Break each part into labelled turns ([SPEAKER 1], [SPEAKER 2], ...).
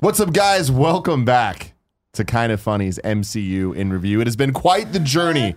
[SPEAKER 1] What's up, guys? Welcome back to Kind of Funny's MCU in Review. It has been quite the journey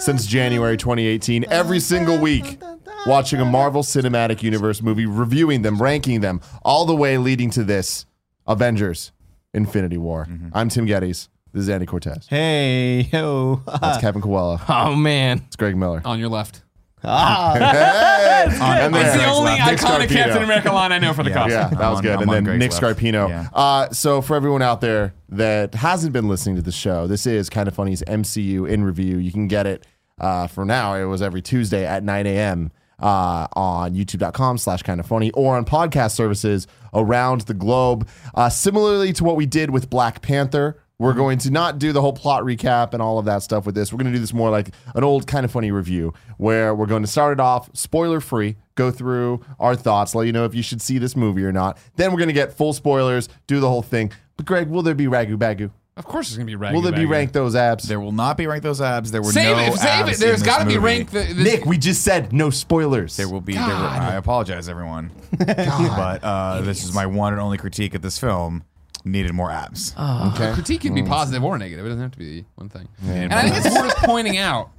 [SPEAKER 1] since January 2018. Every single week, watching a Marvel Cinematic Universe movie, reviewing them, ranking them, all the way leading to this Avengers Infinity War. I'm Tim Geddes. This is Andy Cortez.
[SPEAKER 2] Hey, yo.
[SPEAKER 1] That's Kevin Coelho.
[SPEAKER 2] Oh, man.
[SPEAKER 1] It's Greg Miller.
[SPEAKER 3] On your left.
[SPEAKER 2] Ah,
[SPEAKER 1] Hey! And
[SPEAKER 3] It's
[SPEAKER 1] there-
[SPEAKER 3] the only
[SPEAKER 1] Nick
[SPEAKER 3] iconic
[SPEAKER 1] Scarpino.
[SPEAKER 3] Captain America line I know for the cops.
[SPEAKER 1] Yeah, that
[SPEAKER 4] I'm
[SPEAKER 1] was
[SPEAKER 4] on-
[SPEAKER 1] good.
[SPEAKER 4] I'm
[SPEAKER 1] and
[SPEAKER 4] on
[SPEAKER 1] then
[SPEAKER 4] Greg's
[SPEAKER 1] Nick
[SPEAKER 4] left.
[SPEAKER 1] Scarpino.
[SPEAKER 4] Yeah.
[SPEAKER 1] Uh, so for everyone out there that hasn't been listening to the show, this is kind of funny's MCU in review. You can get it uh, for now. It was every Tuesday at 9 a.m. Uh, on youtube.com slash kind of funny or on podcast services around the globe. Uh, similarly to what we did with Black Panther, we're going to not do the whole plot recap and all of that stuff with this. We're going to do this more like an old kind of funny review where we're going to start it off spoiler free, go through our thoughts, let you know if you should see this movie or not. Then we're going to get full spoilers, do the whole thing. But Greg, will there be ragu bagu?
[SPEAKER 3] Of course it's going to be ranked.
[SPEAKER 1] Will there be rank those abs?
[SPEAKER 4] There will not be rank those abs. There were
[SPEAKER 3] Save
[SPEAKER 4] no
[SPEAKER 3] it. Save it.
[SPEAKER 4] abs
[SPEAKER 3] There's
[SPEAKER 4] got to
[SPEAKER 3] be rank. The, the,
[SPEAKER 1] Nick, we just said no spoilers.
[SPEAKER 4] There will be. There were, I apologize, everyone. But uh, this is my one and only critique of this film. Needed more abs.
[SPEAKER 5] Oh.
[SPEAKER 1] okay.
[SPEAKER 5] Ah.
[SPEAKER 3] critique can be
[SPEAKER 1] Hmm.
[SPEAKER 3] positive or negative. It doesn't have to be one thing. And I think it's worth pointing out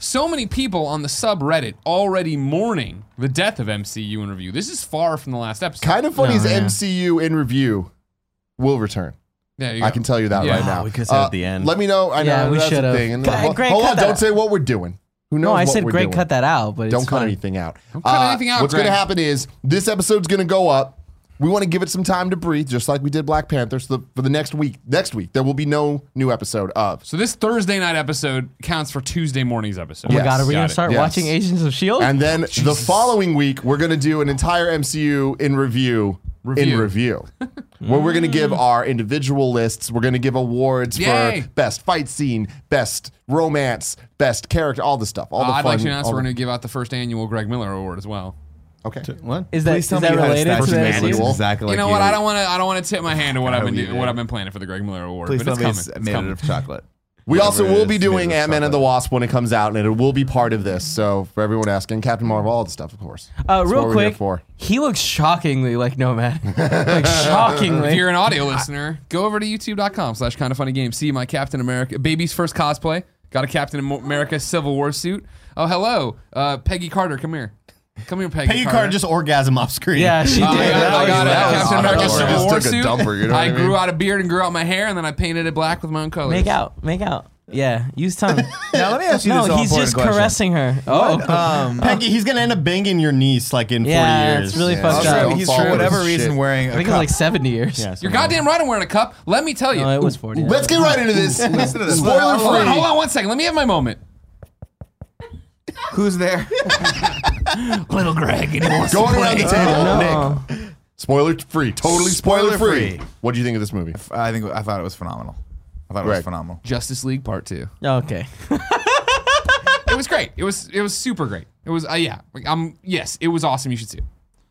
[SPEAKER 3] so many people on the subreddit already mourning the death of MCU in review. This is far from the last episode.
[SPEAKER 1] Kind of funny's MCU in review will return.
[SPEAKER 3] there you
[SPEAKER 1] I can tell you that
[SPEAKER 3] Yeah.
[SPEAKER 1] right now. Uh,
[SPEAKER 2] Oh, we could've said it at the end.
[SPEAKER 1] Let me know. I
[SPEAKER 5] Yeah,
[SPEAKER 1] know
[SPEAKER 5] we
[SPEAKER 1] that's the
[SPEAKER 5] should've.
[SPEAKER 1] thing. And
[SPEAKER 5] Cut-
[SPEAKER 1] hold-
[SPEAKER 5] Greg,
[SPEAKER 1] hold
[SPEAKER 5] cut
[SPEAKER 1] on,
[SPEAKER 5] that
[SPEAKER 1] don't
[SPEAKER 5] out.
[SPEAKER 1] say what we're doing. Who knows?
[SPEAKER 5] No, I
[SPEAKER 1] what
[SPEAKER 5] said
[SPEAKER 1] we're
[SPEAKER 5] Greg
[SPEAKER 1] doing.
[SPEAKER 5] cut that out, but
[SPEAKER 1] Don't
[SPEAKER 5] it's
[SPEAKER 1] cut
[SPEAKER 5] fine.
[SPEAKER 1] anything out. Don't
[SPEAKER 3] cut anything out,
[SPEAKER 1] What's going to
[SPEAKER 3] Greg.
[SPEAKER 1] happen is this episode's going to go up. We want to give it some time to breathe, just like we did Black Panther. So the, for the next week, next week there will be no new episode of.
[SPEAKER 3] so this Thursday night episode counts for Tuesday morning's episode.
[SPEAKER 1] my
[SPEAKER 5] Oh my God, are we
[SPEAKER 3] Got
[SPEAKER 5] gonna
[SPEAKER 3] it.
[SPEAKER 5] start
[SPEAKER 1] Yes.
[SPEAKER 5] watching Agents of Shield?
[SPEAKER 1] And then the following week, we're going to do an entire MCU in review. In
[SPEAKER 3] Review.
[SPEAKER 1] review, where we're going to give our individual lists. We're going to give awards
[SPEAKER 3] Yay.
[SPEAKER 1] for best fight scene, best romance, best character, all the stuff. All
[SPEAKER 3] Uh,
[SPEAKER 1] the
[SPEAKER 3] I'd
[SPEAKER 1] fun.
[SPEAKER 3] like to announce
[SPEAKER 1] all
[SPEAKER 3] we're
[SPEAKER 1] the-
[SPEAKER 3] going to give out the first annual Greg Miller Award as well.
[SPEAKER 1] Okay.
[SPEAKER 2] what?
[SPEAKER 5] is that is that related to
[SPEAKER 1] statue
[SPEAKER 5] the
[SPEAKER 1] man
[SPEAKER 5] MCU?
[SPEAKER 1] looks
[SPEAKER 4] Exactly.
[SPEAKER 1] cool.
[SPEAKER 4] Exactly.
[SPEAKER 3] you know
[SPEAKER 4] like
[SPEAKER 3] what?
[SPEAKER 4] you.
[SPEAKER 3] I don't want to. I don't want to tip my hand to what I've been
[SPEAKER 4] you
[SPEAKER 3] do, what
[SPEAKER 4] did.
[SPEAKER 3] I've been planning for the Greg Miller Award.
[SPEAKER 4] Please
[SPEAKER 3] but
[SPEAKER 4] tell
[SPEAKER 3] it's
[SPEAKER 4] me
[SPEAKER 3] coming.
[SPEAKER 4] it's
[SPEAKER 3] It's
[SPEAKER 4] made
[SPEAKER 3] coming.
[SPEAKER 4] out of chocolate.
[SPEAKER 1] We also
[SPEAKER 4] Whatever it
[SPEAKER 1] will
[SPEAKER 4] is,
[SPEAKER 1] be
[SPEAKER 4] made
[SPEAKER 1] doing
[SPEAKER 4] of
[SPEAKER 1] Ant Man and
[SPEAKER 4] chocolate.
[SPEAKER 1] the Wasp when it comes out, and it will be part of this. So for everyone asking, Captain Marvel, all the stuff, of course.
[SPEAKER 5] Uh,
[SPEAKER 1] That's what
[SPEAKER 5] real
[SPEAKER 1] we're here
[SPEAKER 5] quick,
[SPEAKER 1] for.
[SPEAKER 5] he looks shockingly like Nomad. like
[SPEAKER 3] If
[SPEAKER 5] shockingly.
[SPEAKER 3] you're an audio listener, go over to youtube.com slash kind of funny game. See my Captain America, baby's first cosplay. Got a Captain Am- America Civil War suit. Oh, hello. Uh, Peggy Carter, come here. Come here, Peggy,
[SPEAKER 2] Peggy Carter just orgasm off screen.
[SPEAKER 5] yeah, she
[SPEAKER 3] Oh, I got,
[SPEAKER 5] did. That
[SPEAKER 3] I
[SPEAKER 5] was-
[SPEAKER 3] got a
[SPEAKER 5] that was
[SPEAKER 3] Captain
[SPEAKER 5] awful.
[SPEAKER 3] America
[SPEAKER 1] Just
[SPEAKER 3] Civil War
[SPEAKER 1] took a
[SPEAKER 3] suit.
[SPEAKER 1] dumper, you know what
[SPEAKER 3] I,
[SPEAKER 1] I mean?
[SPEAKER 3] grew out a beard and grew out my hair, and then I painted it black with my own colors.
[SPEAKER 5] Make out, make out. Yeah, use tongue.
[SPEAKER 4] Now let me ask you this.
[SPEAKER 5] no,
[SPEAKER 4] all
[SPEAKER 5] he's
[SPEAKER 4] important
[SPEAKER 5] just
[SPEAKER 4] question.
[SPEAKER 5] caressing her. Oh,
[SPEAKER 1] Uh,
[SPEAKER 4] Um,
[SPEAKER 2] Peggy, he's going to end up banging your niece like in
[SPEAKER 5] Yeah,
[SPEAKER 2] 40 years.
[SPEAKER 5] it's really
[SPEAKER 1] Yeah.
[SPEAKER 5] fucked
[SPEAKER 1] Also,
[SPEAKER 5] up.
[SPEAKER 4] so
[SPEAKER 1] Don't
[SPEAKER 4] he's
[SPEAKER 1] fall
[SPEAKER 4] for
[SPEAKER 1] with
[SPEAKER 4] whatever
[SPEAKER 1] this
[SPEAKER 4] reason
[SPEAKER 1] shit.
[SPEAKER 4] wearing a
[SPEAKER 5] I think it's
[SPEAKER 4] cup.
[SPEAKER 5] like 70 years.
[SPEAKER 2] Yeah,
[SPEAKER 3] You're goddamn right I'm wearing a cup. Let me tell you.
[SPEAKER 5] No, it was 40.
[SPEAKER 1] Let's get right into this.
[SPEAKER 4] to this.
[SPEAKER 1] Spoiler
[SPEAKER 3] hold, on, hold
[SPEAKER 1] free.
[SPEAKER 3] on one second. Let me have my moment.
[SPEAKER 4] Who's there?
[SPEAKER 3] Little Greg. and he wants to
[SPEAKER 1] Going
[SPEAKER 3] play.
[SPEAKER 1] around the table. Nick.
[SPEAKER 5] no.
[SPEAKER 1] Spoiler free. Totally spoiler free.
[SPEAKER 4] Spoiler-free.
[SPEAKER 1] What do you think of this movie?
[SPEAKER 4] I think I thought it was phenomenal. I thought it
[SPEAKER 1] Right.
[SPEAKER 4] was phenomenal.
[SPEAKER 3] Justice League Part 2.
[SPEAKER 5] Okay.
[SPEAKER 3] It was great. It was it was super great. It was uh, yeah. Like, I'm yes, it was awesome. You should see it.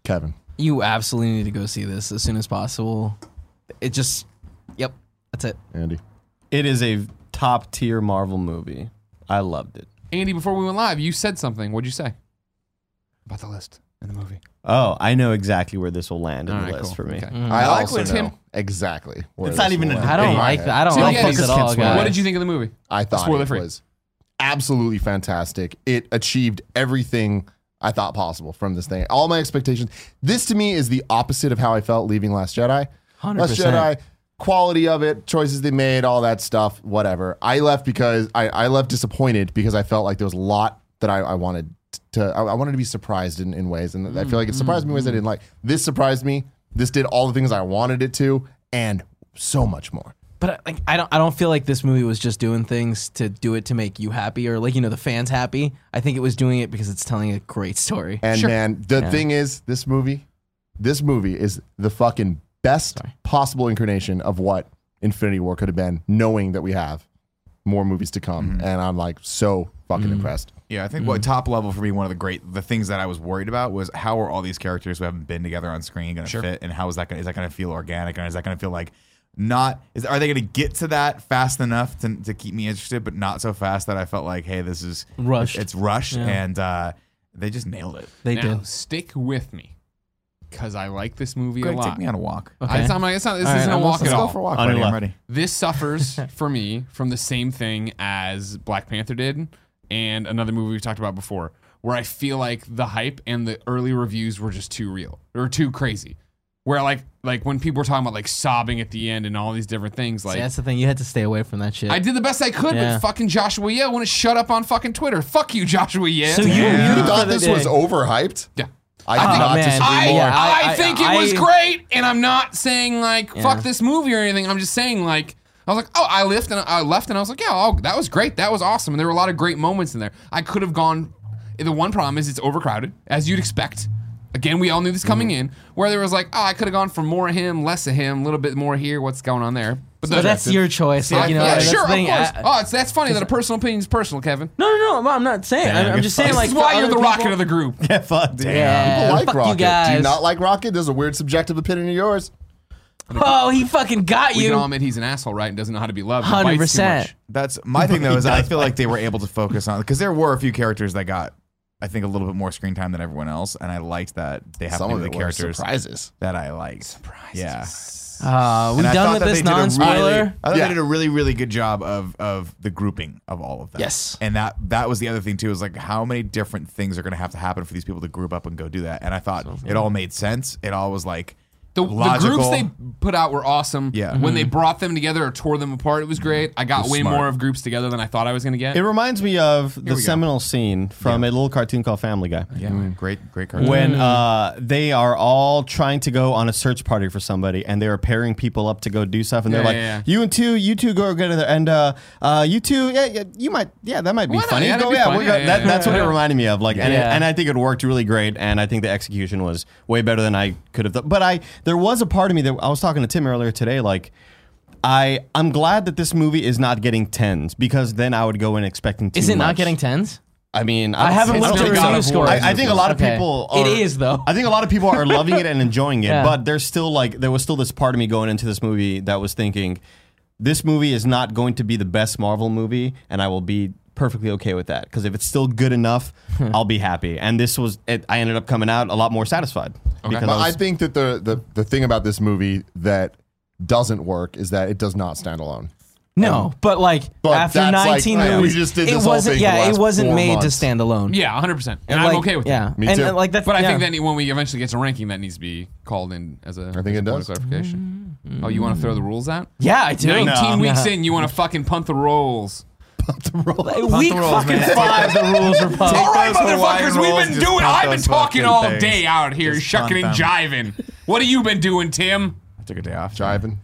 [SPEAKER 1] Kevin.
[SPEAKER 5] You absolutely need to go see this as soon as possible. It just, yep, that's it.
[SPEAKER 1] Andy.
[SPEAKER 2] It is a top tier Marvel movie. I loved it.
[SPEAKER 3] Andy, before we went live, you said something. What'd you say about the list and the movie?
[SPEAKER 2] Oh, I know exactly where this will land in
[SPEAKER 3] All
[SPEAKER 2] the
[SPEAKER 3] right,
[SPEAKER 2] list
[SPEAKER 3] cool.
[SPEAKER 2] for me.
[SPEAKER 3] Okay.
[SPEAKER 1] I
[SPEAKER 3] like
[SPEAKER 1] also
[SPEAKER 3] when
[SPEAKER 1] know
[SPEAKER 3] Tim-
[SPEAKER 1] exactly. where
[SPEAKER 2] It's not
[SPEAKER 1] this
[SPEAKER 2] even
[SPEAKER 1] will
[SPEAKER 2] a
[SPEAKER 1] end.
[SPEAKER 5] I don't
[SPEAKER 2] Yeah.
[SPEAKER 5] like that. I don't
[SPEAKER 3] So
[SPEAKER 5] like
[SPEAKER 3] yeah,
[SPEAKER 5] this
[SPEAKER 3] you
[SPEAKER 5] at
[SPEAKER 2] can't
[SPEAKER 5] all,
[SPEAKER 2] swim.
[SPEAKER 5] guys.
[SPEAKER 3] What did you think of the movie?
[SPEAKER 1] I thought it
[SPEAKER 3] Spoiler-free.
[SPEAKER 1] was absolutely fantastic. It achieved everything I thought possible from this thing. All my expectations. This to me is the opposite of how I felt leaving Last Jedi.
[SPEAKER 5] 100%.
[SPEAKER 1] Last Jedi, quality of it, choices they made, all that stuff, whatever. I left because I, I left disappointed because I felt like there was a lot that I, I wanted to I, I wanted to be surprised in, in ways. And I feel like it surprised me in ways I didn't like. This surprised me. This did all the things I wanted it to and so much more.
[SPEAKER 5] But uh, like, I don't, I don't feel like this movie was just doing things to do it to make you happy or like you know the fans happy. I think it was doing it because it's telling a great story.
[SPEAKER 1] And man, the thing is, this movie, this movie is the fucking best possible incarnation of what Infinity War could have been, knowing that we have more movies to come. And I'm like so
[SPEAKER 2] Mm.
[SPEAKER 1] fucking impressed.
[SPEAKER 4] Yeah, I think what
[SPEAKER 3] Mm-hmm.
[SPEAKER 4] top level for me, one of the great the things that I was worried about was how are all these characters who haven't been together on screen going to fit, and how is that going? to Is that going to feel organic, and is that going to feel like not? Is are they going to get to that fast enough to, to keep me interested, but not so fast that I felt like, hey, this is
[SPEAKER 5] Rushed.
[SPEAKER 4] It's rushed, and uh, they just nailed it.
[SPEAKER 5] They
[SPEAKER 3] now,
[SPEAKER 5] did.
[SPEAKER 3] stick with me. because I like this movie
[SPEAKER 4] Greg,
[SPEAKER 3] a lot.
[SPEAKER 4] take me on a walk.
[SPEAKER 3] I- it's not my- it's not- this
[SPEAKER 2] All right,
[SPEAKER 3] isn't a
[SPEAKER 2] I'm
[SPEAKER 3] walk
[SPEAKER 2] also-
[SPEAKER 3] at
[SPEAKER 4] Let's
[SPEAKER 3] all.
[SPEAKER 4] go for a walk.
[SPEAKER 2] On your
[SPEAKER 4] buddy. I'm
[SPEAKER 2] left.
[SPEAKER 4] ready.
[SPEAKER 3] This suffers for me from the same thing as Black Panther did and another movie we talked about before, where I feel like the hype and the early reviews were just too real or too crazy. Where like like when people were talking about like sobbing at the end and all these different things, like
[SPEAKER 5] See, that's the thing. You had to stay away from that shit.
[SPEAKER 3] I did the best I could,
[SPEAKER 5] Yeah.
[SPEAKER 3] but fucking Joshua Yeh wouldn't shut up on fucking Twitter. Fuck you, Joshua Yeh.
[SPEAKER 5] so you,
[SPEAKER 1] You
[SPEAKER 5] you
[SPEAKER 2] Ah,
[SPEAKER 1] thought this was overhyped?
[SPEAKER 3] yeah.
[SPEAKER 1] I did
[SPEAKER 5] Oh,
[SPEAKER 1] not
[SPEAKER 5] man.
[SPEAKER 1] disagree
[SPEAKER 3] I,
[SPEAKER 1] more.
[SPEAKER 5] Yeah,
[SPEAKER 3] I,
[SPEAKER 5] I-
[SPEAKER 3] think
[SPEAKER 5] I-
[SPEAKER 3] it was
[SPEAKER 5] I-
[SPEAKER 3] great, and I'm not saying like
[SPEAKER 5] Yeah.
[SPEAKER 3] fuck this movie or anything. I'm just saying like I was like, oh, I left and I left and I was like, yeah, oh, that was great, that was awesome, and there were a lot of great moments in there. I could have gone. The one problem is it's overcrowded, as you'd expect. Again, we all knew this coming in, where there was like, oh, I could have gone for more of him, less of him, a little bit more here. What's going on there? But
[SPEAKER 5] But that's your choice.
[SPEAKER 3] I-
[SPEAKER 5] Like, you know,
[SPEAKER 3] yeah,
[SPEAKER 5] that's
[SPEAKER 3] sure,
[SPEAKER 5] the
[SPEAKER 3] of
[SPEAKER 5] thing.
[SPEAKER 3] course.
[SPEAKER 5] I-
[SPEAKER 3] oh, it's that's funny that a personal opinion is personal, Kevin.
[SPEAKER 5] no, no, no. I'm not saying.
[SPEAKER 2] Damn,
[SPEAKER 5] I'm, I'm
[SPEAKER 2] good
[SPEAKER 5] just saying.
[SPEAKER 3] This
[SPEAKER 5] Like,
[SPEAKER 3] is why
[SPEAKER 5] for
[SPEAKER 3] you're
[SPEAKER 5] other
[SPEAKER 3] the rocket
[SPEAKER 5] people-
[SPEAKER 3] of the group.
[SPEAKER 2] Yeah, fuck. Damn.
[SPEAKER 5] Yeah,
[SPEAKER 1] People like
[SPEAKER 5] fuck
[SPEAKER 1] Rocket.
[SPEAKER 5] you guys.
[SPEAKER 1] Do you not like Rocket? There's a weird subjective opinion of yours.
[SPEAKER 5] Oh, he fucking got
[SPEAKER 3] We can all
[SPEAKER 5] you.
[SPEAKER 3] admit he's an asshole, right? And doesn't know how to be loved. and bites too
[SPEAKER 5] Hundred percent.
[SPEAKER 3] much.
[SPEAKER 4] That's my thing though. Is I feel like they were able to focus on because there were a few characters that got, I think, a little bit more screen time than everyone else, and I liked that they have
[SPEAKER 1] Some
[SPEAKER 4] to
[SPEAKER 1] of
[SPEAKER 4] be
[SPEAKER 1] it
[SPEAKER 4] the
[SPEAKER 1] were
[SPEAKER 4] characters
[SPEAKER 1] surprises.
[SPEAKER 4] that I liked. Surprise. Yeah.
[SPEAKER 5] Uh, we
[SPEAKER 4] And I
[SPEAKER 5] done
[SPEAKER 4] thought
[SPEAKER 5] with
[SPEAKER 4] that
[SPEAKER 5] this
[SPEAKER 4] they did a Really,
[SPEAKER 5] non-spoiler.
[SPEAKER 4] I thought
[SPEAKER 1] Yeah.
[SPEAKER 4] they did a really, really good job of of the grouping of all of them.
[SPEAKER 5] Yes.
[SPEAKER 4] and that that was the other thing too is like how many different things are going to have to happen for these people to group up and go do that. And I thought it all made sense. It all was like
[SPEAKER 3] The, the
[SPEAKER 4] logical.
[SPEAKER 3] groups they put out were awesome.
[SPEAKER 4] Yeah.
[SPEAKER 3] When they brought them together or tore them apart, it was great. I got
[SPEAKER 4] was
[SPEAKER 3] way
[SPEAKER 4] smart.
[SPEAKER 3] more of groups together than I thought I was going to get.
[SPEAKER 2] It reminds me of the
[SPEAKER 3] we go.
[SPEAKER 2] seminal scene from a little cartoon called Family Guy.
[SPEAKER 1] Mm-hmm.
[SPEAKER 4] yeah, great, great cartoon.
[SPEAKER 2] When
[SPEAKER 5] Mm.
[SPEAKER 2] uh, they are all trying to go on a search party for somebody, and they are pairing people up to go do stuff, and
[SPEAKER 3] Yeah,
[SPEAKER 2] they're like,
[SPEAKER 3] yeah, yeah.
[SPEAKER 2] "You and two, you two go get in there, and uh, uh, you two, yeah, yeah, you might, yeah, that might be
[SPEAKER 3] Why not?
[SPEAKER 2] funny.
[SPEAKER 3] Yeah, that'd
[SPEAKER 2] Go,
[SPEAKER 3] be
[SPEAKER 2] yeah,
[SPEAKER 3] fun.
[SPEAKER 2] we're
[SPEAKER 3] Yeah,
[SPEAKER 2] go-
[SPEAKER 3] yeah,
[SPEAKER 2] that-
[SPEAKER 3] yeah.
[SPEAKER 2] that's what it reminded me of." Like, and, it-
[SPEAKER 5] Yeah.
[SPEAKER 2] and I think it worked really great, and I think the execution was way better than I could have. thought. But I, there was a part of me that I was talking to Tim earlier today, like. I I'm glad that this movie is not getting tens because then I would go in expecting. Too
[SPEAKER 5] Is it not
[SPEAKER 2] much.
[SPEAKER 5] getting tens?
[SPEAKER 2] I mean,
[SPEAKER 5] I haven't
[SPEAKER 2] it's
[SPEAKER 5] looked
[SPEAKER 2] not
[SPEAKER 5] at
[SPEAKER 2] God
[SPEAKER 5] review
[SPEAKER 2] of War.
[SPEAKER 5] scores.
[SPEAKER 2] I, I think a lot of
[SPEAKER 5] Okay.
[SPEAKER 2] people.
[SPEAKER 5] It
[SPEAKER 2] Are,
[SPEAKER 5] is, though.
[SPEAKER 2] I think a lot of people are loving it and enjoying it,
[SPEAKER 5] Yeah.
[SPEAKER 2] but there's still like there was still this part of me going into this movie that was thinking, this movie is not going to be the best Marvel movie, and I will be perfectly okay with that because if it's still good enough, I'll be happy. And this was, it, I ended up coming out a lot more satisfied because
[SPEAKER 1] But
[SPEAKER 2] I
[SPEAKER 1] I
[SPEAKER 2] was,
[SPEAKER 1] think that the, the the thing about this movie that doesn't work is that it does not stand alone.
[SPEAKER 5] No, but like
[SPEAKER 1] But
[SPEAKER 5] after
[SPEAKER 1] that's like-
[SPEAKER 5] 19
[SPEAKER 1] yeah, we
[SPEAKER 5] movies,
[SPEAKER 1] just did
[SPEAKER 5] it
[SPEAKER 1] this whole
[SPEAKER 5] wasn't.
[SPEAKER 1] thing for the
[SPEAKER 5] yeah, it
[SPEAKER 1] last
[SPEAKER 5] wasn't
[SPEAKER 1] four
[SPEAKER 5] made to
[SPEAKER 1] months.
[SPEAKER 5] stand alone.
[SPEAKER 3] yeah, 100%. And, I'm
[SPEAKER 5] like,
[SPEAKER 3] okay with
[SPEAKER 5] yeah.
[SPEAKER 3] that.
[SPEAKER 1] Me
[SPEAKER 5] and,
[SPEAKER 1] too.
[SPEAKER 5] uh, like that's,
[SPEAKER 3] But I
[SPEAKER 5] yeah.
[SPEAKER 3] think that when we eventually get to ranking, that needs to be called in as a, I
[SPEAKER 1] think it does.
[SPEAKER 3] clarification. Oh, you want to throw the rules out?
[SPEAKER 5] Yeah, I do.
[SPEAKER 3] 19
[SPEAKER 2] No.
[SPEAKER 3] weeks in, you want to fucking punt the rolls.
[SPEAKER 5] Like, week fucking five, the rules were pumped.
[SPEAKER 3] All right,
[SPEAKER 4] those Hawaiian
[SPEAKER 3] motherfuckers, we've
[SPEAKER 4] rolls,
[SPEAKER 3] been
[SPEAKER 4] just
[SPEAKER 3] doing.
[SPEAKER 4] punt
[SPEAKER 3] I've been
[SPEAKER 4] those
[SPEAKER 3] talking
[SPEAKER 4] fucking
[SPEAKER 3] all
[SPEAKER 4] things.
[SPEAKER 3] day out here,
[SPEAKER 4] Just
[SPEAKER 3] shucking and
[SPEAKER 4] punt
[SPEAKER 3] jiving. What have you been doing, Tim?
[SPEAKER 4] I took a day off.
[SPEAKER 1] Driving.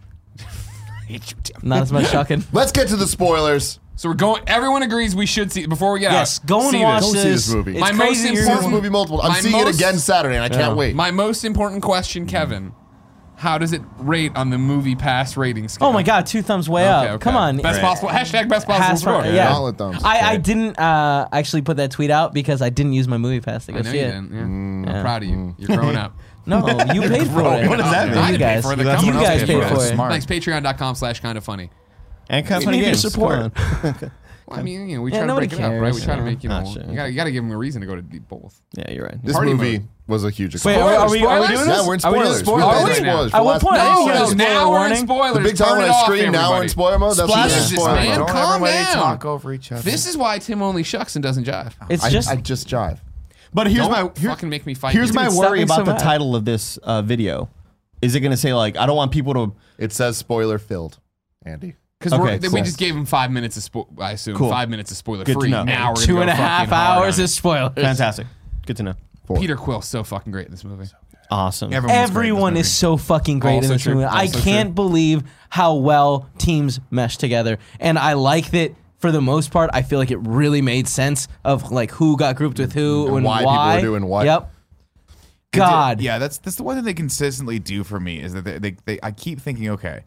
[SPEAKER 3] Hate you, Tim.
[SPEAKER 5] Not as much shocking.
[SPEAKER 1] Let's get to the spoilers.
[SPEAKER 3] So we're going. Everyone agrees we should see before we get
[SPEAKER 5] Yes,
[SPEAKER 3] out.
[SPEAKER 5] go and
[SPEAKER 3] see
[SPEAKER 5] watch
[SPEAKER 1] Go
[SPEAKER 3] This.
[SPEAKER 1] see
[SPEAKER 5] this.
[SPEAKER 1] this movie.
[SPEAKER 5] It's
[SPEAKER 3] My most
[SPEAKER 5] crazy
[SPEAKER 1] Seen
[SPEAKER 5] you're-
[SPEAKER 1] this
[SPEAKER 3] important-
[SPEAKER 1] movie multiple. I'm
[SPEAKER 3] My
[SPEAKER 1] seeing it
[SPEAKER 3] most-
[SPEAKER 1] again Saturday, and I can't wait.
[SPEAKER 3] My most important question,
[SPEAKER 5] Mm-hmm.
[SPEAKER 3] Kevin: How does it rate on the movie pass rating scale?
[SPEAKER 5] Oh my god, two thumbs way up.
[SPEAKER 3] okay.
[SPEAKER 5] Come on.
[SPEAKER 3] Best possible hashtag best possible
[SPEAKER 5] Pass-
[SPEAKER 3] score.
[SPEAKER 5] yeah.
[SPEAKER 1] Gauntlet thumbs.
[SPEAKER 5] I, I
[SPEAKER 1] Right.
[SPEAKER 5] didn't uh, actually put that tweet out because I didn't use my movie pass to go
[SPEAKER 3] I know
[SPEAKER 5] see
[SPEAKER 3] you
[SPEAKER 5] it.
[SPEAKER 3] didn't. Yeah. I'm proud of you. You're growing up.
[SPEAKER 5] No, you paid for
[SPEAKER 2] growing
[SPEAKER 5] it.
[SPEAKER 2] What does that mean?
[SPEAKER 3] I
[SPEAKER 5] You
[SPEAKER 3] didn't pay
[SPEAKER 5] guys,
[SPEAKER 3] for it. The
[SPEAKER 5] you
[SPEAKER 3] company
[SPEAKER 5] guys
[SPEAKER 3] paid
[SPEAKER 5] paid
[SPEAKER 3] for it.
[SPEAKER 5] for it.
[SPEAKER 4] Smart.
[SPEAKER 3] Thanks, patreon.com slash kind of funny.
[SPEAKER 2] and company
[SPEAKER 5] need your
[SPEAKER 2] games
[SPEAKER 5] support.
[SPEAKER 2] come on.
[SPEAKER 3] Well, I mean, you know, we
[SPEAKER 5] Yeah,
[SPEAKER 3] try to
[SPEAKER 5] nobody
[SPEAKER 3] break it up, right? We
[SPEAKER 5] cares,
[SPEAKER 3] try to
[SPEAKER 5] yeah.
[SPEAKER 3] make, you know,
[SPEAKER 2] Ah, sure.
[SPEAKER 3] you, gotta, you gotta give them a reason to go to both.
[SPEAKER 2] Yeah, you're right.
[SPEAKER 1] this
[SPEAKER 3] Party
[SPEAKER 1] movie
[SPEAKER 3] mode.
[SPEAKER 1] was a huge.
[SPEAKER 5] Wait,
[SPEAKER 1] experience.
[SPEAKER 5] are we, are we
[SPEAKER 3] Spoilers?
[SPEAKER 5] doing
[SPEAKER 1] yeah,
[SPEAKER 5] this?
[SPEAKER 1] we're in
[SPEAKER 5] Are we doing
[SPEAKER 1] spoilers.
[SPEAKER 5] Are
[SPEAKER 1] We're
[SPEAKER 5] we?
[SPEAKER 1] in spoilers. for
[SPEAKER 5] At what
[SPEAKER 1] last-
[SPEAKER 5] point?
[SPEAKER 1] No,
[SPEAKER 5] I
[SPEAKER 1] no,
[SPEAKER 5] didn't
[SPEAKER 1] no.
[SPEAKER 5] see
[SPEAKER 3] now we're in
[SPEAKER 5] warning.
[SPEAKER 3] spoilers.
[SPEAKER 1] The big time
[SPEAKER 3] Turn
[SPEAKER 1] when
[SPEAKER 3] it
[SPEAKER 1] I
[SPEAKER 3] off,
[SPEAKER 1] scream now we're
[SPEAKER 3] everybody.
[SPEAKER 1] in spoiler mode. That's
[SPEAKER 3] Splash
[SPEAKER 1] when we're in
[SPEAKER 3] is
[SPEAKER 1] spoiler
[SPEAKER 3] man.
[SPEAKER 1] mode.
[SPEAKER 4] Don't
[SPEAKER 3] calm
[SPEAKER 4] everybody
[SPEAKER 3] down.
[SPEAKER 4] talk over each other.
[SPEAKER 3] This is why Tim only shucks and doesn't jive.
[SPEAKER 5] It's
[SPEAKER 1] I
[SPEAKER 5] just
[SPEAKER 1] I just jive.
[SPEAKER 2] But here's
[SPEAKER 3] Don't
[SPEAKER 2] my here-
[SPEAKER 3] fucking make me fight.
[SPEAKER 2] Here's
[SPEAKER 3] you.
[SPEAKER 2] my
[SPEAKER 5] Dude, stop
[SPEAKER 2] worry
[SPEAKER 5] being
[SPEAKER 2] about
[SPEAKER 5] so
[SPEAKER 2] the
[SPEAKER 5] mad.
[SPEAKER 2] title of this uh, video. Is it going to say like I don't want people to
[SPEAKER 1] It says spoiler filled. Andy.
[SPEAKER 3] Because we're
[SPEAKER 2] Okay,
[SPEAKER 3] th- we
[SPEAKER 2] cool.
[SPEAKER 3] just gave him five minutes of spo- I assume
[SPEAKER 2] Cool.
[SPEAKER 3] five minutes of spoiler
[SPEAKER 2] Good to
[SPEAKER 3] free.
[SPEAKER 2] know.
[SPEAKER 3] Now we're gonna
[SPEAKER 5] two
[SPEAKER 3] go
[SPEAKER 5] and a half
[SPEAKER 3] fucking hard
[SPEAKER 5] hours
[SPEAKER 3] on
[SPEAKER 5] of spoilers.
[SPEAKER 2] Fantastic. Good to know.
[SPEAKER 3] it. Peter Quill's so fucking great in this movie.
[SPEAKER 2] Awesome.
[SPEAKER 4] Everyone's great in this
[SPEAKER 5] Everyone
[SPEAKER 4] movie.
[SPEAKER 5] is so fucking great
[SPEAKER 3] Also
[SPEAKER 5] in this
[SPEAKER 3] true.
[SPEAKER 5] movie. I
[SPEAKER 3] Also
[SPEAKER 5] can't believe how well teams mesh together, and I like that. For the most part, I feel like it really made sense of like who got grouped with who and,
[SPEAKER 1] why
[SPEAKER 5] why
[SPEAKER 1] people were doing what.
[SPEAKER 5] Yep.
[SPEAKER 4] They did-
[SPEAKER 5] God.
[SPEAKER 4] Yeah, that's that's the one thing they consistently do for me is that they, they, they I keep thinking, okay,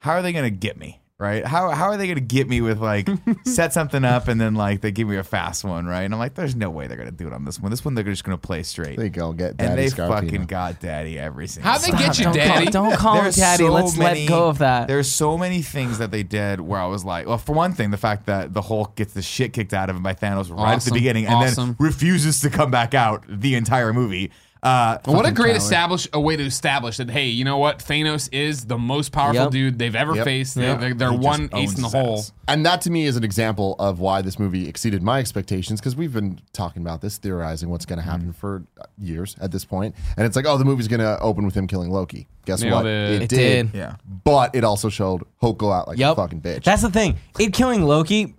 [SPEAKER 4] how are they gonna get me? Right? How how are they gonna get me with like set something up and then like they give me a fast one, right? And I'm like, there's no way they're gonna do it on this one. This one they're just gonna play straight.
[SPEAKER 1] They go get Daddy
[SPEAKER 4] and they
[SPEAKER 1] Scarpino.
[SPEAKER 4] fucking got daddy every single
[SPEAKER 3] How'd they
[SPEAKER 4] time.
[SPEAKER 3] get you,
[SPEAKER 5] Don't call,
[SPEAKER 3] Daddy?
[SPEAKER 5] don't call him
[SPEAKER 4] There's
[SPEAKER 5] daddy.
[SPEAKER 4] so
[SPEAKER 5] Let's
[SPEAKER 4] many-
[SPEAKER 5] let go of that.
[SPEAKER 4] There's so many things that they did where I was like, well, for one thing, the fact that the Hulk gets the shit kicked out of him by Thanos right at the
[SPEAKER 3] Awesome.
[SPEAKER 4] beginning and
[SPEAKER 3] Awesome.
[SPEAKER 4] then refuses to come back out the entire movie. Uh,
[SPEAKER 3] But what a great
[SPEAKER 5] coward.
[SPEAKER 3] establish a way to establish that hey, you know what? Thanos is the most powerful
[SPEAKER 5] Yep.
[SPEAKER 3] dude they've ever
[SPEAKER 1] Yep.
[SPEAKER 3] faced.
[SPEAKER 1] Yeah.
[SPEAKER 3] They're, they're
[SPEAKER 4] He just
[SPEAKER 3] one ace
[SPEAKER 4] owns
[SPEAKER 3] in the
[SPEAKER 4] his
[SPEAKER 3] hole.
[SPEAKER 4] ass.
[SPEAKER 1] And that to me is an example of why this movie exceeded my expectations because we've been talking about this, theorizing what's going to
[SPEAKER 3] Mm-hmm.
[SPEAKER 1] happen for uh, years at this point. And it's like, oh, the movie's going to open with him killing Loki. Guess
[SPEAKER 3] Nailed
[SPEAKER 1] what?
[SPEAKER 3] it.
[SPEAKER 5] It did.
[SPEAKER 4] yeah.
[SPEAKER 1] But it also showed Hulk go out like
[SPEAKER 5] Yep.
[SPEAKER 1] a fucking bitch.
[SPEAKER 5] That's the thing. It killing Loki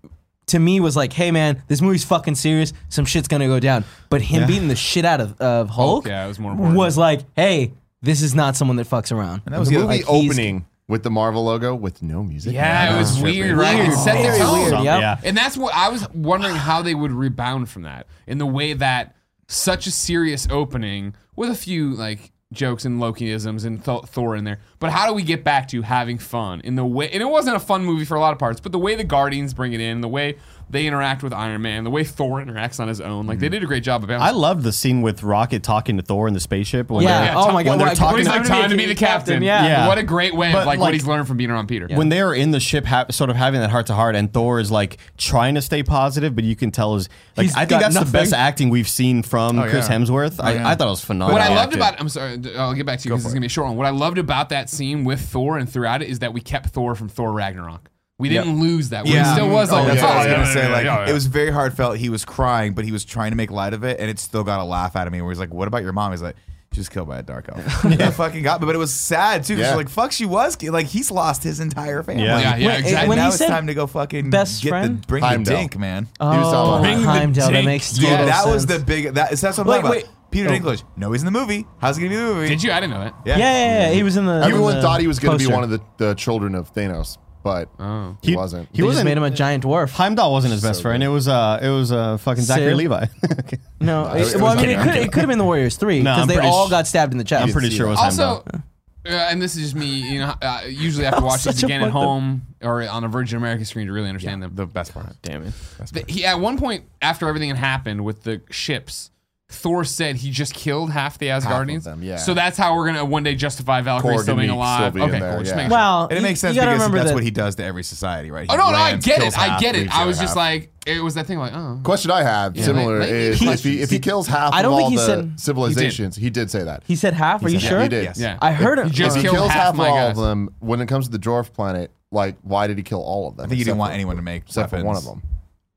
[SPEAKER 5] to me was like, hey man, this movie's fucking serious. Some shit's gonna go down. But him beating the shit out of, of Hulk
[SPEAKER 3] yeah, it was more important.
[SPEAKER 5] was like, hey, this is not someone that fucks around.
[SPEAKER 4] And that
[SPEAKER 1] the
[SPEAKER 4] was the
[SPEAKER 1] movie
[SPEAKER 4] other-
[SPEAKER 5] like, he's-
[SPEAKER 1] opening with the Marvel logo with no music.
[SPEAKER 3] Yeah, it was weird, right? It set the
[SPEAKER 5] Very
[SPEAKER 3] tone.
[SPEAKER 5] weird. Yep.
[SPEAKER 2] Yeah.
[SPEAKER 3] And that's what I was wondering how they would rebound from that in the way that such a serious opening with a few like jokes and Lokiisms and Th- Thor in there. But how do we get back to having fun in the way? And it wasn't a fun movie for a lot of parts, but the way the Guardians bring it in, the way they interact with Iron Man, the way Thor interacts on his own, like they did a great job of
[SPEAKER 2] Mm-hmm. I
[SPEAKER 3] balancing.
[SPEAKER 2] love the scene with Rocket talking to Thor in the spaceship. When
[SPEAKER 5] Yeah.
[SPEAKER 2] they're-
[SPEAKER 5] Oh my
[SPEAKER 2] when
[SPEAKER 5] God.
[SPEAKER 2] they're
[SPEAKER 5] Like,
[SPEAKER 2] talking
[SPEAKER 3] He's like,
[SPEAKER 5] about
[SPEAKER 3] time to
[SPEAKER 5] being
[SPEAKER 3] be the
[SPEAKER 5] captain,
[SPEAKER 3] captain.
[SPEAKER 5] yeah.
[SPEAKER 2] Yeah.
[SPEAKER 3] What a great way
[SPEAKER 2] But,
[SPEAKER 3] of like,
[SPEAKER 2] like-
[SPEAKER 3] what he's learned from being around Peter.
[SPEAKER 2] when they are in the ship, ha- sort of having that heart to heart, and Thor is like trying to stay positive, but you can tell is like
[SPEAKER 5] He's
[SPEAKER 2] I think
[SPEAKER 5] got
[SPEAKER 2] that's
[SPEAKER 5] nothing.
[SPEAKER 2] the best acting we've seen from Chris
[SPEAKER 4] yeah.
[SPEAKER 2] Hemsworth. I,
[SPEAKER 4] yeah.
[SPEAKER 2] I thought it was phenomenal.
[SPEAKER 3] What I loved
[SPEAKER 2] acting.
[SPEAKER 3] about I'm sorry, d- I'll get back to you because it's gonna be a short one. What I loved about that scene with Thor and throughout it is that we kept Thor from Thor Ragnarok. We didn't lose that. We still was like,
[SPEAKER 4] that's
[SPEAKER 3] oh,
[SPEAKER 4] what I was
[SPEAKER 3] yeah,
[SPEAKER 4] gonna
[SPEAKER 3] yeah,
[SPEAKER 4] say.
[SPEAKER 3] yeah,
[SPEAKER 4] Like,
[SPEAKER 3] yeah, yeah.
[SPEAKER 4] it was very heartfelt. He was crying, but he was trying to make light of it, and it still got a laugh out of me. Where he's like, "What about your mom?" He's like, "She was killed by a dark elf." yeah, fucking got me. But it was sad too. 'cause
[SPEAKER 1] Yeah.
[SPEAKER 4] Like, fuck, she was ki- like, he's lost his entire family.
[SPEAKER 2] Yeah.
[SPEAKER 3] yeah, yeah,
[SPEAKER 5] Wait,
[SPEAKER 3] exactly.
[SPEAKER 5] when
[SPEAKER 4] now
[SPEAKER 5] he
[SPEAKER 4] it's
[SPEAKER 5] said
[SPEAKER 4] time to go fucking
[SPEAKER 5] best
[SPEAKER 4] get
[SPEAKER 5] friend?
[SPEAKER 4] the bring
[SPEAKER 1] Heimdall.
[SPEAKER 4] the dink, man.
[SPEAKER 1] He was
[SPEAKER 5] Oh,
[SPEAKER 1] talking about
[SPEAKER 3] Bring the
[SPEAKER 5] Heimdall, that
[SPEAKER 3] tank.
[SPEAKER 5] makes
[SPEAKER 3] Yeah,
[SPEAKER 5] total
[SPEAKER 4] Yeah, that
[SPEAKER 5] sense.
[SPEAKER 4] was the big. That, that's that's what I'm
[SPEAKER 5] Wait,
[SPEAKER 4] talking about.
[SPEAKER 5] wait.
[SPEAKER 4] Peter
[SPEAKER 5] Oh.
[SPEAKER 4] Dinklage. No, he's in the movie. How's it gonna be in the movie?
[SPEAKER 3] Did you? I didn't know that.
[SPEAKER 5] yeah, yeah, yeah, He was in the.
[SPEAKER 1] Everyone thought he was going to be one
[SPEAKER 5] the.
[SPEAKER 1] of the, the children of Thanos, but
[SPEAKER 3] Oh.
[SPEAKER 1] he, wasn't.
[SPEAKER 5] poster. They just made him a giant dwarf.
[SPEAKER 2] Heimdall wasn't his best friend. It was uh, it was uh, fucking Zachary
[SPEAKER 5] Sid?
[SPEAKER 2] Levi.
[SPEAKER 5] No,
[SPEAKER 1] it was-
[SPEAKER 5] well, I mean,
[SPEAKER 1] it
[SPEAKER 5] it
[SPEAKER 1] was
[SPEAKER 5] could it could have been the Warriors three
[SPEAKER 2] No,
[SPEAKER 5] because
[SPEAKER 2] I'm
[SPEAKER 5] they
[SPEAKER 2] pretty
[SPEAKER 5] all
[SPEAKER 2] sh-
[SPEAKER 5] got stabbed in the chest.
[SPEAKER 2] I'm pretty
[SPEAKER 1] see
[SPEAKER 2] sure it
[SPEAKER 1] that.
[SPEAKER 2] was
[SPEAKER 3] Also,
[SPEAKER 2] Heimdall.
[SPEAKER 3] uh, and this is just me. You know, uh, usually I have to watch
[SPEAKER 5] Such
[SPEAKER 3] these
[SPEAKER 5] a
[SPEAKER 3] again at
[SPEAKER 5] fucking-
[SPEAKER 3] home or on a Virgin America screen to really understand them.
[SPEAKER 4] The best part.
[SPEAKER 2] Damn it.
[SPEAKER 3] The- he, at one point, after everything had happened with the ships, Thor said he just killed half the Asgardians.
[SPEAKER 1] them, yeah.
[SPEAKER 3] So that's how we're gonna one day justify Valkyrie
[SPEAKER 1] Korg
[SPEAKER 3] still
[SPEAKER 1] and
[SPEAKER 3] being
[SPEAKER 1] Meek
[SPEAKER 3] alive.
[SPEAKER 1] still being
[SPEAKER 3] okay,
[SPEAKER 1] there,
[SPEAKER 3] cool. Just
[SPEAKER 1] yeah.
[SPEAKER 3] making sure.
[SPEAKER 5] Wow,
[SPEAKER 4] And it
[SPEAKER 5] you-
[SPEAKER 4] makes
[SPEAKER 5] you
[SPEAKER 4] sense
[SPEAKER 5] gotta
[SPEAKER 4] because
[SPEAKER 5] remember
[SPEAKER 4] that's
[SPEAKER 5] that-
[SPEAKER 4] what he does to every society, right? He
[SPEAKER 3] Oh no, no, I
[SPEAKER 4] lands,
[SPEAKER 3] get
[SPEAKER 4] kills
[SPEAKER 3] it. I
[SPEAKER 4] half,
[SPEAKER 3] get it.
[SPEAKER 4] leaves
[SPEAKER 3] I
[SPEAKER 4] the
[SPEAKER 3] was
[SPEAKER 4] other
[SPEAKER 3] just
[SPEAKER 4] half.
[SPEAKER 3] like, it was that thing like, oh,
[SPEAKER 1] Question I have similar
[SPEAKER 3] like-
[SPEAKER 1] is
[SPEAKER 3] he-
[SPEAKER 1] if, he, if he kills half
[SPEAKER 5] I
[SPEAKER 1] of
[SPEAKER 5] don't
[SPEAKER 1] all
[SPEAKER 5] think he
[SPEAKER 1] the
[SPEAKER 5] said- he did.
[SPEAKER 1] civilizations, he did. say that.
[SPEAKER 5] He said half. Are you
[SPEAKER 1] Yeah,
[SPEAKER 5] sure?
[SPEAKER 1] he did.
[SPEAKER 4] Yes.
[SPEAKER 3] yeah.
[SPEAKER 5] I heard
[SPEAKER 3] He
[SPEAKER 5] it.
[SPEAKER 3] just
[SPEAKER 1] if he
[SPEAKER 3] killed
[SPEAKER 1] kills
[SPEAKER 3] half
[SPEAKER 1] half, of
[SPEAKER 3] my
[SPEAKER 1] all
[SPEAKER 3] guys.
[SPEAKER 1] of them, when it comes to the dwarf planet, like why did he kill all of them?
[SPEAKER 4] I think he
[SPEAKER 1] Except
[SPEAKER 4] didn't want
[SPEAKER 1] for-
[SPEAKER 4] anyone to make
[SPEAKER 1] except for
[SPEAKER 4] weapons.
[SPEAKER 1] one of them.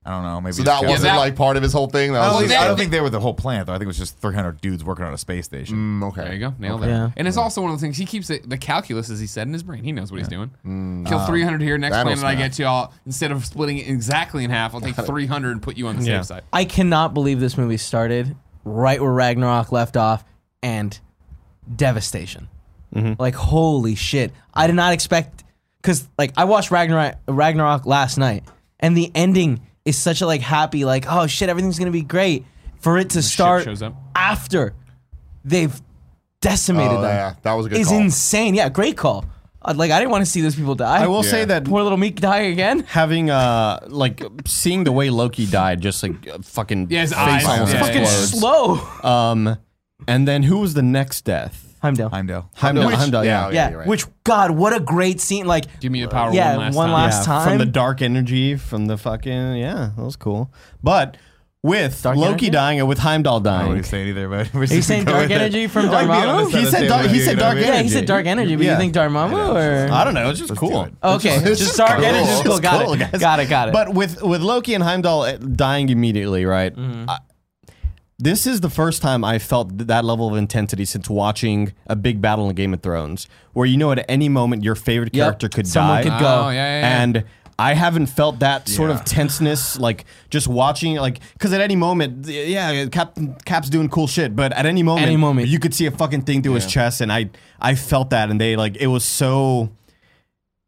[SPEAKER 4] I don't know. Maybe
[SPEAKER 1] So
[SPEAKER 4] he
[SPEAKER 1] that
[SPEAKER 4] just killed
[SPEAKER 1] wasn't
[SPEAKER 3] that-
[SPEAKER 1] like part of his whole thing. That
[SPEAKER 4] I
[SPEAKER 1] was
[SPEAKER 4] don't,
[SPEAKER 3] Well,
[SPEAKER 4] think,
[SPEAKER 1] just-
[SPEAKER 4] I
[SPEAKER 3] that-
[SPEAKER 4] don't think they were the whole planet, though. I think it was just 300 dudes working on a space station.
[SPEAKER 1] Mm, okay.
[SPEAKER 3] There you go. Nailed it.
[SPEAKER 5] Yeah.
[SPEAKER 3] And it's also one of the things he keeps the, the calculus, as he said, in his brain. He knows what he's doing. Kill 300 here. Next
[SPEAKER 1] Thanos
[SPEAKER 3] planet I
[SPEAKER 1] math.
[SPEAKER 3] get to, I'll, instead of splitting it exactly in half, I'll take 300 and put you on the
[SPEAKER 2] Yeah.
[SPEAKER 3] safe side.
[SPEAKER 5] I cannot believe this movie started right where Ragnarok left off and devastation. Like holy shit! I did not expect because like I watched Ragnarok Ragnarok last night and the ending is such a like happy like oh shit everything's gonna be great for it to start
[SPEAKER 3] shows up.
[SPEAKER 5] after they've decimated
[SPEAKER 1] Oh,
[SPEAKER 5] them.
[SPEAKER 1] yeah, that was a good
[SPEAKER 5] is
[SPEAKER 1] call.
[SPEAKER 5] insane. Yeah, great call. Uh, like I didn't want to see those people die.
[SPEAKER 2] I will say
[SPEAKER 1] Yeah.
[SPEAKER 2] that
[SPEAKER 5] Poor little Meek die again.
[SPEAKER 2] having uh like seeing the way Loki died, just like uh, fucking
[SPEAKER 3] Yeah, his
[SPEAKER 2] face
[SPEAKER 3] eyes.
[SPEAKER 2] almost
[SPEAKER 3] Yeah,
[SPEAKER 5] Fucking
[SPEAKER 3] yeah,
[SPEAKER 2] explodes.
[SPEAKER 5] slow.
[SPEAKER 2] Um, and then who was the next death?
[SPEAKER 5] Heimdall.
[SPEAKER 4] Heimdall.
[SPEAKER 2] Heimdall.
[SPEAKER 1] Which-
[SPEAKER 2] Heimdall,
[SPEAKER 1] yeah,
[SPEAKER 3] Oh,
[SPEAKER 2] yeah.
[SPEAKER 1] okay.
[SPEAKER 5] yeah,
[SPEAKER 1] you're right.
[SPEAKER 5] which God, what a great scene! Like,
[SPEAKER 3] Give me the power
[SPEAKER 5] yeah,
[SPEAKER 3] one last
[SPEAKER 5] one
[SPEAKER 3] time.
[SPEAKER 5] last- time?
[SPEAKER 2] From the dark energy, from the fucking yeah, that was cool. But with Loki
[SPEAKER 5] energy?
[SPEAKER 2] dying and with Heimdall
[SPEAKER 4] I don't know
[SPEAKER 2] dying,
[SPEAKER 4] what he's saying either, but we're
[SPEAKER 5] are you saying dark energy from
[SPEAKER 4] Like being on
[SPEAKER 5] Dormammu?
[SPEAKER 4] this side of
[SPEAKER 2] He said
[SPEAKER 4] the
[SPEAKER 2] dark-
[SPEAKER 4] table
[SPEAKER 2] he
[SPEAKER 4] here,
[SPEAKER 2] said
[SPEAKER 4] you know what I
[SPEAKER 2] dark
[SPEAKER 4] mean?
[SPEAKER 5] yeah, he said
[SPEAKER 2] energy.
[SPEAKER 5] dark energy, but
[SPEAKER 2] Yeah.
[SPEAKER 5] you think Dormammu or
[SPEAKER 2] I don't know, it's just
[SPEAKER 4] Let's
[SPEAKER 2] cool.
[SPEAKER 4] do it.
[SPEAKER 5] okay,
[SPEAKER 1] It's
[SPEAKER 5] just,
[SPEAKER 1] just
[SPEAKER 5] Oh, dark
[SPEAKER 1] cool.
[SPEAKER 5] energy.
[SPEAKER 1] It's
[SPEAKER 5] Cool,
[SPEAKER 1] just
[SPEAKER 5] got
[SPEAKER 2] cool,
[SPEAKER 5] it,
[SPEAKER 2] guys.
[SPEAKER 5] got it, got it.
[SPEAKER 2] But with with Loki and Heimdall uh, dying immediately, right?
[SPEAKER 5] Mm-hmm.
[SPEAKER 2] I- this is the first time I felt th- that level of intensity since watching a big battle in Game of Thrones, where you know at any moment your favorite
[SPEAKER 5] Yep,
[SPEAKER 2] character could
[SPEAKER 5] someone
[SPEAKER 2] die.
[SPEAKER 5] could
[SPEAKER 3] go. Oh, yeah, yeah, yeah.
[SPEAKER 2] And I haven't felt that sort
[SPEAKER 4] Yeah.
[SPEAKER 2] of tenseness, like just watching, like because at any moment, th- yeah, Cap, Cap's doing cool shit, but at any moment,
[SPEAKER 5] Any moment.
[SPEAKER 2] you could see a fucking thing through his chest, and I, I felt that, and they like it was so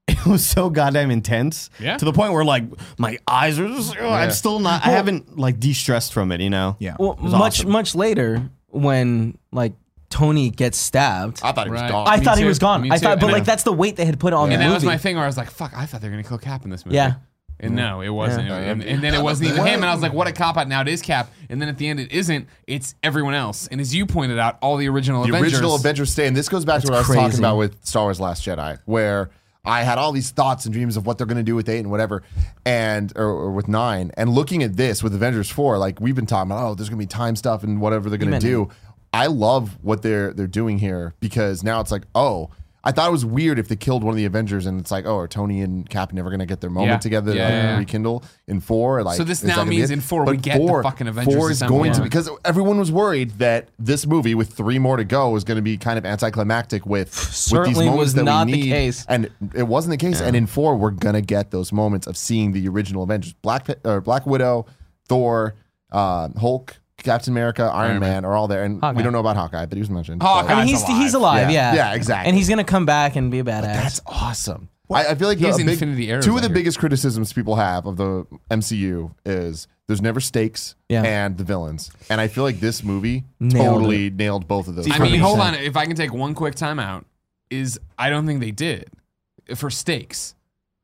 [SPEAKER 2] it was so goddamn intense.
[SPEAKER 3] Yeah.
[SPEAKER 2] To the point where like my eyes are just oh, I'm still not I haven't like de-stressed from it, you know.
[SPEAKER 4] Yeah.
[SPEAKER 5] well,
[SPEAKER 2] was
[SPEAKER 5] much
[SPEAKER 2] awesome.
[SPEAKER 5] much later when like Tony gets stabbed,
[SPEAKER 1] I thought he was
[SPEAKER 3] Right.
[SPEAKER 1] gone.
[SPEAKER 5] I
[SPEAKER 3] me
[SPEAKER 5] thought he
[SPEAKER 3] too,
[SPEAKER 5] was gone.
[SPEAKER 3] me
[SPEAKER 5] I
[SPEAKER 3] too,
[SPEAKER 5] thought, but
[SPEAKER 3] and
[SPEAKER 5] like
[SPEAKER 3] I-
[SPEAKER 5] that's the weight they had put on
[SPEAKER 3] And
[SPEAKER 5] the
[SPEAKER 3] that was
[SPEAKER 5] movie.
[SPEAKER 3] my thing where I was like, fuck, I thought they were going to kill Cap in this movie.
[SPEAKER 5] Yeah.
[SPEAKER 3] And no, it wasn't. And, and then it wasn't even him. And I was like, what a cop out. Now it is Cap. And then at the end, it isn't. It's everyone else. And as you pointed out, all the original
[SPEAKER 1] the
[SPEAKER 3] Avengers.
[SPEAKER 1] original Avengers stay, and this goes back to what I was
[SPEAKER 5] crazy.
[SPEAKER 1] talking about with Star Wars: Last Jedi, where I had all these thoughts and dreams of what they're going to do with eight and whatever, and or, or with nine, and looking at this with Avengers four, like we've been talking about, oh, there's going to be time stuff and whatever they're going to
[SPEAKER 5] meant
[SPEAKER 1] do. I love what they're they're doing here because now it's like, oh, I thought it was weird if they killed one of the Avengers and it's like, oh, are Tony and Cap never gonna get their moment
[SPEAKER 3] Yeah.
[SPEAKER 1] together to
[SPEAKER 3] Yeah,
[SPEAKER 1] like,
[SPEAKER 3] yeah, yeah.
[SPEAKER 1] rekindle in four? Like,
[SPEAKER 3] So this
[SPEAKER 1] is that
[SPEAKER 3] now
[SPEAKER 1] gonna be
[SPEAKER 3] means
[SPEAKER 1] it?
[SPEAKER 3] in four we get the fucking Avengers
[SPEAKER 1] Four is
[SPEAKER 3] Assemble.
[SPEAKER 1] going to
[SPEAKER 3] Yeah.
[SPEAKER 1] because everyone was worried that this movie with three more to go is going to be kind of anticlimactic with with these
[SPEAKER 5] Certainly
[SPEAKER 1] moments
[SPEAKER 5] was
[SPEAKER 1] that
[SPEAKER 5] not
[SPEAKER 1] we
[SPEAKER 5] the
[SPEAKER 1] need,
[SPEAKER 5] case.
[SPEAKER 1] and it wasn't the case. And in four, we're gonna get those moments of seeing the original Avengers, Black Pi- or Black Widow, Thor, uh, Hulk, Captain America, Iron, Man, are all there, and we
[SPEAKER 5] Hawkeye.
[SPEAKER 1] don't know about Hawkeye, but he was mentioned.
[SPEAKER 3] Hawkeye.
[SPEAKER 1] But
[SPEAKER 5] I mean, he's he's alive,
[SPEAKER 1] Yeah.
[SPEAKER 5] yeah.
[SPEAKER 1] Yeah, exactly.
[SPEAKER 5] And he's gonna come back and be a badass.
[SPEAKER 1] that's awesome. I, I feel like
[SPEAKER 3] He has
[SPEAKER 1] the, a big-
[SPEAKER 3] infinity arrows,
[SPEAKER 1] two of
[SPEAKER 3] I
[SPEAKER 1] the
[SPEAKER 3] hear.
[SPEAKER 1] biggest criticisms people have of the MCU is there's never stakes
[SPEAKER 5] Yeah.
[SPEAKER 1] and the villains, and I feel like this movie
[SPEAKER 5] Nailed
[SPEAKER 1] totally nailed both of those.
[SPEAKER 3] I mean,
[SPEAKER 5] 100%.
[SPEAKER 3] hold on. If I can take one quick timeout, is I don't think they did for stakes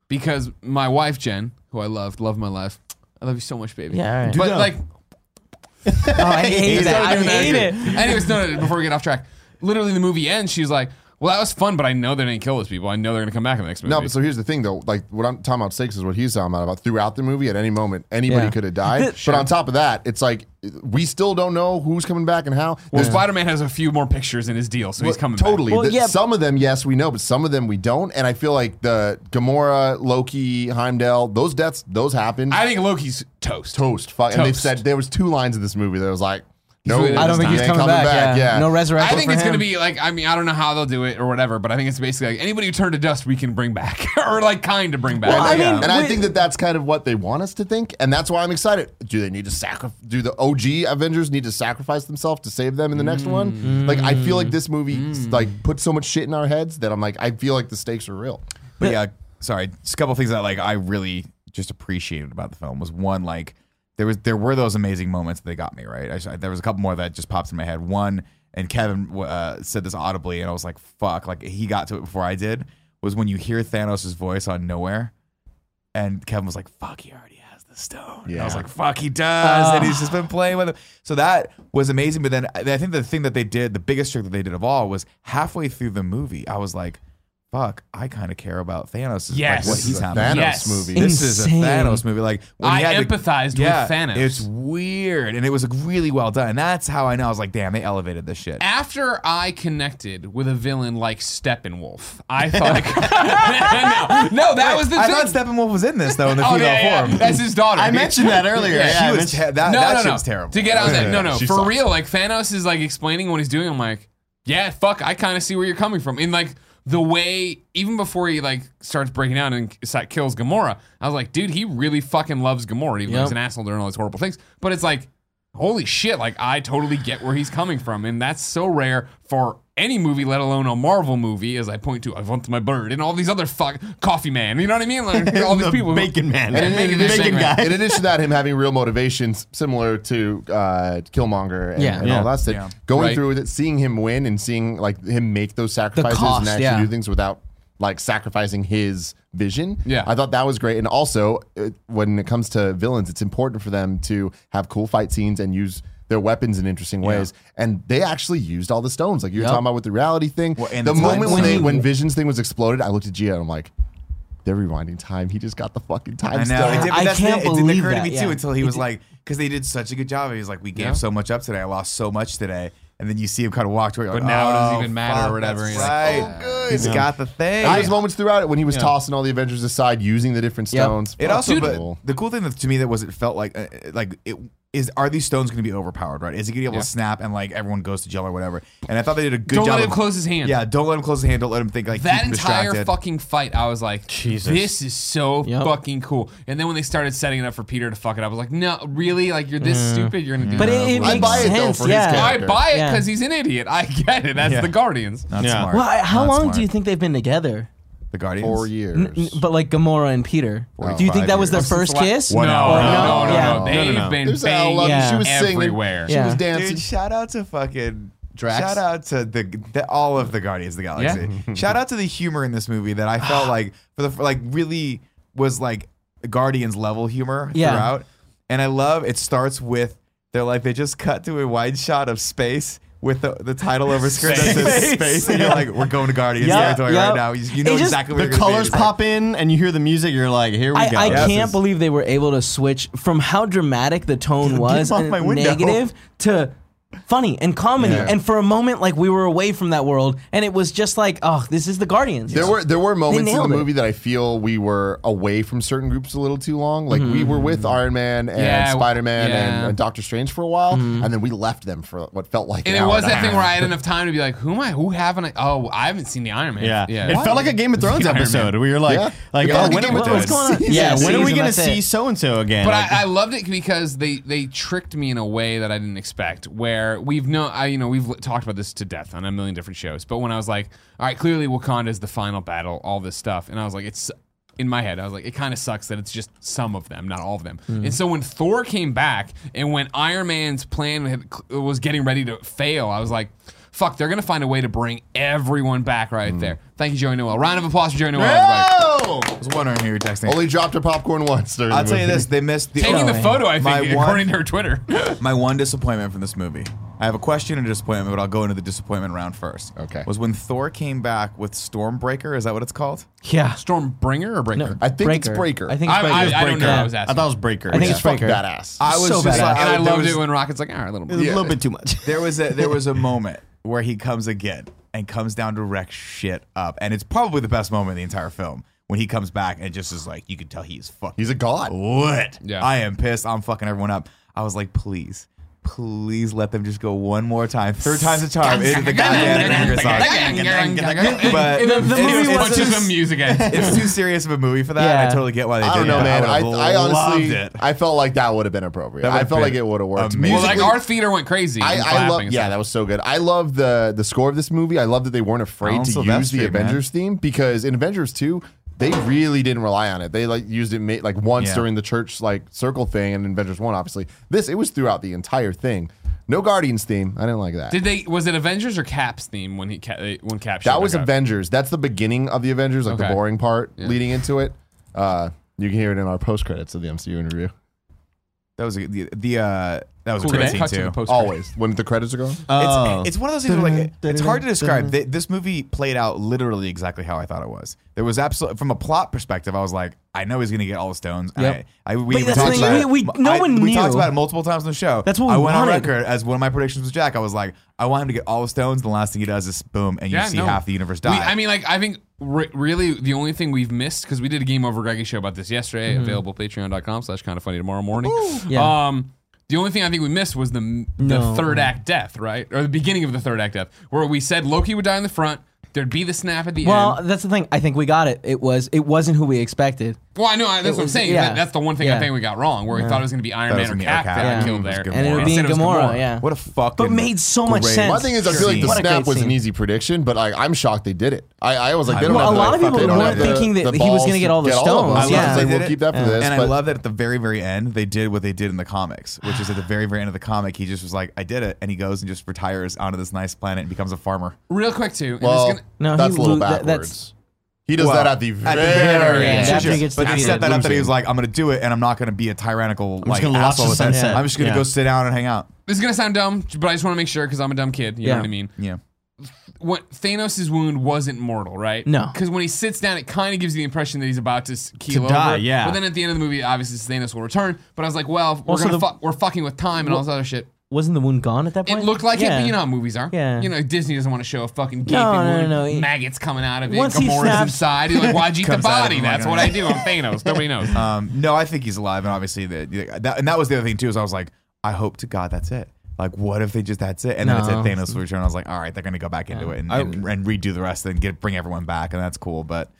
[SPEAKER 3] because my wife Jen, who I loved, love my life. I love you so much, baby.
[SPEAKER 5] Yeah, all right.
[SPEAKER 3] But like,
[SPEAKER 5] oh, I hate that. I hate it.
[SPEAKER 3] Anyways, no, no, before we get off track, literally the movie ends. She's like, "Well, that was fun, but I know they didn't kill those people. I know they're gonna come back in the next movie."
[SPEAKER 1] No, but so here's the thing though. Like what I'm talking about stakes is what he's talking about. About throughout the movie, at any moment, anybody
[SPEAKER 5] Yeah.
[SPEAKER 1] could have died. But on top of that, it's like we still don't know who's coming back and how.
[SPEAKER 3] well,
[SPEAKER 1] There's
[SPEAKER 3] Spider Man has a few more pictures in his deal, so he's
[SPEAKER 1] Well,
[SPEAKER 3] coming.
[SPEAKER 1] totally.
[SPEAKER 5] Well,
[SPEAKER 1] The-
[SPEAKER 5] yeah, but-
[SPEAKER 1] some of them, yes, we know, but some of them we don't. And I feel like the Gamora, Loki, Heimdall, those deaths, those happened.
[SPEAKER 3] Back. I think Loki's toast.
[SPEAKER 1] toast. Fuck. And they
[SPEAKER 3] Toast.
[SPEAKER 1] said there was two lines in this movie that was like, no,
[SPEAKER 3] really-
[SPEAKER 5] I don't think
[SPEAKER 1] he
[SPEAKER 5] he's
[SPEAKER 1] ain't
[SPEAKER 5] coming, back. yeah. no
[SPEAKER 3] I
[SPEAKER 5] resurrection.
[SPEAKER 3] think
[SPEAKER 5] for
[SPEAKER 3] it's
[SPEAKER 5] him.
[SPEAKER 3] gonna be like I mean I don't know how they'll do it or whatever, but I think it's basically like anybody who turned to dust we can bring back or like kind to bring back.
[SPEAKER 1] And,
[SPEAKER 5] Well, I
[SPEAKER 1] I,
[SPEAKER 5] mean,
[SPEAKER 1] and I
[SPEAKER 5] with-
[SPEAKER 1] think that that's kind of what they want us to think, and that's why I'm excited. Do they need to sacrifice? Do the OG Avengers need to sacrifice themselves to save them in the next
[SPEAKER 5] Mm.
[SPEAKER 1] one? Like, I feel like this movie like put so much shit in our heads that I'm like, I feel like the stakes are real.
[SPEAKER 4] But yeah, sorry. Just a couple things that like I really just appreciated about the film was one like there was there were those amazing moments that they got me right. I, just- there was a couple more that just pops in my head. One and Kevin uh, said this audibly, and I was like, "Fuck!" Like he got to it before I did. Was when you hear Thanos' voice on nowhere, and Kevin was like, "Fuck, he already has the stone." And I
[SPEAKER 1] Yeah.
[SPEAKER 4] was
[SPEAKER 1] Ah.
[SPEAKER 4] like, "Fuck, he does," and he's just been playing with it. So that was amazing. But then I I think the thing that they did, the biggest trick that they did of all, was halfway through the movie, I was like, "Fuck, I kind of care about Thanos."
[SPEAKER 3] Yes.
[SPEAKER 4] like, what
[SPEAKER 1] This is
[SPEAKER 4] he's
[SPEAKER 1] a
[SPEAKER 4] having.
[SPEAKER 1] Thanos
[SPEAKER 3] Yes.
[SPEAKER 1] movie.
[SPEAKER 5] In-
[SPEAKER 4] This is a
[SPEAKER 5] Insane.
[SPEAKER 4] Thanos movie. Like when he
[SPEAKER 3] I
[SPEAKER 4] had to-
[SPEAKER 3] empathized with Thanos.
[SPEAKER 4] It's weird, and it was really well done. And that's how I know. I was like, "Damn, they elevated this shit."
[SPEAKER 3] After I connected with a villain like Steppenwolf, I thought I, no, no, that was the
[SPEAKER 4] I
[SPEAKER 3] thing.
[SPEAKER 4] thought Steppenwolf was in this though in the
[SPEAKER 3] oh,
[SPEAKER 4] female
[SPEAKER 3] yeah, yeah,
[SPEAKER 4] form.
[SPEAKER 3] yeah. that's his daughter.
[SPEAKER 2] I mentioned that earlier.
[SPEAKER 4] Yeah,
[SPEAKER 2] Yeah,
[SPEAKER 4] she
[SPEAKER 2] I
[SPEAKER 4] was
[SPEAKER 2] mentioned-
[SPEAKER 4] te- that,
[SPEAKER 3] no,
[SPEAKER 4] Uh, that
[SPEAKER 3] no,
[SPEAKER 4] shit
[SPEAKER 3] no.
[SPEAKER 4] was terrible.
[SPEAKER 3] To get out of that, no, no,
[SPEAKER 1] She
[SPEAKER 3] for
[SPEAKER 1] sucked.
[SPEAKER 3] real. Like Thanos is like explaining what he's doing. I'm like, yeah, fuck. I kind of see where you're coming from. In like the way, even before he like starts breaking out and s- kills Gamora, I was like, dude, he really fucking loves Gamora. Even though he's an
[SPEAKER 5] Yep.
[SPEAKER 3] asshole doing all these horrible things. But it's like, holy shit. Like I totally get where he's coming from, and that's so rare for. Any movie, let alone a Marvel movie, as I point to, I want my bird and all these other fuck coffee man. You know what I mean? Like all these
[SPEAKER 2] The
[SPEAKER 3] people, who-
[SPEAKER 2] Bacon Man.
[SPEAKER 3] and
[SPEAKER 2] Bacon
[SPEAKER 3] Bacon, Bacon
[SPEAKER 2] guy.
[SPEAKER 3] guy.
[SPEAKER 1] In addition to that, him having real motivations similar to uh, Killmonger and,
[SPEAKER 5] Yeah.
[SPEAKER 1] and
[SPEAKER 2] Yeah.
[SPEAKER 1] all that stuff,
[SPEAKER 4] Yeah.
[SPEAKER 1] going
[SPEAKER 3] Right.
[SPEAKER 1] through with it, seeing him win and seeing like him make those sacrifices and
[SPEAKER 5] cost,
[SPEAKER 1] actually
[SPEAKER 5] yeah.
[SPEAKER 1] do things without like sacrificing his vision.
[SPEAKER 3] Yeah.
[SPEAKER 1] I thought that was great. And also, it, when it comes to villains, it's important for them to have cool fight scenes and use their weapons in interesting ways. And they actually used all the stones, like you were
[SPEAKER 5] Yep.
[SPEAKER 1] talking about with the reality thing.
[SPEAKER 4] and
[SPEAKER 1] the
[SPEAKER 4] the time
[SPEAKER 1] moment when, they,
[SPEAKER 4] stone.
[SPEAKER 1] when Vision's thing was exploded, I looked at Gio and I'm like. They're rewinding time. He just got the fucking time
[SPEAKER 4] I know.
[SPEAKER 1] stone.
[SPEAKER 4] It did, but
[SPEAKER 5] I
[SPEAKER 4] that's
[SPEAKER 5] can't
[SPEAKER 4] the, it didn't
[SPEAKER 5] believe
[SPEAKER 4] occur to
[SPEAKER 5] that,
[SPEAKER 4] me
[SPEAKER 5] yeah.
[SPEAKER 4] too until he
[SPEAKER 5] It
[SPEAKER 4] was
[SPEAKER 5] did-
[SPEAKER 4] like, because they did such a good job. He was like, we gave
[SPEAKER 3] Yeah.
[SPEAKER 4] so much up today. I lost so much today. And then you see him kind of walk away.
[SPEAKER 3] But now it doesn't even matter or whatever.
[SPEAKER 4] That's
[SPEAKER 3] You're
[SPEAKER 4] right.
[SPEAKER 3] like,
[SPEAKER 5] Oh,
[SPEAKER 4] good. He's got the thing.
[SPEAKER 1] And there's moments throughout it when he was tossing all the Avengers aside, using the different
[SPEAKER 5] Yep.
[SPEAKER 1] stones.
[SPEAKER 4] It also,
[SPEAKER 1] Fucking cool.
[SPEAKER 4] but the cool thing that, to me that was it felt like, uh, uh, like it is, are these stones going to be overpowered? Right? Is he going to be able to snap and like everyone goes to jail or whatever? And I thought they did a good
[SPEAKER 3] Don't
[SPEAKER 4] job.
[SPEAKER 3] let him
[SPEAKER 4] of-
[SPEAKER 3] close his hand.
[SPEAKER 4] Yeah, don't let him close his hand. Don't let him think like
[SPEAKER 3] that
[SPEAKER 4] keep him
[SPEAKER 3] entire
[SPEAKER 4] distracted.
[SPEAKER 3] fucking fight, I was like,
[SPEAKER 2] Jesus.
[SPEAKER 3] this is so
[SPEAKER 5] Yep.
[SPEAKER 3] fucking cool. And then when they started setting it up for Peter to fuck it up, I was like, no, really? Like, you're this stupid? You're going to do
[SPEAKER 5] Mm. But
[SPEAKER 3] that?
[SPEAKER 5] it, it
[SPEAKER 1] I
[SPEAKER 5] makes
[SPEAKER 1] buy it, though,
[SPEAKER 5] sense.
[SPEAKER 1] for his
[SPEAKER 5] yeah.
[SPEAKER 1] character.
[SPEAKER 3] I buy it
[SPEAKER 5] Yeah.
[SPEAKER 3] because he's an idiot. I get it. That's
[SPEAKER 4] Yeah.
[SPEAKER 3] the Guardians.
[SPEAKER 4] Not
[SPEAKER 2] Yeah.
[SPEAKER 4] smart.
[SPEAKER 5] Well, I- how
[SPEAKER 4] Not
[SPEAKER 5] long
[SPEAKER 4] smart.
[SPEAKER 5] do you think they've been together?
[SPEAKER 4] the Guardians?
[SPEAKER 1] four
[SPEAKER 5] N-
[SPEAKER 1] years.
[SPEAKER 5] n- But like Gamora and Peter, do you think
[SPEAKER 1] 45
[SPEAKER 5] that was their
[SPEAKER 1] years.
[SPEAKER 5] first
[SPEAKER 3] Since the la-
[SPEAKER 5] kiss?
[SPEAKER 3] No,
[SPEAKER 4] One
[SPEAKER 3] no,
[SPEAKER 4] hour.
[SPEAKER 5] No,
[SPEAKER 3] no, no,
[SPEAKER 5] yeah.
[SPEAKER 3] no. They've
[SPEAKER 2] no, no.
[SPEAKER 3] been
[SPEAKER 1] There's I
[SPEAKER 3] banging
[SPEAKER 1] love you. She was singing.
[SPEAKER 3] everywhere.
[SPEAKER 1] She
[SPEAKER 5] Yeah.
[SPEAKER 1] was dancing.
[SPEAKER 4] Dude, shout out to fucking
[SPEAKER 1] Drax.
[SPEAKER 4] Shout out to the, the all of the Guardians of the Galaxy. shout out to the humor in this movie that I felt like for the like really was like Guardians level humor
[SPEAKER 5] Yeah.
[SPEAKER 4] throughout. And I love it starts with they're like they just cut to a wide shot of space. With the, the title over script that says
[SPEAKER 2] Space.
[SPEAKER 4] space, and you're like, we're going to Guardians
[SPEAKER 5] Yup,
[SPEAKER 4] territory right
[SPEAKER 5] yup.
[SPEAKER 4] now. You, you know
[SPEAKER 5] It just-
[SPEAKER 4] exactly where
[SPEAKER 2] The colors pop in and you hear the music. You're like, here we
[SPEAKER 5] I,
[SPEAKER 2] go.
[SPEAKER 5] I
[SPEAKER 4] Yes,
[SPEAKER 5] can't
[SPEAKER 4] it's-
[SPEAKER 5] believe they were able to switch from how dramatic the tone was
[SPEAKER 4] off
[SPEAKER 5] and
[SPEAKER 4] my window.
[SPEAKER 5] negative to funny and comedy.
[SPEAKER 1] Yeah.
[SPEAKER 5] And for a moment, like we were away from that world, and it was just like, oh, this is the Guardians.
[SPEAKER 1] There were there were moments in the
[SPEAKER 5] nailed it.
[SPEAKER 1] movie that I feel we were away from certain groups a little too long. Like we were with Iron Man and
[SPEAKER 3] Yeah, w-
[SPEAKER 1] Spider Man
[SPEAKER 3] yeah.
[SPEAKER 1] and, and Doctor Strange for a while, and then we left them for what felt like.
[SPEAKER 3] And
[SPEAKER 1] an
[SPEAKER 3] it
[SPEAKER 1] hour
[SPEAKER 3] was
[SPEAKER 1] a
[SPEAKER 3] that thing
[SPEAKER 1] half.
[SPEAKER 3] where I had enough time to be like, who am I? Who haven't I? Oh, I haven't seen the Iron Man.
[SPEAKER 2] Yeah.
[SPEAKER 3] yeah.
[SPEAKER 2] It felt like a Game of Thrones
[SPEAKER 3] Iron Man.
[SPEAKER 2] episode where you're like,
[SPEAKER 1] Yeah.
[SPEAKER 2] like,
[SPEAKER 1] Yeah,
[SPEAKER 2] oh,
[SPEAKER 1] like a
[SPEAKER 2] when,
[SPEAKER 1] Game
[SPEAKER 2] when-
[SPEAKER 1] of
[SPEAKER 2] what's
[SPEAKER 1] Thrones.
[SPEAKER 2] going on?
[SPEAKER 5] Season,
[SPEAKER 2] Yeah, when are we
[SPEAKER 5] season,
[SPEAKER 2] gonna
[SPEAKER 5] that's
[SPEAKER 2] see
[SPEAKER 5] it.
[SPEAKER 2] so and so again?
[SPEAKER 3] But
[SPEAKER 2] Like,
[SPEAKER 3] I, I loved it because they they tricked me in a way that I didn't expect. Where we've no, I you know we've li- talked about this to death on a million different shows. But when I was like, all right, clearly Wakanda is the final battle, all this stuff, and I was like, it's in my head. I was like, it kind of sucks that it's just some of them, not all of them. And so when Thor came back and when Iron Man's plan had, cl- was getting ready to fail, I was like. Fuck, they're gonna find a way to bring everyone back right there. Thank you, Joey Noel. Round of applause for Joey Noel. everybody.
[SPEAKER 4] Oh! I was wondering who you were texting.
[SPEAKER 1] only dropped her popcorn once. During
[SPEAKER 4] I'll
[SPEAKER 1] the
[SPEAKER 4] tell you
[SPEAKER 1] movie.
[SPEAKER 4] this: they missed the
[SPEAKER 3] Taking the
[SPEAKER 5] Oh,
[SPEAKER 3] photo, I
[SPEAKER 4] my
[SPEAKER 3] think,
[SPEAKER 4] one-
[SPEAKER 3] according to her Twitter.
[SPEAKER 4] My one disappointment from this movie. I have a question and a disappointment, but I'll go into the disappointment round first.
[SPEAKER 1] Okay.
[SPEAKER 4] Was when Thor came back with Stormbreaker. Is that what it's called?
[SPEAKER 5] yeah.
[SPEAKER 3] Stormbringer or Breaker?
[SPEAKER 1] I think it's Breaker.
[SPEAKER 5] I think it's
[SPEAKER 3] I-
[SPEAKER 5] Breaker.
[SPEAKER 3] I- I don't know.
[SPEAKER 5] Yeah.
[SPEAKER 3] I was asking.
[SPEAKER 2] I thought it was Breaker.
[SPEAKER 5] I think it's
[SPEAKER 1] it's fucking
[SPEAKER 5] Breaker.
[SPEAKER 1] badass.
[SPEAKER 4] I was
[SPEAKER 5] So
[SPEAKER 4] just
[SPEAKER 5] badass.
[SPEAKER 4] like,
[SPEAKER 3] and I,
[SPEAKER 4] there
[SPEAKER 3] loved
[SPEAKER 4] was-
[SPEAKER 3] it when Rocket's like, all right, a little
[SPEAKER 2] It was
[SPEAKER 3] bit.
[SPEAKER 2] a little bit too much.
[SPEAKER 4] There was a there was a moment where he comes again and comes down to wreck shit up, and it's probably the best moment in the entire film when he comes back and just is like, you can tell he's fucking
[SPEAKER 1] He's a god.
[SPEAKER 4] lit.
[SPEAKER 3] Yeah.
[SPEAKER 4] I am pissed. I'm fucking everyone up. I was like, please, please let them just go one more time, third time's a charm. It's the goddamn anger song. But
[SPEAKER 3] And
[SPEAKER 4] the
[SPEAKER 3] it
[SPEAKER 4] movie was
[SPEAKER 3] punches
[SPEAKER 4] just-
[SPEAKER 3] the music in.
[SPEAKER 4] It's too serious of a movie for that. and I
[SPEAKER 5] Yeah.
[SPEAKER 4] totally get why they
[SPEAKER 1] I don't
[SPEAKER 4] did
[SPEAKER 1] know,
[SPEAKER 4] it.
[SPEAKER 1] man. I,
[SPEAKER 4] would've
[SPEAKER 1] I honestly,
[SPEAKER 4] loved it.
[SPEAKER 1] I felt like that would have been appropriate.
[SPEAKER 4] That
[SPEAKER 1] I
[SPEAKER 4] would've
[SPEAKER 1] felt like
[SPEAKER 4] been
[SPEAKER 1] it would have worked.
[SPEAKER 4] amazing.
[SPEAKER 3] Well, like
[SPEAKER 1] Musically-
[SPEAKER 3] our theater went crazy.
[SPEAKER 1] I,
[SPEAKER 3] and
[SPEAKER 1] I
[SPEAKER 3] clapping
[SPEAKER 1] love
[SPEAKER 3] and
[SPEAKER 1] yeah,
[SPEAKER 3] stuff.
[SPEAKER 1] that was so good. I love the the score of this movie. I love that they weren't afraid
[SPEAKER 4] Alan
[SPEAKER 1] to use
[SPEAKER 4] Silvestri,
[SPEAKER 1] the
[SPEAKER 4] man.
[SPEAKER 1] Avengers theme because in Avengers two they really didn't rely on it. They like used it ma- like once
[SPEAKER 4] Yeah.
[SPEAKER 1] during the church like circle thing and Avengers one obviously. This it was throughout the entire thing. No Guardians theme. I didn't like that.
[SPEAKER 3] Did they? Was it Avengers or Cap's theme when he ca- they- when Cap? showed
[SPEAKER 1] that was
[SPEAKER 3] back up?
[SPEAKER 1] Avengers. That's the beginning of the Avengers, like
[SPEAKER 3] Okay.
[SPEAKER 1] the boring part leading into it. Uh, you can hear it in our post credits of the MCU interview.
[SPEAKER 4] That was a, the, the uh, that was
[SPEAKER 3] Cool,
[SPEAKER 4] a great
[SPEAKER 3] they
[SPEAKER 4] scene
[SPEAKER 3] cut to
[SPEAKER 4] too.
[SPEAKER 3] the post-
[SPEAKER 1] Always when the credits are going.
[SPEAKER 2] Oh.
[SPEAKER 4] It's, it's one of those things where like it's hard to describe. Th- This movie played out literally exactly how I thought it was. There was absolutely from a plot perspective, I was like, I know he's gonna get all the stones.
[SPEAKER 5] Yep.
[SPEAKER 4] I, I, we
[SPEAKER 5] But
[SPEAKER 4] even
[SPEAKER 5] that's the
[SPEAKER 4] talked
[SPEAKER 5] thing,
[SPEAKER 4] about
[SPEAKER 5] we-
[SPEAKER 4] it.
[SPEAKER 5] we- no
[SPEAKER 4] I-
[SPEAKER 5] one
[SPEAKER 4] we talked
[SPEAKER 5] knew.
[SPEAKER 4] about it multiple times on the show.
[SPEAKER 5] That's what
[SPEAKER 4] I
[SPEAKER 5] we
[SPEAKER 4] went on
[SPEAKER 5] wanted.
[SPEAKER 4] record as one of my predictions was Jack. I was like, I want him to get all the stones. The last thing he does is boom, and you see
[SPEAKER 3] no.
[SPEAKER 4] half the universe
[SPEAKER 3] We-
[SPEAKER 4] die.
[SPEAKER 3] I mean, like, I think re- really the only thing we've missed because we did a game over Greggy show about this yesterday. Available patreon.com slash kind of funny tomorrow morning.
[SPEAKER 5] Mm-hmm. Yeah.
[SPEAKER 3] Um, the only thing I think we missed was the, the
[SPEAKER 5] No.
[SPEAKER 3] third act death, right? Or the beginning of the third act death, where we said Loki would die in the front. There'd be the snap at the end.
[SPEAKER 5] Well, that's the thing. I think we got it. It was. It wasn't who we expected.
[SPEAKER 3] Well, I know I- that's what I'm
[SPEAKER 5] was-
[SPEAKER 3] saying.
[SPEAKER 5] yeah.
[SPEAKER 3] That- that's the one thing I
[SPEAKER 5] Yeah.
[SPEAKER 3] think we got wrong, where we thought it was going to be Iron
[SPEAKER 4] Thought it
[SPEAKER 3] Man
[SPEAKER 4] was
[SPEAKER 3] or
[SPEAKER 4] gonna be
[SPEAKER 3] Cap
[SPEAKER 4] Cap.
[SPEAKER 3] that got
[SPEAKER 5] Yeah.
[SPEAKER 3] killed
[SPEAKER 4] It was
[SPEAKER 3] there,
[SPEAKER 4] Gamora.
[SPEAKER 5] And it would be
[SPEAKER 3] Instead
[SPEAKER 5] in
[SPEAKER 3] it was
[SPEAKER 5] Gamora. Yeah.
[SPEAKER 4] what a fucking.
[SPEAKER 5] But made so much
[SPEAKER 4] great-
[SPEAKER 5] sense.
[SPEAKER 1] My thing is, I feel like the
[SPEAKER 5] What a great
[SPEAKER 1] snap was an
[SPEAKER 5] scene.
[SPEAKER 1] easy prediction, but like I'm shocked they did it. I, I was like, they don't
[SPEAKER 5] Well,
[SPEAKER 1] have
[SPEAKER 5] a
[SPEAKER 1] the-
[SPEAKER 5] lot of people
[SPEAKER 1] they don't have
[SPEAKER 5] weren't
[SPEAKER 1] the-
[SPEAKER 5] thinking that
[SPEAKER 1] the
[SPEAKER 5] he was
[SPEAKER 1] balls
[SPEAKER 5] gonna get all the
[SPEAKER 1] to all of
[SPEAKER 5] stones.
[SPEAKER 1] us.
[SPEAKER 4] I love
[SPEAKER 5] Yeah.
[SPEAKER 4] that
[SPEAKER 1] I was like,
[SPEAKER 4] they did
[SPEAKER 1] we'll
[SPEAKER 4] it.
[SPEAKER 1] keep that for
[SPEAKER 4] And
[SPEAKER 1] this.
[SPEAKER 4] I
[SPEAKER 1] but-
[SPEAKER 4] love that at the very, very end, they did what they did in the comics, which is at the very, very end of the comic, he just was like, I did it. And he goes and just retires onto this nice planet and becomes a farmer.
[SPEAKER 3] Real quick, too. and
[SPEAKER 1] well,
[SPEAKER 3] this is
[SPEAKER 5] No, he
[SPEAKER 1] that's a little
[SPEAKER 5] lo- that-
[SPEAKER 1] backwards.
[SPEAKER 5] that's-
[SPEAKER 1] he does
[SPEAKER 4] Well,
[SPEAKER 1] that at the very,
[SPEAKER 5] end.
[SPEAKER 1] end.
[SPEAKER 5] That
[SPEAKER 4] Sure,
[SPEAKER 5] thing
[SPEAKER 4] sure.
[SPEAKER 5] gets
[SPEAKER 4] But he
[SPEAKER 5] defeated.
[SPEAKER 4] set that up that he was
[SPEAKER 1] Losing.
[SPEAKER 4] like, I'm going to do it and I'm not going to be a tyrannical like,
[SPEAKER 2] gonna watch
[SPEAKER 4] asshole
[SPEAKER 2] the
[SPEAKER 4] with it.
[SPEAKER 2] sunset.
[SPEAKER 4] I'm just going to
[SPEAKER 2] Yeah.
[SPEAKER 4] go sit down and hang out.
[SPEAKER 3] this is going to sound dumb, but I just want to make sure because I'm a dumb kid. You know
[SPEAKER 5] Yeah.
[SPEAKER 3] what I mean?
[SPEAKER 4] Yeah.
[SPEAKER 3] What Thanos' wound wasn't mortal, right?
[SPEAKER 5] No.
[SPEAKER 3] Because when he sits down, it kind of gives you the impression that he's about to s- keel over.
[SPEAKER 2] die, yeah.
[SPEAKER 3] But then at the end of the movie, obviously Thanos will return. But I was like, well, we're
[SPEAKER 5] Also
[SPEAKER 3] gonna
[SPEAKER 5] the-
[SPEAKER 3] fuck, we're fucking with time and all this other shit.
[SPEAKER 5] Wasn't the wound gone at that
[SPEAKER 3] It
[SPEAKER 5] point?
[SPEAKER 3] looked like it,
[SPEAKER 5] Yeah.
[SPEAKER 3] but you know how movies are.
[SPEAKER 5] Yeah.
[SPEAKER 3] You know, Disney doesn't want to show a fucking gaping
[SPEAKER 5] No, no,
[SPEAKER 3] wound,
[SPEAKER 5] no, he-
[SPEAKER 3] maggots coming out of it.
[SPEAKER 5] Once he
[SPEAKER 3] Gamora's
[SPEAKER 5] snaps-
[SPEAKER 3] inside. He's like, why'd you eat the
[SPEAKER 4] Comes out of
[SPEAKER 3] body?
[SPEAKER 4] him like
[SPEAKER 3] That's
[SPEAKER 4] a-
[SPEAKER 3] what
[SPEAKER 1] "Oh."
[SPEAKER 3] I do. I'm Thanos. Nobody knows.
[SPEAKER 1] Uh,
[SPEAKER 4] Um, no, I think he's alive. And obviously, the, that, and that was the other thing, too, is I was like, I hope to God that's it. Like, what if they just that's it? And
[SPEAKER 5] No.
[SPEAKER 4] then it's at Thanos' return. I was like, all right, they're going to go back into it and, and, and redo the rest and get bring everyone back. And that's cool. But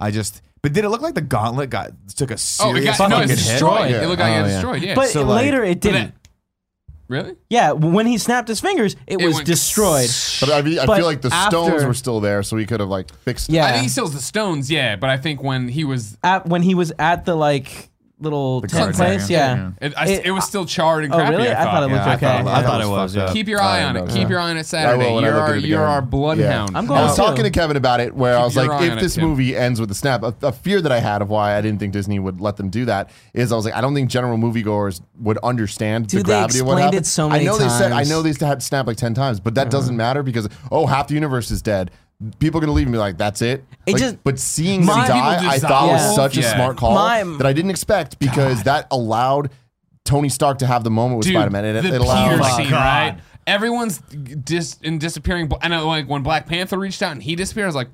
[SPEAKER 4] I just, but did it look like the gauntlet got took a
[SPEAKER 3] Oh, it
[SPEAKER 4] serious
[SPEAKER 3] got no,
[SPEAKER 4] fucking
[SPEAKER 3] it's
[SPEAKER 4] hit?
[SPEAKER 3] destroyed.
[SPEAKER 1] Yeah.
[SPEAKER 3] It looked like it
[SPEAKER 2] Oh,
[SPEAKER 3] was
[SPEAKER 2] yeah.
[SPEAKER 3] destroyed. Yeah.
[SPEAKER 5] But
[SPEAKER 4] So, like-
[SPEAKER 5] later it
[SPEAKER 3] But that-
[SPEAKER 5] didn't.
[SPEAKER 3] really?
[SPEAKER 5] Yeah, when he snapped his fingers, it, was
[SPEAKER 3] went-
[SPEAKER 5] destroyed.
[SPEAKER 1] But uh, I, mean, I
[SPEAKER 5] But
[SPEAKER 1] feel like the stones
[SPEAKER 5] after-
[SPEAKER 1] were still there, so he could have like fixed.
[SPEAKER 5] Yeah.
[SPEAKER 3] I think he steals the stones, yeah. But I think when he was,
[SPEAKER 5] At when he was at the like little tent
[SPEAKER 4] garden area.
[SPEAKER 5] place, yeah.
[SPEAKER 4] Yeah.
[SPEAKER 3] it, I,
[SPEAKER 5] It-
[SPEAKER 3] it was still charred and
[SPEAKER 5] Oh,
[SPEAKER 3] crappy.
[SPEAKER 5] really?
[SPEAKER 3] I thought,
[SPEAKER 5] it
[SPEAKER 3] yeah.
[SPEAKER 5] looked
[SPEAKER 4] I
[SPEAKER 5] okay.
[SPEAKER 4] thought- I
[SPEAKER 2] I thought it
[SPEAKER 4] was
[SPEAKER 2] was.
[SPEAKER 4] fucked
[SPEAKER 2] yeah.
[SPEAKER 4] up.
[SPEAKER 3] Keep your eye
[SPEAKER 1] I
[SPEAKER 3] on it.
[SPEAKER 1] know,
[SPEAKER 3] Keep
[SPEAKER 1] yeah.
[SPEAKER 3] your eye on it Saturday.
[SPEAKER 1] I will when I
[SPEAKER 3] You're
[SPEAKER 1] look at
[SPEAKER 3] our,
[SPEAKER 1] it
[SPEAKER 3] you're
[SPEAKER 1] again.
[SPEAKER 3] our bloodhound.
[SPEAKER 5] I'm
[SPEAKER 1] I
[SPEAKER 5] going-
[SPEAKER 1] was
[SPEAKER 5] Oh,
[SPEAKER 1] talking to
[SPEAKER 5] yeah.
[SPEAKER 1] Kevin about it, where I was
[SPEAKER 3] your
[SPEAKER 1] like,
[SPEAKER 3] eye
[SPEAKER 1] if
[SPEAKER 3] on it,
[SPEAKER 1] this
[SPEAKER 3] Tim.
[SPEAKER 1] movie ends with a snap, a, a fear that I had of why I didn't think Disney would let them do that is I was like, I don't think general moviegoers would understand the
[SPEAKER 5] Dude, they
[SPEAKER 1] gravity of what
[SPEAKER 5] explained it
[SPEAKER 1] happened.
[SPEAKER 5] so
[SPEAKER 1] I
[SPEAKER 5] many
[SPEAKER 1] know they said, I
[SPEAKER 5] times. Uh-huh.
[SPEAKER 1] know they had snap like ten times, but that doesn't matter because oh, half the universe is dead. People are gonna leave and be like, "That's it."
[SPEAKER 5] It
[SPEAKER 1] Like,
[SPEAKER 5] just-
[SPEAKER 1] but seeing them
[SPEAKER 5] My-
[SPEAKER 1] die,
[SPEAKER 3] people
[SPEAKER 1] I
[SPEAKER 3] dissolve.
[SPEAKER 1] thought
[SPEAKER 5] Yeah.
[SPEAKER 1] was such a
[SPEAKER 3] Yeah.
[SPEAKER 1] smart call
[SPEAKER 5] My-
[SPEAKER 1] that I didn't expect because that allowed Tony Stark to have the moment with
[SPEAKER 3] Dude,
[SPEAKER 1] Spider Man, and it,
[SPEAKER 3] the
[SPEAKER 1] it allowed
[SPEAKER 3] Peter
[SPEAKER 5] Oh
[SPEAKER 1] like,
[SPEAKER 3] scene, right? everyone's dis and disappearing. bl- And uh, like when Black Panther reached out and he disappeared, I was like,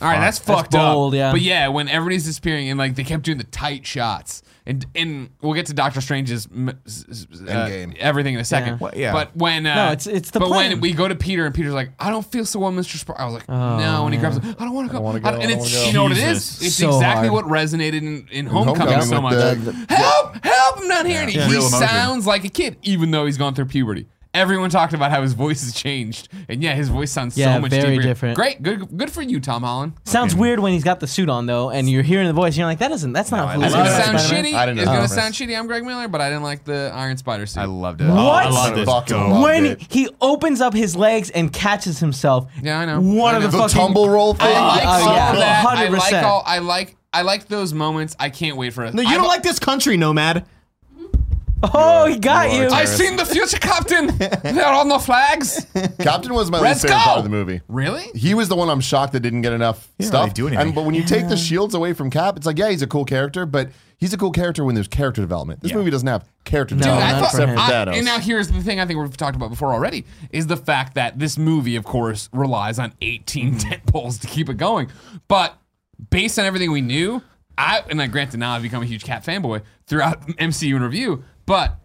[SPEAKER 3] all right, that's, fucked
[SPEAKER 5] bold,
[SPEAKER 3] up.
[SPEAKER 5] yeah.
[SPEAKER 3] But yeah, when everybody's disappearing and like they kept doing the tight shots. And, and we'll get to Doctor Strange's m- s- s- uh,
[SPEAKER 4] Endgame.
[SPEAKER 3] everything in a second.
[SPEAKER 5] Yeah.
[SPEAKER 4] Well, yeah.
[SPEAKER 3] But when uh,
[SPEAKER 5] No, it's- it's the
[SPEAKER 3] but
[SPEAKER 5] plan. Oh,
[SPEAKER 3] when we go to Peter and Peter's like, I don't feel so well, Mister Spark. I was like, no. When he grabs, him, I don't want to go.
[SPEAKER 1] wanna
[SPEAKER 3] I don't-"
[SPEAKER 1] go,
[SPEAKER 3] And
[SPEAKER 1] I
[SPEAKER 3] it's
[SPEAKER 1] wanna go.
[SPEAKER 3] you know what it
[SPEAKER 2] Jesus.
[SPEAKER 3] is. It's
[SPEAKER 5] So
[SPEAKER 3] exactly
[SPEAKER 5] hard.
[SPEAKER 3] what resonated in, in Homecoming,
[SPEAKER 1] Homecoming
[SPEAKER 3] so
[SPEAKER 1] with
[SPEAKER 3] much.
[SPEAKER 1] the-
[SPEAKER 3] Like, help! Help! I'm not here. And he, he
[SPEAKER 4] Real emotion.
[SPEAKER 3] sounds like a kid, even though he's gone through puberty. Everyone talked about how his voice has changed, and yeah, his voice sounds
[SPEAKER 5] Yeah,
[SPEAKER 3] so much
[SPEAKER 5] very
[SPEAKER 3] deeper.
[SPEAKER 5] different.
[SPEAKER 3] Great, good, good for you, Tom Holland.
[SPEAKER 5] Sounds weird when he's got the suit on though, and you're hearing the voice. and You're like, that doesn't. That's not.
[SPEAKER 4] I
[SPEAKER 5] who
[SPEAKER 3] It's
[SPEAKER 4] love
[SPEAKER 3] gonna
[SPEAKER 5] is
[SPEAKER 4] it.
[SPEAKER 3] sound
[SPEAKER 5] Spider-Man.
[SPEAKER 3] shitty.
[SPEAKER 1] I didn't
[SPEAKER 3] It's
[SPEAKER 1] know
[SPEAKER 3] gonna
[SPEAKER 1] that.
[SPEAKER 3] sound shitty. I'm Greg Miller, but I didn't like the Iron Spider suit.
[SPEAKER 4] I loved it.
[SPEAKER 5] What?
[SPEAKER 4] I thought it was
[SPEAKER 1] Fucking
[SPEAKER 4] dope.
[SPEAKER 1] love
[SPEAKER 5] When
[SPEAKER 1] it.
[SPEAKER 5] he opens up his legs and catches himself.
[SPEAKER 3] Yeah, I know.
[SPEAKER 5] One
[SPEAKER 3] I
[SPEAKER 5] of the,
[SPEAKER 1] The
[SPEAKER 5] fucking
[SPEAKER 1] tumble roll thing.
[SPEAKER 3] I like
[SPEAKER 5] Oh,
[SPEAKER 3] all
[SPEAKER 5] yeah.
[SPEAKER 3] of that. I like
[SPEAKER 5] 100%.
[SPEAKER 3] all. I like. I like those moments. I can't wait for it.
[SPEAKER 2] No, you don't like this country, Nomad.
[SPEAKER 5] Oh, he got
[SPEAKER 4] You are
[SPEAKER 5] you.
[SPEAKER 3] I seen the future, Captain. They're on the flags.
[SPEAKER 1] Captain was my
[SPEAKER 3] Let's
[SPEAKER 1] least favorite
[SPEAKER 3] go!
[SPEAKER 1] part of the movie.
[SPEAKER 3] Really?
[SPEAKER 1] He was the one I'm shocked that didn't get enough
[SPEAKER 4] didn't
[SPEAKER 1] stuff.
[SPEAKER 4] really do anything.
[SPEAKER 1] And but when you take the shields away from Cap, it's like yeah, he's a cool character, but he's a cool character when there's character development. This movie doesn't have character
[SPEAKER 3] Dude,
[SPEAKER 1] development
[SPEAKER 3] I
[SPEAKER 5] not
[SPEAKER 3] thought,
[SPEAKER 5] for
[SPEAKER 1] except for
[SPEAKER 3] I-
[SPEAKER 1] Thanos.
[SPEAKER 3] and now here's the thing I think we've talked about before already is the fact that this movie, of course, relies on 18 tent poles to keep it going. But based on everything we knew, I and I granted now I've become a huge cat fanboy throughout MCU and review, but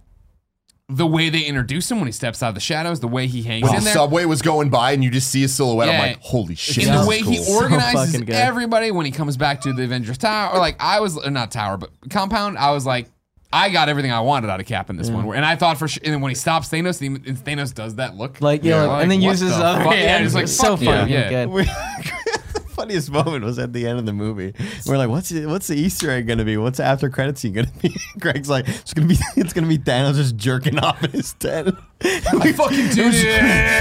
[SPEAKER 3] the way they introduce him when he steps out of the shadows, the way he hangs
[SPEAKER 1] when
[SPEAKER 3] in
[SPEAKER 1] the
[SPEAKER 3] there,
[SPEAKER 1] subway was going by and you just see a silhouette,
[SPEAKER 3] Yeah.
[SPEAKER 1] I'm like, holy shit!
[SPEAKER 3] in
[SPEAKER 1] this
[SPEAKER 3] the
[SPEAKER 1] is
[SPEAKER 3] way
[SPEAKER 1] cool.
[SPEAKER 3] he
[SPEAKER 5] So
[SPEAKER 3] organizes
[SPEAKER 5] fucking good.
[SPEAKER 3] everybody when he comes back to the Avengers Tower. Or like I was or not tower, but compound. I was like, I got everything I wanted out of Cap in this one. And I thought for sure. And then when he stops Thanos, he, and Thanos does that look.
[SPEAKER 5] like yeah,
[SPEAKER 1] Yeah,
[SPEAKER 5] like- and then
[SPEAKER 3] like, what
[SPEAKER 5] uses
[SPEAKER 3] the
[SPEAKER 5] other.
[SPEAKER 3] fuck?
[SPEAKER 5] hand.
[SPEAKER 3] Yeah, it's like,
[SPEAKER 5] It's so
[SPEAKER 3] fuck yeah,
[SPEAKER 5] fucking
[SPEAKER 3] yeah.
[SPEAKER 5] good.
[SPEAKER 2] We- the funniest moment was at the end of the movie. We're like, what's the, what's the Easter egg gonna be? What's the after credit scene gonna be? Greg's like, it's gonna be it's gonna be Thanos just jerking off in his tent.
[SPEAKER 3] I fucking do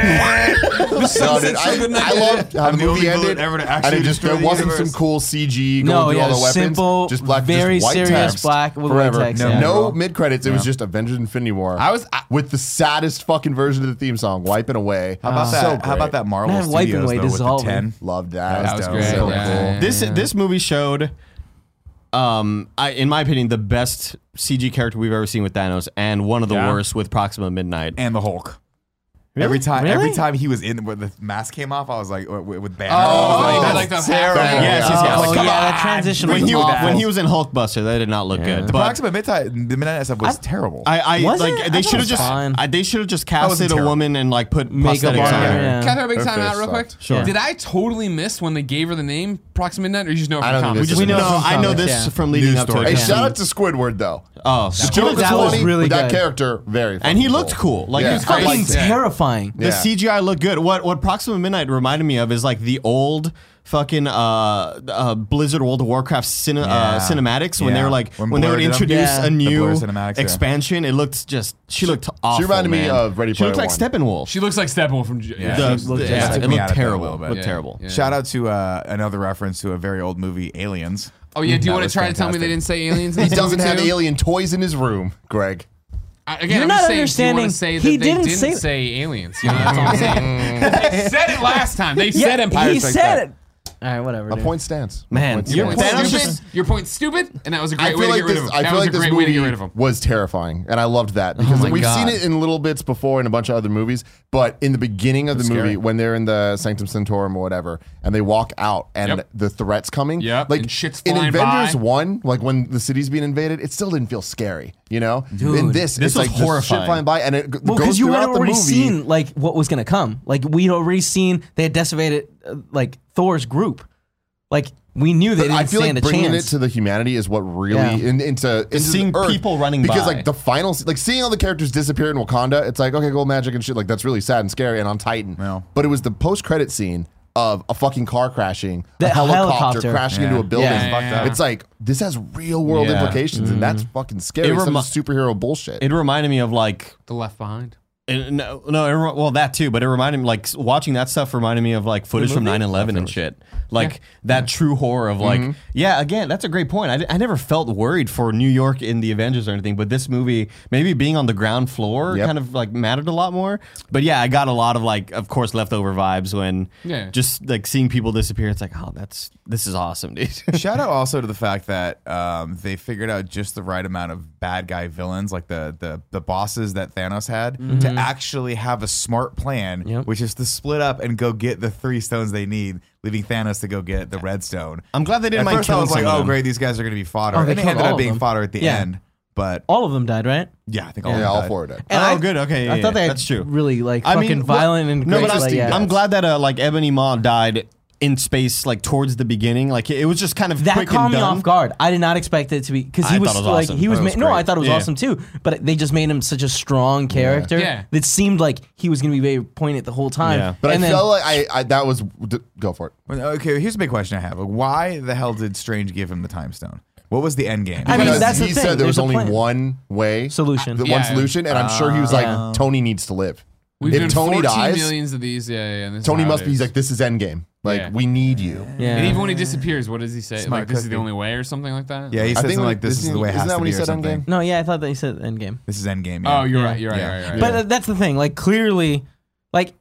[SPEAKER 3] it.
[SPEAKER 1] No, dude, I, I loved how
[SPEAKER 4] I'm
[SPEAKER 1] the
[SPEAKER 4] the
[SPEAKER 1] movie
[SPEAKER 4] only villain
[SPEAKER 1] ended.
[SPEAKER 4] ever to
[SPEAKER 1] and
[SPEAKER 4] actually
[SPEAKER 1] it just
[SPEAKER 4] destroy
[SPEAKER 1] there
[SPEAKER 4] the
[SPEAKER 1] wasn't
[SPEAKER 4] universe.
[SPEAKER 1] some cool CG going
[SPEAKER 5] No,
[SPEAKER 1] through
[SPEAKER 5] yeah,
[SPEAKER 1] all the weapons.
[SPEAKER 5] simple,
[SPEAKER 1] just black,
[SPEAKER 5] very
[SPEAKER 1] just white
[SPEAKER 5] serious
[SPEAKER 1] text
[SPEAKER 5] black with white
[SPEAKER 1] forever.
[SPEAKER 5] text,
[SPEAKER 1] no
[SPEAKER 5] yeah.
[SPEAKER 1] no mid credits. It was just Avengers: Infinity War.
[SPEAKER 3] I was- I-
[SPEAKER 1] with the saddest fucking version of the theme song, "Wiping Away."
[SPEAKER 4] How about that?
[SPEAKER 1] So great.
[SPEAKER 4] How about that Marvel
[SPEAKER 5] Man, wiping
[SPEAKER 4] Studios
[SPEAKER 5] away
[SPEAKER 4] though, with the
[SPEAKER 5] dissolving.
[SPEAKER 4] ten?
[SPEAKER 1] Loved that.
[SPEAKER 4] That
[SPEAKER 1] That
[SPEAKER 4] was
[SPEAKER 1] was
[SPEAKER 4] great,
[SPEAKER 1] So
[SPEAKER 4] yeah.
[SPEAKER 1] cool.
[SPEAKER 2] this this movie showed um I in my opinion the best CG character we've ever seen with Thanos and one of the
[SPEAKER 4] Yeah.
[SPEAKER 2] worst with Proxima Midnight.
[SPEAKER 4] and the Hulk. Every time, every
[SPEAKER 5] Really?
[SPEAKER 4] time he was in, when the mask came off, I was like, with, with banner.
[SPEAKER 3] Oh,
[SPEAKER 4] I was
[SPEAKER 3] I
[SPEAKER 4] like,
[SPEAKER 3] like
[SPEAKER 4] that's
[SPEAKER 3] the
[SPEAKER 4] terrible.
[SPEAKER 3] half-thing.
[SPEAKER 4] Yes, yes, yes.
[SPEAKER 5] Oh,
[SPEAKER 4] I was like,
[SPEAKER 5] yeah,
[SPEAKER 4] come on.
[SPEAKER 5] that transition
[SPEAKER 2] when
[SPEAKER 5] was
[SPEAKER 2] he
[SPEAKER 5] awful.
[SPEAKER 2] when he was in Hulkbuster, that did not look good.
[SPEAKER 4] The
[SPEAKER 2] But
[SPEAKER 4] Proxima Midnight, the Midnight stuff was terrible.
[SPEAKER 2] I, I
[SPEAKER 5] Was
[SPEAKER 2] like
[SPEAKER 5] it? I
[SPEAKER 2] they
[SPEAKER 5] thought it
[SPEAKER 2] should have
[SPEAKER 5] was
[SPEAKER 2] just
[SPEAKER 5] fine.
[SPEAKER 2] I, they should have just
[SPEAKER 4] wasn't
[SPEAKER 2] casted a
[SPEAKER 4] terrible.
[SPEAKER 2] woman and like put
[SPEAKER 5] Makeup
[SPEAKER 2] prosthetics
[SPEAKER 5] on
[SPEAKER 2] on
[SPEAKER 5] her.
[SPEAKER 2] her.
[SPEAKER 5] Yeah.
[SPEAKER 3] Can I have a big
[SPEAKER 1] Her
[SPEAKER 3] time out
[SPEAKER 1] face
[SPEAKER 3] real quick?
[SPEAKER 1] sucked.
[SPEAKER 2] Sure.
[SPEAKER 3] Did I totally miss when they gave her the name Proxima Midnight, or you just know it
[SPEAKER 1] I don't think
[SPEAKER 3] from comics?
[SPEAKER 1] this is
[SPEAKER 5] We
[SPEAKER 1] a
[SPEAKER 5] know
[SPEAKER 2] No,
[SPEAKER 1] myth.
[SPEAKER 5] from
[SPEAKER 2] I know
[SPEAKER 5] comics,
[SPEAKER 2] this
[SPEAKER 5] yeah.
[SPEAKER 2] from leading
[SPEAKER 4] News
[SPEAKER 2] up
[SPEAKER 4] story.
[SPEAKER 2] to
[SPEAKER 1] Hey,
[SPEAKER 2] it.
[SPEAKER 1] shout out to Squidward though.
[SPEAKER 2] Oh,
[SPEAKER 1] Joel
[SPEAKER 5] that was
[SPEAKER 1] Quilty
[SPEAKER 5] really
[SPEAKER 1] with that
[SPEAKER 5] good.
[SPEAKER 1] character, very.
[SPEAKER 2] and he
[SPEAKER 1] fucking
[SPEAKER 2] looked cool. Like
[SPEAKER 1] Yeah.
[SPEAKER 2] he was
[SPEAKER 1] I
[SPEAKER 2] fucking
[SPEAKER 1] liked
[SPEAKER 5] fucking
[SPEAKER 1] that.
[SPEAKER 5] terrifying.
[SPEAKER 2] The
[SPEAKER 1] Yeah.
[SPEAKER 2] CGI looked good. What what Proxima Midnight reminded me of is like the old fucking uh, uh, Blizzard World of Warcraft cine,
[SPEAKER 4] Yeah.
[SPEAKER 2] uh, cinematics when they
[SPEAKER 4] Yeah.
[SPEAKER 2] were like
[SPEAKER 4] When
[SPEAKER 2] when, they would
[SPEAKER 4] blurred it up.
[SPEAKER 2] introduce
[SPEAKER 5] Yeah.
[SPEAKER 2] a
[SPEAKER 5] The
[SPEAKER 2] new
[SPEAKER 4] blur cinematics, yeah.
[SPEAKER 2] expansion. It looked just she looked awful.
[SPEAKER 1] reminded me
[SPEAKER 2] man.
[SPEAKER 1] of Ready
[SPEAKER 2] She looked
[SPEAKER 1] Player
[SPEAKER 2] like
[SPEAKER 1] One.
[SPEAKER 2] Steppenwolf.
[SPEAKER 3] She looks like Steppenwolf from. Yeah.
[SPEAKER 2] The-
[SPEAKER 5] she looked
[SPEAKER 2] the-
[SPEAKER 5] just
[SPEAKER 2] yeah,
[SPEAKER 5] like-
[SPEAKER 2] it
[SPEAKER 4] Took me out
[SPEAKER 2] looked
[SPEAKER 4] of that a
[SPEAKER 2] terrible.
[SPEAKER 4] little bit.
[SPEAKER 2] Looked
[SPEAKER 4] Yeah.
[SPEAKER 2] terrible.
[SPEAKER 3] Yeah.
[SPEAKER 4] Shout out to uh, another reference to a very old movie, Aliens.
[SPEAKER 3] Oh yeah. Do you
[SPEAKER 4] That
[SPEAKER 3] want
[SPEAKER 4] was
[SPEAKER 3] to try to tell me
[SPEAKER 4] fantastic.
[SPEAKER 3] they didn't say aliens? in
[SPEAKER 1] He
[SPEAKER 3] this
[SPEAKER 1] doesn't
[SPEAKER 3] movie
[SPEAKER 1] have
[SPEAKER 3] too?
[SPEAKER 1] alien toys in his room, Greg.
[SPEAKER 3] I- Again,
[SPEAKER 5] You're
[SPEAKER 3] I'm
[SPEAKER 5] not
[SPEAKER 3] just saying,
[SPEAKER 5] understanding.
[SPEAKER 3] Do you want to say that
[SPEAKER 5] He
[SPEAKER 3] they
[SPEAKER 5] didn't
[SPEAKER 3] didn't,
[SPEAKER 5] say-
[SPEAKER 3] say, aliens? You know, that's all I'm saying. they said it last time. They said Empire
[SPEAKER 5] he
[SPEAKER 3] Strikes
[SPEAKER 5] said
[SPEAKER 3] Back.
[SPEAKER 5] it. All right, whatever.
[SPEAKER 1] My
[SPEAKER 5] dude.
[SPEAKER 1] point stands. My
[SPEAKER 2] Man,
[SPEAKER 1] point
[SPEAKER 2] you're
[SPEAKER 1] stands.
[SPEAKER 3] Your
[SPEAKER 2] Thanos
[SPEAKER 3] point's stupid.
[SPEAKER 2] just-
[SPEAKER 3] Your point's stupid, and that was a
[SPEAKER 1] I
[SPEAKER 3] great way
[SPEAKER 1] feel
[SPEAKER 3] to
[SPEAKER 1] like
[SPEAKER 3] get rid
[SPEAKER 1] this.
[SPEAKER 3] of him.
[SPEAKER 1] I
[SPEAKER 3] That
[SPEAKER 1] feel
[SPEAKER 3] was a
[SPEAKER 1] like this
[SPEAKER 3] great way to get rid of
[SPEAKER 1] movie
[SPEAKER 3] him. Oh
[SPEAKER 1] was terrifying, and I loved that because
[SPEAKER 2] my
[SPEAKER 1] we've
[SPEAKER 2] God.
[SPEAKER 1] seen it in little bits before in a bunch of other movies. But in the beginning of the movie,
[SPEAKER 4] scary.
[SPEAKER 1] when they're in the Sanctum Sanctorum or whatever, and they walk out, and
[SPEAKER 3] Yep.
[SPEAKER 1] the threats coming,
[SPEAKER 3] Yep,
[SPEAKER 1] like
[SPEAKER 3] and shit's
[SPEAKER 1] in
[SPEAKER 3] flying
[SPEAKER 1] Avengers
[SPEAKER 3] by.
[SPEAKER 1] One, like when the city's being invaded, it still didn't feel scary, you know. in this,
[SPEAKER 2] This
[SPEAKER 1] it's
[SPEAKER 2] was
[SPEAKER 1] like just
[SPEAKER 2] horrifying.
[SPEAKER 1] shit flying by, and it g-
[SPEAKER 5] Well,
[SPEAKER 1] goes
[SPEAKER 5] because you had
[SPEAKER 1] throughout the
[SPEAKER 5] already
[SPEAKER 1] movie.
[SPEAKER 5] seen like what was gonna come. Like we'd already seen they had decimated uh, like Thor's group. Like we knew
[SPEAKER 1] But
[SPEAKER 5] they didn't
[SPEAKER 1] I feel
[SPEAKER 5] stand
[SPEAKER 1] like
[SPEAKER 5] a
[SPEAKER 1] bringing
[SPEAKER 5] chance.
[SPEAKER 1] it to the humanity is what really
[SPEAKER 5] Yeah.
[SPEAKER 1] in, into, into
[SPEAKER 2] seeing
[SPEAKER 1] the earth.
[SPEAKER 2] people running
[SPEAKER 1] because
[SPEAKER 2] by.
[SPEAKER 1] like the final like seeing all the characters disappear in Wakanda it's like okay cool magic and shit like that's really sad and scary and on Titan
[SPEAKER 4] Yeah.
[SPEAKER 1] but it was the post credit scene of a fucking car crashing
[SPEAKER 5] The
[SPEAKER 1] a helicopter,
[SPEAKER 5] helicopter.
[SPEAKER 1] crashing into a building
[SPEAKER 5] Yeah,
[SPEAKER 4] yeah, yeah.
[SPEAKER 1] it's like this has real world
[SPEAKER 2] Yeah. Mm-hmm.
[SPEAKER 1] implications and that's fucking scary
[SPEAKER 2] It
[SPEAKER 1] It's
[SPEAKER 2] remi-
[SPEAKER 1] superhero bullshit
[SPEAKER 2] It reminded me of like
[SPEAKER 3] The Left Behind.
[SPEAKER 2] It, no, no. It, re- well, that too, but it reminded me like s- watching that stuff reminded me of like footage from 9/11 and shit, like that true horror of like, yeah. Again, that's a great point. I, d- I never felt worried for New York in the Avengers or anything, but this movie, maybe being on the ground floor,
[SPEAKER 1] Yep.
[SPEAKER 2] kind of like mattered a lot more. But yeah, I got a lot of like, of course, leftover vibes when
[SPEAKER 3] Yeah.
[SPEAKER 2] just like seeing people disappear. It's like, oh, that's this is awesome, dude.
[SPEAKER 4] Shout out also to the fact that um, they figured out just the right amount of bad guy villains, like the the the bosses that Thanos had, to actually have a smart plan,
[SPEAKER 5] Mm-hmm. Yep.
[SPEAKER 4] which is to split up and go get the three stones they need, leaving Thanos to go get the redstone.
[SPEAKER 2] I'm glad they didn't
[SPEAKER 4] At
[SPEAKER 2] mind
[SPEAKER 4] first, I
[SPEAKER 2] killing
[SPEAKER 4] was like,
[SPEAKER 2] some of
[SPEAKER 4] "Oh,
[SPEAKER 2] them.
[SPEAKER 4] great, these guys are going to be fodder,"
[SPEAKER 5] Oh, they
[SPEAKER 4] and they
[SPEAKER 5] killed
[SPEAKER 4] ended
[SPEAKER 5] all
[SPEAKER 4] up
[SPEAKER 5] of
[SPEAKER 4] being
[SPEAKER 5] them.
[SPEAKER 4] fodder at the
[SPEAKER 5] Yeah.
[SPEAKER 4] end. But
[SPEAKER 5] All of them died, right?
[SPEAKER 4] yeah, I think all
[SPEAKER 1] Yeah,
[SPEAKER 4] of them
[SPEAKER 1] all
[SPEAKER 4] died.
[SPEAKER 1] four are dead.
[SPEAKER 5] And
[SPEAKER 2] Oh,
[SPEAKER 5] I-
[SPEAKER 2] good. Okay, yeah,
[SPEAKER 5] I thought
[SPEAKER 2] yeah,
[SPEAKER 5] they
[SPEAKER 2] that's true.
[SPEAKER 5] really like
[SPEAKER 2] I mean,
[SPEAKER 5] fucking
[SPEAKER 2] what-
[SPEAKER 5] violent and
[SPEAKER 2] no,
[SPEAKER 5] great.
[SPEAKER 2] but
[SPEAKER 5] like,
[SPEAKER 2] I'm,
[SPEAKER 5] yeah.
[SPEAKER 2] I'm glad that uh, like Ebony Maw died in space, like towards the beginning. Like it was just kind of
[SPEAKER 5] that
[SPEAKER 2] quick
[SPEAKER 5] caught
[SPEAKER 2] and
[SPEAKER 5] me
[SPEAKER 2] done.
[SPEAKER 5] off guard. I did not expect it to be because
[SPEAKER 2] I
[SPEAKER 5] he was,
[SPEAKER 2] thought it was
[SPEAKER 5] like
[SPEAKER 2] awesome.
[SPEAKER 5] he
[SPEAKER 2] I
[SPEAKER 5] was,
[SPEAKER 2] thought it
[SPEAKER 5] ma-
[SPEAKER 2] was
[SPEAKER 5] no,
[SPEAKER 2] great.
[SPEAKER 5] I thought it was
[SPEAKER 2] Yeah.
[SPEAKER 5] awesome too. But they just made him such a strong character
[SPEAKER 3] Yeah.
[SPEAKER 5] that seemed like he was gonna be very poignant the whole time.
[SPEAKER 2] Yeah.
[SPEAKER 1] But
[SPEAKER 5] and
[SPEAKER 1] I
[SPEAKER 5] then,
[SPEAKER 1] feel like I, I that was d- go for it.
[SPEAKER 4] Well, Okay, here's a big question I have: Like, Why the hell did Strange give him the time stone? What was the end game?
[SPEAKER 5] I mean,
[SPEAKER 1] Because
[SPEAKER 5] that's
[SPEAKER 1] he
[SPEAKER 5] the thing,
[SPEAKER 1] said there was
[SPEAKER 5] there's a
[SPEAKER 1] only
[SPEAKER 5] plan.
[SPEAKER 1] one way
[SPEAKER 5] Solution.
[SPEAKER 1] the
[SPEAKER 5] Ah.
[SPEAKER 1] one
[SPEAKER 3] Yeah.
[SPEAKER 1] solution, and I'm sure he was like,
[SPEAKER 5] Yeah.
[SPEAKER 1] Tony needs to live.
[SPEAKER 3] We've
[SPEAKER 1] if
[SPEAKER 3] done
[SPEAKER 1] Tony
[SPEAKER 3] 14
[SPEAKER 1] dies,
[SPEAKER 3] millions of these. Yeah, yeah. and this is
[SPEAKER 1] Tony
[SPEAKER 3] how
[SPEAKER 1] must
[SPEAKER 3] it
[SPEAKER 1] be. He's
[SPEAKER 3] is.
[SPEAKER 1] like, this is Endgame. Like
[SPEAKER 3] Yeah.
[SPEAKER 1] we need you.
[SPEAKER 5] yeah.
[SPEAKER 3] And even when he disappears, what does he say?
[SPEAKER 4] Smart
[SPEAKER 3] like this is the
[SPEAKER 4] cookie.
[SPEAKER 3] only way or something like that.
[SPEAKER 4] yeah,
[SPEAKER 1] I
[SPEAKER 4] he said
[SPEAKER 1] think
[SPEAKER 4] something
[SPEAKER 1] when-
[SPEAKER 4] like, "This is
[SPEAKER 1] isn't-
[SPEAKER 4] the way it
[SPEAKER 1] isn't
[SPEAKER 4] has
[SPEAKER 1] that
[SPEAKER 4] to
[SPEAKER 1] when
[SPEAKER 4] be,"
[SPEAKER 1] he
[SPEAKER 4] or
[SPEAKER 1] said
[SPEAKER 4] something.
[SPEAKER 1] Endgame?
[SPEAKER 5] no, yeah, I thought they said Endgame.
[SPEAKER 4] This is Endgame. Yeah.
[SPEAKER 3] Oh, you're right. You're right.
[SPEAKER 4] Yeah.
[SPEAKER 3] Right. Right. right.
[SPEAKER 5] But uh, that's the thing. Like clearly, like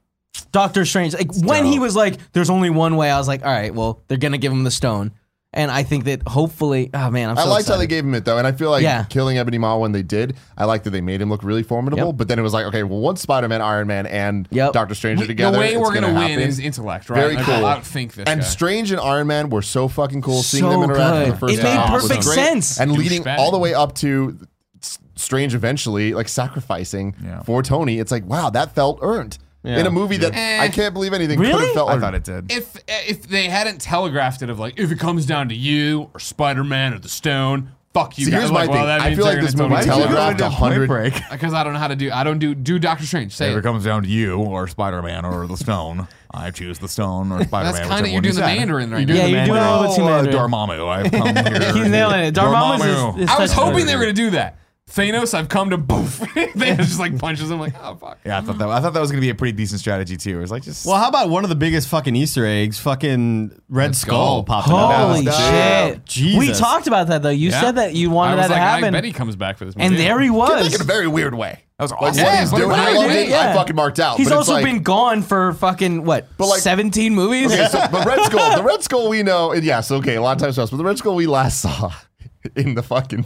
[SPEAKER 5] Doctor Strange. Like when he was like, "There's only one way," I was like, "All right, well, they're gonna give him the stone." And I think that hopefully, oh man, I'm so
[SPEAKER 1] I liked
[SPEAKER 5] excited.
[SPEAKER 1] how they gave him it though, and I feel like
[SPEAKER 5] Yeah.
[SPEAKER 1] killing Ebony Maw when they did, I like that they made him look really formidable.
[SPEAKER 5] Yep.
[SPEAKER 1] But then it was like, okay, well, once Spider Man, Iron Man, and
[SPEAKER 5] Yep.
[SPEAKER 1] Doctor Strange
[SPEAKER 3] We-
[SPEAKER 1] are together,
[SPEAKER 3] the way
[SPEAKER 1] it's
[SPEAKER 3] we're gonna,
[SPEAKER 1] happen.
[SPEAKER 3] win is intellect, right?
[SPEAKER 1] Very
[SPEAKER 3] like,
[SPEAKER 1] cool.
[SPEAKER 3] I'll outthink this
[SPEAKER 1] and
[SPEAKER 3] guy.
[SPEAKER 1] Strange and Iron Man were so fucking cool. Seeing
[SPEAKER 5] So
[SPEAKER 1] them interact for the
[SPEAKER 5] good.
[SPEAKER 1] first
[SPEAKER 5] It
[SPEAKER 1] time
[SPEAKER 5] made
[SPEAKER 1] was
[SPEAKER 5] perfect
[SPEAKER 1] great.
[SPEAKER 5] sense.
[SPEAKER 1] and leading
[SPEAKER 3] Douchebag.
[SPEAKER 1] all the way up to S- Strange eventually like sacrificing
[SPEAKER 4] Yeah.
[SPEAKER 1] for Tony. It's like, wow, that felt earned in a movie that
[SPEAKER 3] Eh.
[SPEAKER 1] I can't believe anything could have
[SPEAKER 5] Really?
[SPEAKER 1] felt
[SPEAKER 4] I
[SPEAKER 1] earned.
[SPEAKER 4] thought it did.
[SPEAKER 3] if if they hadn't telegraphed it of like if it comes down to you or Spider Man or the Stone, fuck you.
[SPEAKER 1] See,
[SPEAKER 3] guys.
[SPEAKER 1] here's
[SPEAKER 3] like,
[SPEAKER 1] my
[SPEAKER 3] well,
[SPEAKER 1] thing.
[SPEAKER 3] that
[SPEAKER 1] I
[SPEAKER 3] means
[SPEAKER 1] feel
[SPEAKER 3] they're
[SPEAKER 1] like this
[SPEAKER 3] gonna
[SPEAKER 1] movie
[SPEAKER 3] tell me to
[SPEAKER 1] telegraphed
[SPEAKER 3] telegraph.
[SPEAKER 1] a hundred-
[SPEAKER 4] break.
[SPEAKER 3] because I don't know how to do. I don't do do Doctor Strange. Say
[SPEAKER 4] If it
[SPEAKER 3] it.
[SPEAKER 4] comes down to you or Spider Man or the stone, I choose the stone or Spider Man.
[SPEAKER 3] That's kind of you're doing the Mandarin right now.
[SPEAKER 5] Yeah, you're doing a little bit too
[SPEAKER 4] uh,
[SPEAKER 5] Mandarin.
[SPEAKER 4] Dormammu, I've come here.
[SPEAKER 5] He's nailing it. Dormammu's is- is-
[SPEAKER 3] I was
[SPEAKER 5] Touchdown.
[SPEAKER 3] hoping they were gonna do that. Thanos, I've come to boof. Thanos just like punches him like oh fuck.
[SPEAKER 4] yeah, I thought that. I thought that was gonna be a pretty decent strategy too. It was like just
[SPEAKER 2] Well, how about one of the biggest fucking Easter eggs? Fucking Red
[SPEAKER 3] Skull.
[SPEAKER 2] Skull popping up.
[SPEAKER 5] Holy
[SPEAKER 4] Damn.
[SPEAKER 5] shit!
[SPEAKER 2] Jesus.
[SPEAKER 5] We talked about that though. You
[SPEAKER 3] Yeah.
[SPEAKER 5] said that you
[SPEAKER 3] I
[SPEAKER 5] wanted
[SPEAKER 3] was
[SPEAKER 5] that to
[SPEAKER 3] like, I
[SPEAKER 5] happen,
[SPEAKER 3] bet he comes back for this movie.
[SPEAKER 5] and there he was.
[SPEAKER 1] Like, in a very weird way.
[SPEAKER 4] that was
[SPEAKER 1] Like
[SPEAKER 4] awesome.
[SPEAKER 1] what
[SPEAKER 3] Yeah,
[SPEAKER 1] he's
[SPEAKER 3] but it
[SPEAKER 1] doing,
[SPEAKER 3] was
[SPEAKER 1] I,
[SPEAKER 3] weird,
[SPEAKER 1] loved it.
[SPEAKER 5] yeah.
[SPEAKER 1] I fucking marked out.
[SPEAKER 5] He's
[SPEAKER 1] but it's
[SPEAKER 5] also
[SPEAKER 1] like-
[SPEAKER 5] been gone for fucking what?
[SPEAKER 1] But, like-
[SPEAKER 5] 17 movies.
[SPEAKER 1] Okay, so, but Red Skull, the Red Skull we know, and yes, okay, a lot of times for us, but the Red Skull we last saw in the fucking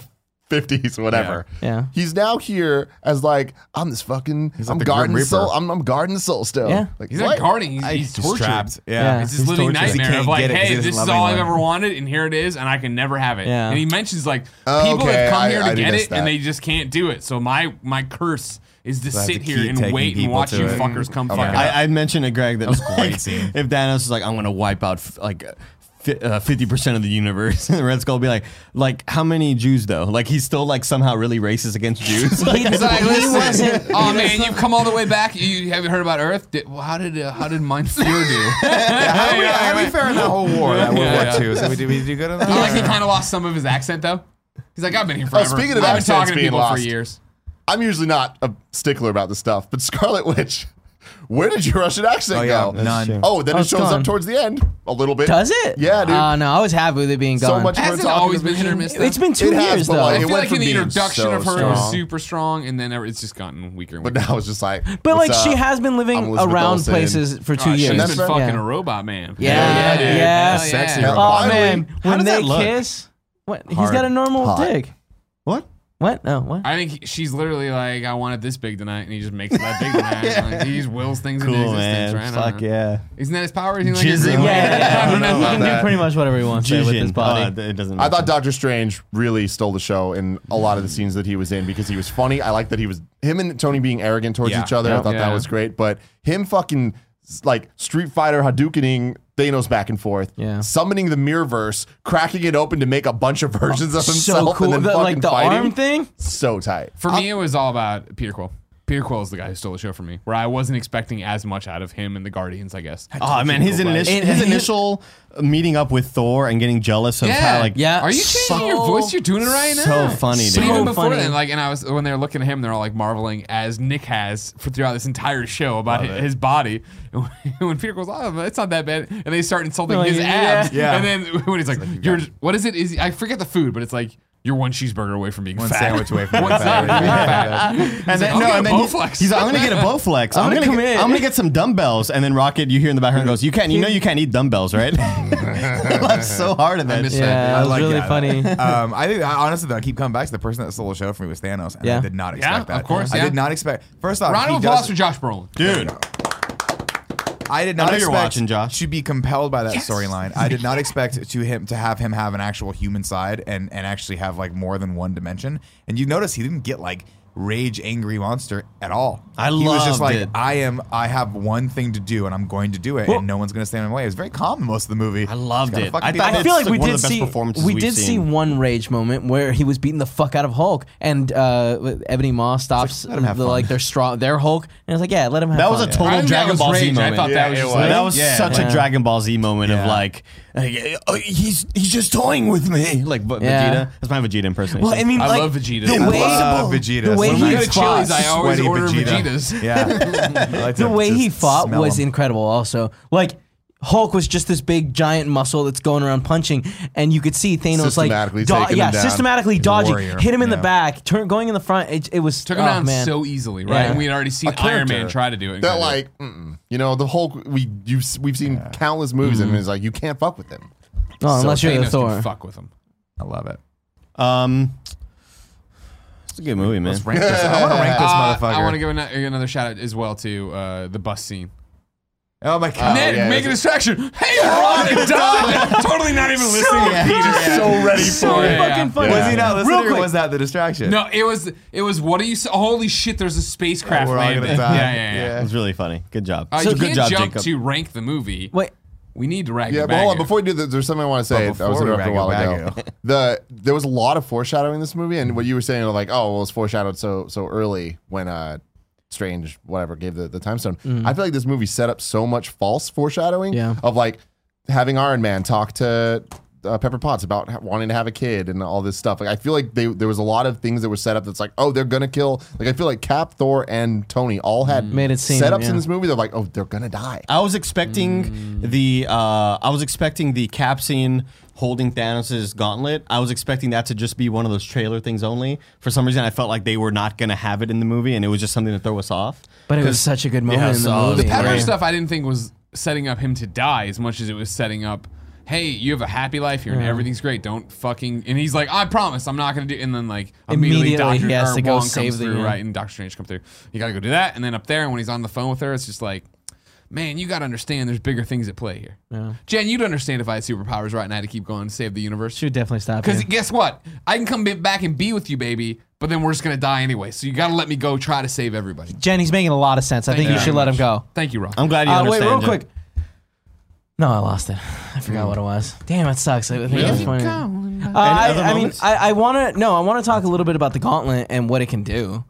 [SPEAKER 1] 50s, whatever.
[SPEAKER 5] Yeah. Yeah.
[SPEAKER 1] He's now here as like, I'm this fucking, I'm
[SPEAKER 4] like the Grim
[SPEAKER 1] guarding
[SPEAKER 4] Reaper.
[SPEAKER 1] soul, I'm, I'm guarding soul stone.
[SPEAKER 5] Yeah.
[SPEAKER 1] Like,
[SPEAKER 3] He's
[SPEAKER 1] what?
[SPEAKER 3] not guarding. He's,
[SPEAKER 4] I-
[SPEAKER 3] he's tortured.
[SPEAKER 4] trapped.
[SPEAKER 5] Yeah.
[SPEAKER 4] Yeah,
[SPEAKER 3] It's his living
[SPEAKER 4] tortured. 'Cause he
[SPEAKER 3] nightmare of
[SPEAKER 4] can't
[SPEAKER 3] like,
[SPEAKER 4] get it 'cause he
[SPEAKER 3] hey,
[SPEAKER 4] doesn't
[SPEAKER 3] this is
[SPEAKER 4] love
[SPEAKER 3] all I've
[SPEAKER 4] anyone.
[SPEAKER 3] ever wanted, and here it is, and I can never have it.
[SPEAKER 5] Yeah.
[SPEAKER 3] And he mentions like
[SPEAKER 1] Oh,
[SPEAKER 3] people
[SPEAKER 1] okay,
[SPEAKER 3] have come
[SPEAKER 1] I-
[SPEAKER 3] here to
[SPEAKER 1] I do
[SPEAKER 3] get
[SPEAKER 1] miss
[SPEAKER 3] it, and
[SPEAKER 1] that.
[SPEAKER 3] they just can't do it. So my my curse is to
[SPEAKER 4] have
[SPEAKER 3] sit
[SPEAKER 4] to
[SPEAKER 3] here
[SPEAKER 4] keep
[SPEAKER 3] and
[SPEAKER 4] taking
[SPEAKER 3] wait and
[SPEAKER 4] people
[SPEAKER 3] watch
[SPEAKER 4] to
[SPEAKER 3] you
[SPEAKER 4] it.
[SPEAKER 3] fuckers come
[SPEAKER 1] Okay.
[SPEAKER 3] fucking. up.
[SPEAKER 2] I, I mentioned to Greg that
[SPEAKER 4] great
[SPEAKER 2] like,
[SPEAKER 4] scene.
[SPEAKER 2] if Thanos is like, I'm gonna wipe out f- like uh, fifty percent of the universe, and the Red Skull will be like, like how many Jews though? Like he's still like somehow really racist against Jews. Like,
[SPEAKER 5] He-
[SPEAKER 3] It's like,
[SPEAKER 5] he
[SPEAKER 3] listen,
[SPEAKER 5] wasn't-
[SPEAKER 3] oh man, you've come all the way back. You- You haven't heard about Earth? Did, well, how did uh, how did Mind Fear do?
[SPEAKER 4] How do we,
[SPEAKER 3] Yeah,
[SPEAKER 4] how do we
[SPEAKER 3] right.
[SPEAKER 4] fare in that whole war? That World
[SPEAKER 3] Yeah, yeah.
[SPEAKER 4] War Two. So we do we do good on that?
[SPEAKER 3] I like he kind of lost some of his accent though. He's like, I've been here
[SPEAKER 1] Oh,
[SPEAKER 3] forever.
[SPEAKER 1] speaking of
[SPEAKER 3] I've been
[SPEAKER 1] accents
[SPEAKER 3] talking to
[SPEAKER 1] being
[SPEAKER 3] people for
[SPEAKER 1] lost.
[SPEAKER 3] years.
[SPEAKER 1] I'm usually not a stickler about this stuff, but Scarlet Witch, where did your Russian accent
[SPEAKER 4] Oh, yeah,
[SPEAKER 1] go?
[SPEAKER 4] none.
[SPEAKER 2] true.
[SPEAKER 1] Oh, then
[SPEAKER 5] Oh,
[SPEAKER 1] it
[SPEAKER 5] it's
[SPEAKER 1] shows
[SPEAKER 5] gone.
[SPEAKER 1] up towards the end a little bit.
[SPEAKER 5] Does it?
[SPEAKER 1] Yeah, dude.
[SPEAKER 5] Uh, no, I was happy with it being
[SPEAKER 1] So
[SPEAKER 5] gone.
[SPEAKER 1] much- We're
[SPEAKER 3] Hasn't
[SPEAKER 1] talking
[SPEAKER 3] always
[SPEAKER 1] to the
[SPEAKER 3] been hit or
[SPEAKER 1] vision.
[SPEAKER 3] miss. though?
[SPEAKER 5] it's been two
[SPEAKER 1] It has,
[SPEAKER 5] years
[SPEAKER 1] but,
[SPEAKER 5] though.
[SPEAKER 1] like,
[SPEAKER 3] I
[SPEAKER 1] it
[SPEAKER 3] feel
[SPEAKER 1] went
[SPEAKER 3] like
[SPEAKER 1] from
[SPEAKER 3] in the
[SPEAKER 1] being
[SPEAKER 3] introduction
[SPEAKER 1] so
[SPEAKER 3] of her, it was
[SPEAKER 1] strong-
[SPEAKER 3] super strong, and then ever- it's just gotten weaker and weaker.
[SPEAKER 1] but now it's just like.
[SPEAKER 5] But like
[SPEAKER 1] what's
[SPEAKER 5] she
[SPEAKER 1] up?
[SPEAKER 5] has been
[SPEAKER 1] uh, I'm
[SPEAKER 5] living
[SPEAKER 1] Elizabeth
[SPEAKER 5] around
[SPEAKER 1] Olsen.
[SPEAKER 5] places for two
[SPEAKER 3] Oh,
[SPEAKER 5] years.
[SPEAKER 3] She's
[SPEAKER 1] that's
[SPEAKER 3] been
[SPEAKER 1] right.
[SPEAKER 3] fucking
[SPEAKER 5] Yeah.
[SPEAKER 3] a robot man.
[SPEAKER 5] Yeah,
[SPEAKER 1] Yeah, dude.
[SPEAKER 5] yeah.
[SPEAKER 3] Hell
[SPEAKER 4] Sexy
[SPEAKER 3] yeah.
[SPEAKER 4] robot.
[SPEAKER 5] Oh
[SPEAKER 1] Finally.
[SPEAKER 5] man,
[SPEAKER 2] How
[SPEAKER 5] when
[SPEAKER 2] does
[SPEAKER 5] they
[SPEAKER 2] that look?
[SPEAKER 5] kiss, what? He's
[SPEAKER 4] Hard.
[SPEAKER 5] got a normal
[SPEAKER 1] Hot.
[SPEAKER 5] dick.
[SPEAKER 2] what?
[SPEAKER 5] What? No, what?
[SPEAKER 3] I think he- she's literally like, I want it this big tonight, and he just makes it that big tonight. Like, he just wills things
[SPEAKER 2] Cool
[SPEAKER 3] into existence,
[SPEAKER 2] man.
[SPEAKER 3] right? I don't
[SPEAKER 2] Fuck
[SPEAKER 3] know.
[SPEAKER 2] yeah.
[SPEAKER 3] Isn't that his power? Isn't like
[SPEAKER 2] Jizzing.
[SPEAKER 3] his
[SPEAKER 5] yeah,
[SPEAKER 2] Yeah,
[SPEAKER 5] yeah,
[SPEAKER 3] I don't know
[SPEAKER 5] He
[SPEAKER 3] about
[SPEAKER 5] can do
[SPEAKER 3] that.
[SPEAKER 5] pretty much whatever he wants there with his
[SPEAKER 2] Jijin.
[SPEAKER 5] body.
[SPEAKER 2] Oh, it doesn't.
[SPEAKER 1] I
[SPEAKER 2] make
[SPEAKER 1] thought
[SPEAKER 2] sense.
[SPEAKER 1] Doctor Strange really stole the show in a lot of the scenes that he was in because he was funny. I like that he was him and Tony being arrogant towards
[SPEAKER 4] Yeah.
[SPEAKER 1] each other. I thought
[SPEAKER 3] Yeah.
[SPEAKER 1] that was great, but him fucking like Street Fighter Hadoukening Thanos back and forth,
[SPEAKER 5] Yeah.
[SPEAKER 1] summoning the mirror verse, cracking it open to make a bunch of versions of himself,
[SPEAKER 5] so
[SPEAKER 1] and
[SPEAKER 5] cool.
[SPEAKER 1] then
[SPEAKER 5] The-
[SPEAKER 1] fucking
[SPEAKER 5] like the
[SPEAKER 1] fighting.
[SPEAKER 5] arm thing.
[SPEAKER 1] So tight.
[SPEAKER 3] For me, it was all about Peter Quill. Peter Quill is the guy who stole the show for me, where I wasn't expecting as much out of him and the Guardians, I guess.
[SPEAKER 2] Oh man, his, initi-
[SPEAKER 5] It-
[SPEAKER 2] his initial meeting up with Thor and getting jealous of how like
[SPEAKER 5] Yeah.
[SPEAKER 3] Are you changing your voice? You're doing it right
[SPEAKER 2] so
[SPEAKER 3] now.
[SPEAKER 2] funny,
[SPEAKER 3] But
[SPEAKER 2] dude.
[SPEAKER 3] even
[SPEAKER 5] So
[SPEAKER 3] before
[SPEAKER 5] funny.
[SPEAKER 3] then, like, and I was when they were looking at him, they're all like marveling as Nick has for throughout this entire show about hi- his, body. And when Peter goes, "Oh, it's not that bad," and they start insulting
[SPEAKER 5] Like,
[SPEAKER 3] his
[SPEAKER 5] yeah.
[SPEAKER 3] abs,
[SPEAKER 4] Yeah.
[SPEAKER 3] and then when he's like, "You're what is it? Is I forget the food, but it's like You're one cheeseburger away from being
[SPEAKER 4] One
[SPEAKER 3] fat.
[SPEAKER 4] sandwich away from
[SPEAKER 3] One
[SPEAKER 4] being fat.
[SPEAKER 3] sandwich away from being fat.
[SPEAKER 2] And then,
[SPEAKER 3] like,
[SPEAKER 2] no,
[SPEAKER 3] "I'll get
[SPEAKER 2] and then
[SPEAKER 3] a
[SPEAKER 2] he's- "Oh,
[SPEAKER 3] Bowflex."
[SPEAKER 2] he's like, I'm gonna get a Bowflex. I'm,
[SPEAKER 5] gonna
[SPEAKER 2] gonna,
[SPEAKER 5] come
[SPEAKER 2] get,
[SPEAKER 5] in.
[SPEAKER 2] I'm gonna get some dumbbells. And then Rocket, you hear in the background goes, "You can't. You know you can't eat dumbbells, right?" I laughed so hard at that.
[SPEAKER 3] miss
[SPEAKER 2] shit.
[SPEAKER 3] that.
[SPEAKER 5] Yeah,
[SPEAKER 4] I
[SPEAKER 5] it was
[SPEAKER 4] like
[SPEAKER 5] really
[SPEAKER 4] that.
[SPEAKER 5] funny.
[SPEAKER 4] um, I think I honestly though, I keep coming back to the person that stole the show from me was Thanos, and I
[SPEAKER 5] Yeah.
[SPEAKER 4] did not
[SPEAKER 3] Yeah,
[SPEAKER 4] expect that.
[SPEAKER 3] of course,
[SPEAKER 4] I
[SPEAKER 3] yeah.
[SPEAKER 4] did not expect. First off,
[SPEAKER 3] Round
[SPEAKER 4] he
[SPEAKER 3] of applause
[SPEAKER 4] does-
[SPEAKER 3] for Josh Brolin.
[SPEAKER 2] dude.
[SPEAKER 4] I did not
[SPEAKER 2] know you're
[SPEAKER 4] expect
[SPEAKER 2] watching, Josh.
[SPEAKER 4] to be compelled by that
[SPEAKER 3] Yes.
[SPEAKER 4] storyline. I did not expect to him to have him have an actual human side and and actually have like more than one dimension. And you notice he didn't get like rage angry monster at all.
[SPEAKER 2] I
[SPEAKER 4] he was
[SPEAKER 2] loved
[SPEAKER 4] just like
[SPEAKER 2] it.
[SPEAKER 4] I am. I have one thing to do, and I'm going to do it, and no one's going to stand in my way. It was very calm in most of the movie.
[SPEAKER 2] I
[SPEAKER 4] Just
[SPEAKER 2] loved
[SPEAKER 4] gotta
[SPEAKER 2] it.
[SPEAKER 4] fucking
[SPEAKER 2] I
[SPEAKER 4] be
[SPEAKER 2] thought
[SPEAKER 4] like-
[SPEAKER 2] that-
[SPEAKER 5] I
[SPEAKER 2] It's
[SPEAKER 5] feel like we
[SPEAKER 2] one of
[SPEAKER 5] did
[SPEAKER 2] the best
[SPEAKER 5] see
[SPEAKER 2] performances
[SPEAKER 5] we
[SPEAKER 2] we've
[SPEAKER 5] did see
[SPEAKER 2] seen.
[SPEAKER 5] one rage moment where he was beating the fuck out of Hulk, and uh, Ebony Maw stops
[SPEAKER 4] let him have
[SPEAKER 5] the,
[SPEAKER 4] fun.
[SPEAKER 5] like their straw their Hulk, and I was like, yeah, let him have.
[SPEAKER 2] That
[SPEAKER 5] fun.
[SPEAKER 2] was a total
[SPEAKER 3] I think that
[SPEAKER 2] Dragon
[SPEAKER 3] was
[SPEAKER 2] Ball Z
[SPEAKER 3] rage. I
[SPEAKER 2] moment.
[SPEAKER 3] thought that Yeah, was it just was. like-
[SPEAKER 2] that was
[SPEAKER 4] Yeah.
[SPEAKER 2] such a
[SPEAKER 5] Yeah.
[SPEAKER 2] Dragon Ball Z moment
[SPEAKER 4] Yeah.
[SPEAKER 2] of like, "Hey, oh, he's he's just toying with me, like but
[SPEAKER 5] Yeah.
[SPEAKER 2] Vegeta. That's my Vegeta impersonation.
[SPEAKER 5] Well, I mean,
[SPEAKER 3] I
[SPEAKER 5] like,
[SPEAKER 3] love Vegeta.
[SPEAKER 5] The
[SPEAKER 3] I
[SPEAKER 5] way,
[SPEAKER 4] love Vegeta.
[SPEAKER 5] The way
[SPEAKER 4] When
[SPEAKER 3] When I
[SPEAKER 5] he
[SPEAKER 3] go to Chili's, I
[SPEAKER 5] fought,
[SPEAKER 3] always
[SPEAKER 4] Sweaty
[SPEAKER 3] order
[SPEAKER 4] Vegeta.
[SPEAKER 3] Vegeta's.
[SPEAKER 4] Yeah, I like
[SPEAKER 5] the
[SPEAKER 4] to
[SPEAKER 5] way he
[SPEAKER 4] just
[SPEAKER 5] fought
[SPEAKER 4] smell
[SPEAKER 5] was
[SPEAKER 4] him.
[SPEAKER 5] incredible. Also, like. Hulk was just this big giant muscle that's going around punching, and you could see Thanos like,
[SPEAKER 1] Systematically taking
[SPEAKER 5] yeah,
[SPEAKER 1] him down.
[SPEAKER 5] systematically dodging,
[SPEAKER 4] warrior.
[SPEAKER 5] hit him in
[SPEAKER 4] Yeah.
[SPEAKER 5] the back, turn, going in the front. It, it was
[SPEAKER 3] Took him
[SPEAKER 5] oh,
[SPEAKER 3] down
[SPEAKER 5] man.
[SPEAKER 3] so easily, right?
[SPEAKER 5] Yeah.
[SPEAKER 3] And we had already seen Iron Man try to do it. and
[SPEAKER 1] That
[SPEAKER 3] couldn't do it.
[SPEAKER 1] like, mm-mm. you know, the Hulk. We you've we've seen countless movies,
[SPEAKER 5] Mm-hmm.
[SPEAKER 1] and it's like you can't fuck with him.
[SPEAKER 5] Oh, unless
[SPEAKER 3] Thanos
[SPEAKER 5] you're the
[SPEAKER 3] can
[SPEAKER 5] Thor.
[SPEAKER 3] Fuck with him.
[SPEAKER 4] I love it.
[SPEAKER 2] um, it's a good movie, man.
[SPEAKER 4] Let's rank this. I want to rank this
[SPEAKER 3] Uh,
[SPEAKER 4] motherfucker.
[SPEAKER 3] I want to give ano- another shout out as well to uh, the bus scene.
[SPEAKER 4] oh my god.
[SPEAKER 3] Ned,
[SPEAKER 1] yeah,
[SPEAKER 3] make
[SPEAKER 1] it's-
[SPEAKER 3] a distraction. Hey, Veronica, die! totally not even listening to Peter.
[SPEAKER 1] So ready
[SPEAKER 5] so
[SPEAKER 3] Yeah, yeah,
[SPEAKER 5] fucking
[SPEAKER 3] yeah.
[SPEAKER 5] funny.
[SPEAKER 4] Was he not listening?
[SPEAKER 5] Real
[SPEAKER 4] or
[SPEAKER 5] quick.
[SPEAKER 4] was that the distraction?
[SPEAKER 3] No, it was it was. What are you? s- Holy shit! There's a spacecraft
[SPEAKER 4] We're all gonna
[SPEAKER 3] landing.
[SPEAKER 4] die.
[SPEAKER 3] Yeah, yeah, yeah.
[SPEAKER 4] Yeah.
[SPEAKER 2] It was really funny. Good job.
[SPEAKER 3] Uh,
[SPEAKER 2] so
[SPEAKER 3] you
[SPEAKER 2] good
[SPEAKER 3] can't
[SPEAKER 2] job,
[SPEAKER 3] jump
[SPEAKER 2] Jacob.
[SPEAKER 3] to rank the movie.
[SPEAKER 5] Wait,
[SPEAKER 3] We need to rank.
[SPEAKER 1] Yeah,
[SPEAKER 3] it
[SPEAKER 1] but
[SPEAKER 3] back
[SPEAKER 1] hold on.
[SPEAKER 3] here.
[SPEAKER 1] Before you do that, there's something I want to say. I was
[SPEAKER 4] But before we
[SPEAKER 1] interrupted a
[SPEAKER 4] rag
[SPEAKER 1] while
[SPEAKER 4] it
[SPEAKER 1] ago.
[SPEAKER 4] back
[SPEAKER 1] The there was a lot of foreshadowing in this movie, and what you were saying, like, oh, well, it's foreshadowed so so early when uh, Strange whatever gave the the time stone. I feel like this movie set up so much false foreshadowing
[SPEAKER 5] Yeah.
[SPEAKER 1] of like having Iron Man talk to. Uh, Pepper Potts about ha- wanting to have a kid and all this stuff. Like I feel like they there was a lot of things that were set up. That's like, oh, they're gonna kill. Like I feel like Cap, Thor, and Tony all had
[SPEAKER 5] Made it seem,
[SPEAKER 1] setups
[SPEAKER 5] yeah.
[SPEAKER 1] in this movie. They're like, oh, they're gonna die.
[SPEAKER 2] I was expecting the uh, I was expecting the cap scene holding Thanos' gauntlet. I was expecting that to just be one of those trailer things only. For some reason, I felt like they were not gonna have it in the movie, and it was just something to throw us off.
[SPEAKER 5] but it was
[SPEAKER 2] 'Cause-
[SPEAKER 5] such a good moment
[SPEAKER 2] Yeah,
[SPEAKER 5] in the
[SPEAKER 2] so-
[SPEAKER 5] movie.
[SPEAKER 2] The
[SPEAKER 3] Pepper
[SPEAKER 5] right?
[SPEAKER 3] stuff I didn't think was setting up him to die as much as it was setting up, hey, you have a happy life here and everything's great. Don't fucking. And he's like, I promise, I'm not gonna do. And then like immediately,
[SPEAKER 5] Immediately,
[SPEAKER 3] Doctor
[SPEAKER 5] he has
[SPEAKER 3] or
[SPEAKER 5] to go
[SPEAKER 3] Wong comes
[SPEAKER 5] save the-
[SPEAKER 3] through,
[SPEAKER 5] yeah.
[SPEAKER 3] right? And Doctor Strange comes through. You gotta go do that. And then up there, and when he's on the phone with her, it's just like. Man, you gotta understand. There's bigger things at play here. Jen, you'd understand if I had superpowers right now to keep going to save the universe.
[SPEAKER 5] She would definitely stop
[SPEAKER 3] Because
[SPEAKER 5] you.
[SPEAKER 3] guess what? I can come back and be with you, baby. But then we're just gonna die anyway. So you gotta let me go try to save everybody.
[SPEAKER 5] Jen, he's making a lot of sense. I think
[SPEAKER 3] you
[SPEAKER 5] you should
[SPEAKER 3] very
[SPEAKER 5] let him go.
[SPEAKER 3] Thank you, Rock.
[SPEAKER 2] I'm glad you Hmm.
[SPEAKER 5] Uh, wait,
[SPEAKER 2] understand.
[SPEAKER 5] real
[SPEAKER 2] Jack.
[SPEAKER 5] quick. No, I lost it. I forgot what it was. Damn, it sucks. I think it was funny. Uh,
[SPEAKER 2] other
[SPEAKER 5] I, I mean,
[SPEAKER 2] moments?
[SPEAKER 5] I, I want to no, I want to talk a little bit about the gauntlet and what it can do,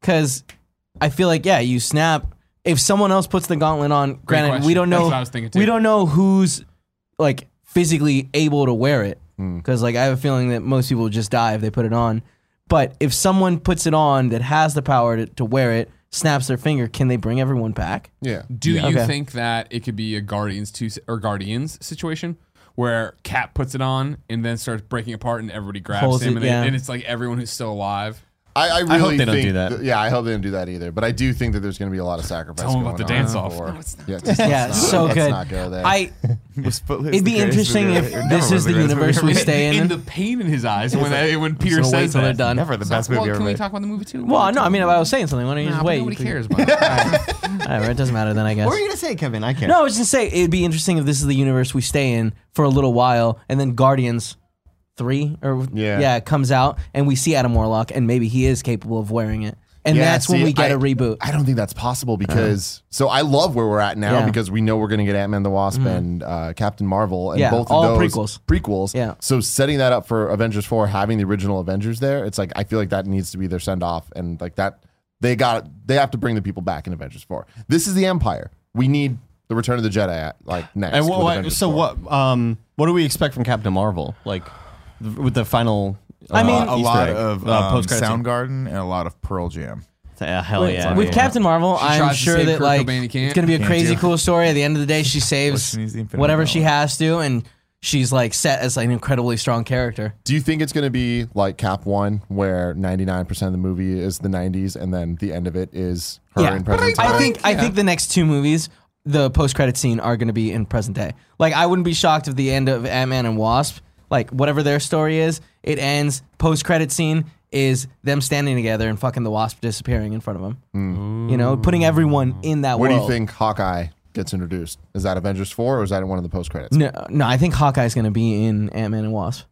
[SPEAKER 5] because I feel like yeah, you snap. If someone else puts the gauntlet on, granted,
[SPEAKER 3] question.
[SPEAKER 5] we don't
[SPEAKER 3] That's
[SPEAKER 5] know.
[SPEAKER 3] what I was thinking too.
[SPEAKER 5] We don't know who's like physically able to wear it,
[SPEAKER 3] Hmm.
[SPEAKER 5] because like I have a feeling that most people just die if they put it on. But if someone puts it on that has the power to, to wear it, snaps their finger, can they bring everyone back?
[SPEAKER 1] Yeah.
[SPEAKER 3] Do you
[SPEAKER 5] Okay.
[SPEAKER 3] think that it could be a Guardians two or Guardians situation where Cap puts it on and then starts breaking apart and everybody grabs
[SPEAKER 5] Holds
[SPEAKER 3] him
[SPEAKER 5] it,
[SPEAKER 3] and, they-
[SPEAKER 5] yeah.
[SPEAKER 3] and it's like everyone who's still alive?
[SPEAKER 1] I, I really
[SPEAKER 2] hope they
[SPEAKER 1] think
[SPEAKER 2] don't do that.
[SPEAKER 1] th- yeah, I hope they don't do that either. But I do think that there's going to be a lot of sacrifice.
[SPEAKER 3] Tell 'em
[SPEAKER 1] going
[SPEAKER 3] about the
[SPEAKER 1] on
[SPEAKER 3] dance-off.
[SPEAKER 1] for-
[SPEAKER 3] No, it's not.
[SPEAKER 1] Yeah, just-
[SPEAKER 5] Yeah,
[SPEAKER 1] let's
[SPEAKER 5] so
[SPEAKER 1] let's
[SPEAKER 5] good.
[SPEAKER 1] not go there.
[SPEAKER 5] I
[SPEAKER 4] Was Footloose
[SPEAKER 5] It'd
[SPEAKER 4] the
[SPEAKER 5] be
[SPEAKER 4] greatest
[SPEAKER 5] interesting
[SPEAKER 4] movie ever?
[SPEAKER 5] if
[SPEAKER 4] It
[SPEAKER 5] this
[SPEAKER 4] never
[SPEAKER 5] is
[SPEAKER 4] was
[SPEAKER 5] the
[SPEAKER 4] greatest movie
[SPEAKER 5] universe
[SPEAKER 4] ever
[SPEAKER 5] we
[SPEAKER 4] made.
[SPEAKER 5] stay in.
[SPEAKER 3] And the pain in his eyes when I, when Peter
[SPEAKER 5] Just gonna wait
[SPEAKER 3] says
[SPEAKER 5] till they're
[SPEAKER 3] that.
[SPEAKER 5] done.
[SPEAKER 4] Never the best
[SPEAKER 3] well,
[SPEAKER 4] movie ever
[SPEAKER 3] can we
[SPEAKER 4] made.
[SPEAKER 3] talk about the movie too?
[SPEAKER 5] Well, no, I mean, if I was saying something, why don't you
[SPEAKER 3] Nah,
[SPEAKER 5] just
[SPEAKER 3] but
[SPEAKER 5] wait?
[SPEAKER 3] nobody
[SPEAKER 5] You-
[SPEAKER 3] cares about it.
[SPEAKER 5] Whatever, it doesn't matter then, I guess.
[SPEAKER 2] What were you gonna say, Kevin? I can't.
[SPEAKER 5] No, I was just gonna say it'd be interesting if this is the universe we stay in for a little while, and then Guardians three or
[SPEAKER 1] Yeah.
[SPEAKER 5] it comes out, and we see Adam Warlock, and maybe he is capable of wearing it, and
[SPEAKER 1] Yeah,
[SPEAKER 5] that's when
[SPEAKER 1] see,
[SPEAKER 5] we get
[SPEAKER 1] I-
[SPEAKER 5] a reboot. Uh-huh.
[SPEAKER 1] I don't think that's possible because so I love where we're at now
[SPEAKER 5] Yeah. Mm-hmm.
[SPEAKER 1] because we know we're going to get Ant Man the Wasp and uh, Captain Marvel and
[SPEAKER 5] Yeah,
[SPEAKER 1] both
[SPEAKER 5] all
[SPEAKER 1] of those
[SPEAKER 5] prequels.
[SPEAKER 1] Prequels.
[SPEAKER 5] Yeah.
[SPEAKER 1] So setting that up for Avengers four, having the original Avengers there, it's like I feel like that needs to be their send off and like that they got they have to bring the people back in Avengers four. This is the Empire. We need the Return of the Jedi like next.
[SPEAKER 2] And what,
[SPEAKER 1] with
[SPEAKER 2] what-
[SPEAKER 1] Avengers
[SPEAKER 2] so
[SPEAKER 1] 4.
[SPEAKER 2] what? Um, what do we expect from Captain Marvel? Like th- with the final. uh, I
[SPEAKER 5] mean-
[SPEAKER 4] a lot of um,
[SPEAKER 2] post-credits uh, scene?
[SPEAKER 4] Soundgarden and a lot of Pearl Jam.
[SPEAKER 2] Uh, hell
[SPEAKER 5] With-
[SPEAKER 2] yeah!
[SPEAKER 5] With
[SPEAKER 2] yeah.
[SPEAKER 5] Captain Marvel,
[SPEAKER 3] Oh, She tries
[SPEAKER 5] I'm
[SPEAKER 3] to
[SPEAKER 5] sure
[SPEAKER 3] save
[SPEAKER 5] that
[SPEAKER 3] Kurt
[SPEAKER 5] like
[SPEAKER 3] Cobain, you can't.
[SPEAKER 5] it's gonna be a
[SPEAKER 4] Can't
[SPEAKER 5] crazy
[SPEAKER 4] do.
[SPEAKER 5] cool story. At the end of the day, she saves
[SPEAKER 4] she needs the Infinity
[SPEAKER 5] whatever she
[SPEAKER 4] Gauntlet.
[SPEAKER 5] has to, and she's like set as like, an incredibly strong character.
[SPEAKER 1] Do you think it's going to be like Cap One, where ninety nine percent of the movie is the nineties, and then the end of it is her
[SPEAKER 5] Yeah.
[SPEAKER 1] in
[SPEAKER 5] But
[SPEAKER 1] present time?
[SPEAKER 5] I think I
[SPEAKER 3] Yeah.
[SPEAKER 5] think the next two movies, the post credit scene, are going to be in present day. Like I wouldn't be shocked if the end of Ant Man and Wasp, like whatever their story is, it ends post credit scene is them standing together and fucking the wasp disappearing in front of them. You know, putting everyone in that
[SPEAKER 1] Where Mm. do
[SPEAKER 5] world.
[SPEAKER 1] you think Hawkeye gets introduced? Is that Avengers Four, or is that in one of the post credits?
[SPEAKER 5] No, no, I think Hawkeye's going to be in Ant Man and Wasp.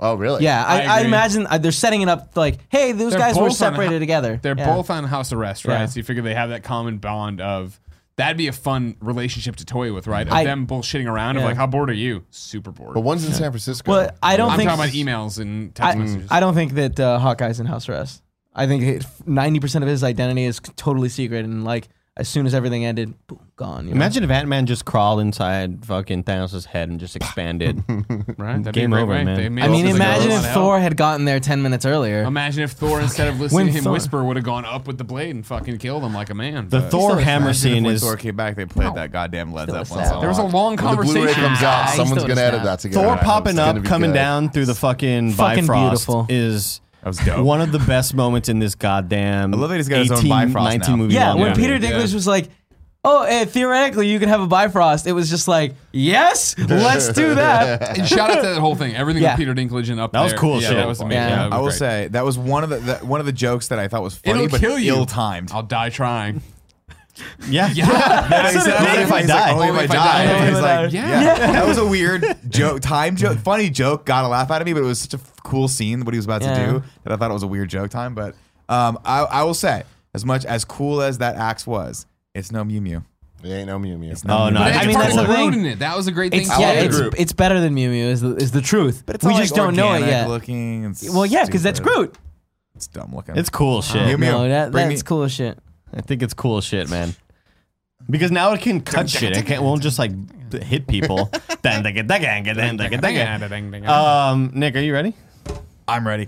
[SPEAKER 1] Oh, really?
[SPEAKER 5] Yeah, I,
[SPEAKER 3] I
[SPEAKER 5] I,
[SPEAKER 3] agree.
[SPEAKER 5] imagine uh, they're setting it up like, hey, those
[SPEAKER 3] They're
[SPEAKER 5] guys were
[SPEAKER 3] both on
[SPEAKER 5] separated
[SPEAKER 3] ho-
[SPEAKER 5] together.
[SPEAKER 3] They're
[SPEAKER 5] Yeah.
[SPEAKER 3] both on house arrest, right?
[SPEAKER 5] Yeah.
[SPEAKER 3] So you figure they have that common bond of that'd be a fun relationship to toy with, right? Of
[SPEAKER 5] I-
[SPEAKER 3] them bullshitting around
[SPEAKER 5] Yeah.
[SPEAKER 3] of like, how bored are you? Super bored.
[SPEAKER 1] but one's in San Francisco.
[SPEAKER 5] Well, I don't
[SPEAKER 3] I'm
[SPEAKER 5] think
[SPEAKER 3] talking about emails and text
[SPEAKER 5] I,
[SPEAKER 3] messages.
[SPEAKER 5] I don't think that uh, Hawkeye's in house arrest. I think ninety percent of his identity is totally secret, and like as soon as everything ended, boom, gone. You know?
[SPEAKER 2] Imagine if Ant Man just crawled inside fucking Thanos' head and just expanded.
[SPEAKER 3] right? That'd
[SPEAKER 2] Game
[SPEAKER 3] be a great
[SPEAKER 2] over,
[SPEAKER 3] way.
[SPEAKER 2] man.
[SPEAKER 3] They made
[SPEAKER 5] I mean,
[SPEAKER 3] it-
[SPEAKER 5] imagine
[SPEAKER 3] Like, oh,
[SPEAKER 5] if Thor had gotten there ten minutes earlier.
[SPEAKER 3] Imagine if Thor, instead of listening to him
[SPEAKER 5] Thor-
[SPEAKER 3] whisper, would have gone up with the blade and fucking killed him like a man.
[SPEAKER 2] The
[SPEAKER 3] but-
[SPEAKER 2] Thor hammer scene
[SPEAKER 4] when
[SPEAKER 2] is
[SPEAKER 4] Thor came back, they played that goddamn Led
[SPEAKER 5] Still a
[SPEAKER 4] Zeppelin
[SPEAKER 5] sad-
[SPEAKER 4] song.
[SPEAKER 3] there was a long
[SPEAKER 1] when the
[SPEAKER 3] conversation.
[SPEAKER 1] Blu-ray comes out,
[SPEAKER 5] Ah, he's
[SPEAKER 1] someone's going
[SPEAKER 5] still
[SPEAKER 1] to
[SPEAKER 5] gonna
[SPEAKER 1] edit
[SPEAKER 5] snap.
[SPEAKER 1] that together.
[SPEAKER 2] Thor
[SPEAKER 1] I hope
[SPEAKER 2] popping
[SPEAKER 1] it's gonna
[SPEAKER 2] up,
[SPEAKER 1] be
[SPEAKER 2] coming
[SPEAKER 1] good.
[SPEAKER 2] down through the fucking
[SPEAKER 5] Fucking
[SPEAKER 2] Bifrost
[SPEAKER 5] beautiful.
[SPEAKER 2] is
[SPEAKER 4] That was dope.
[SPEAKER 2] one of the best moments in this goddamn. I
[SPEAKER 4] love that he's got his own
[SPEAKER 2] 18,
[SPEAKER 4] Bifrost
[SPEAKER 2] 19
[SPEAKER 4] now.
[SPEAKER 2] movie.
[SPEAKER 5] yeah,
[SPEAKER 2] long
[SPEAKER 5] when
[SPEAKER 2] movie.
[SPEAKER 5] Peter Dinklage was like, "Oh, eh, theoretically, you could have a Bifrost," it was just like, "Yes, let's do that."
[SPEAKER 3] And shout out to that whole thing. Everything
[SPEAKER 5] Yeah.
[SPEAKER 3] with Peter Dinklage and up
[SPEAKER 2] That was
[SPEAKER 3] there.
[SPEAKER 2] cool
[SPEAKER 3] Yeah,
[SPEAKER 2] shit.
[SPEAKER 3] that was amazing.
[SPEAKER 5] Yeah.
[SPEAKER 3] Yeah, that was
[SPEAKER 4] I will
[SPEAKER 3] great.
[SPEAKER 4] say that was one of the that, one of the jokes that I thought was funny,
[SPEAKER 3] It'll
[SPEAKER 4] but
[SPEAKER 3] kill you.
[SPEAKER 4] ill-timed.
[SPEAKER 3] I'll die trying.
[SPEAKER 2] Yeah,
[SPEAKER 3] Yeah.
[SPEAKER 2] That's
[SPEAKER 4] Exactly.
[SPEAKER 2] Only if I
[SPEAKER 4] He's like,
[SPEAKER 2] die.
[SPEAKER 4] Only if I die. He's
[SPEAKER 5] Only if I
[SPEAKER 4] like,
[SPEAKER 3] die.
[SPEAKER 4] yeah. That was a weird joke, time joke, funny joke. Got a laugh out of me, but it was such a f- cool scene what he was about
[SPEAKER 5] Yeah.
[SPEAKER 4] to do that I thought it was a weird joke time. But um, I, I will say, as much as cool as that axe was, it's no Mew Mew.
[SPEAKER 1] It ain't no Mew Mew.
[SPEAKER 4] It's
[SPEAKER 2] Oh,
[SPEAKER 4] no Mew
[SPEAKER 2] no,
[SPEAKER 4] Mew.
[SPEAKER 2] I
[SPEAKER 3] But
[SPEAKER 2] think
[SPEAKER 3] I
[SPEAKER 2] it's
[SPEAKER 3] mean, that's
[SPEAKER 2] cool.
[SPEAKER 3] the
[SPEAKER 5] thing.
[SPEAKER 3] thing. It. That was a great
[SPEAKER 5] It's
[SPEAKER 3] thing.
[SPEAKER 5] yeah,
[SPEAKER 3] too.
[SPEAKER 5] it's, it's better than Mew Mew is the, is the truth.
[SPEAKER 4] But it's
[SPEAKER 5] we
[SPEAKER 4] all,
[SPEAKER 5] just
[SPEAKER 4] like,
[SPEAKER 5] don't know it
[SPEAKER 4] organic
[SPEAKER 5] yet.
[SPEAKER 4] Looking and
[SPEAKER 5] Well, yeah, because that's
[SPEAKER 4] stupid.
[SPEAKER 5] Groot.
[SPEAKER 4] It's dumb looking.
[SPEAKER 2] it's cool
[SPEAKER 4] Mew
[SPEAKER 2] shit.
[SPEAKER 4] Mew.
[SPEAKER 5] No, that,
[SPEAKER 4] Bring Uh-huh. me-
[SPEAKER 5] that's cool as shit.
[SPEAKER 2] I think it's cool shit, man. Because now it can cut shit. It can't, won't just like b- hit people. Dun, dun, dun, dun, dun, dun, dun, dun, dun. Um, Nick, are you ready?
[SPEAKER 4] I'm ready.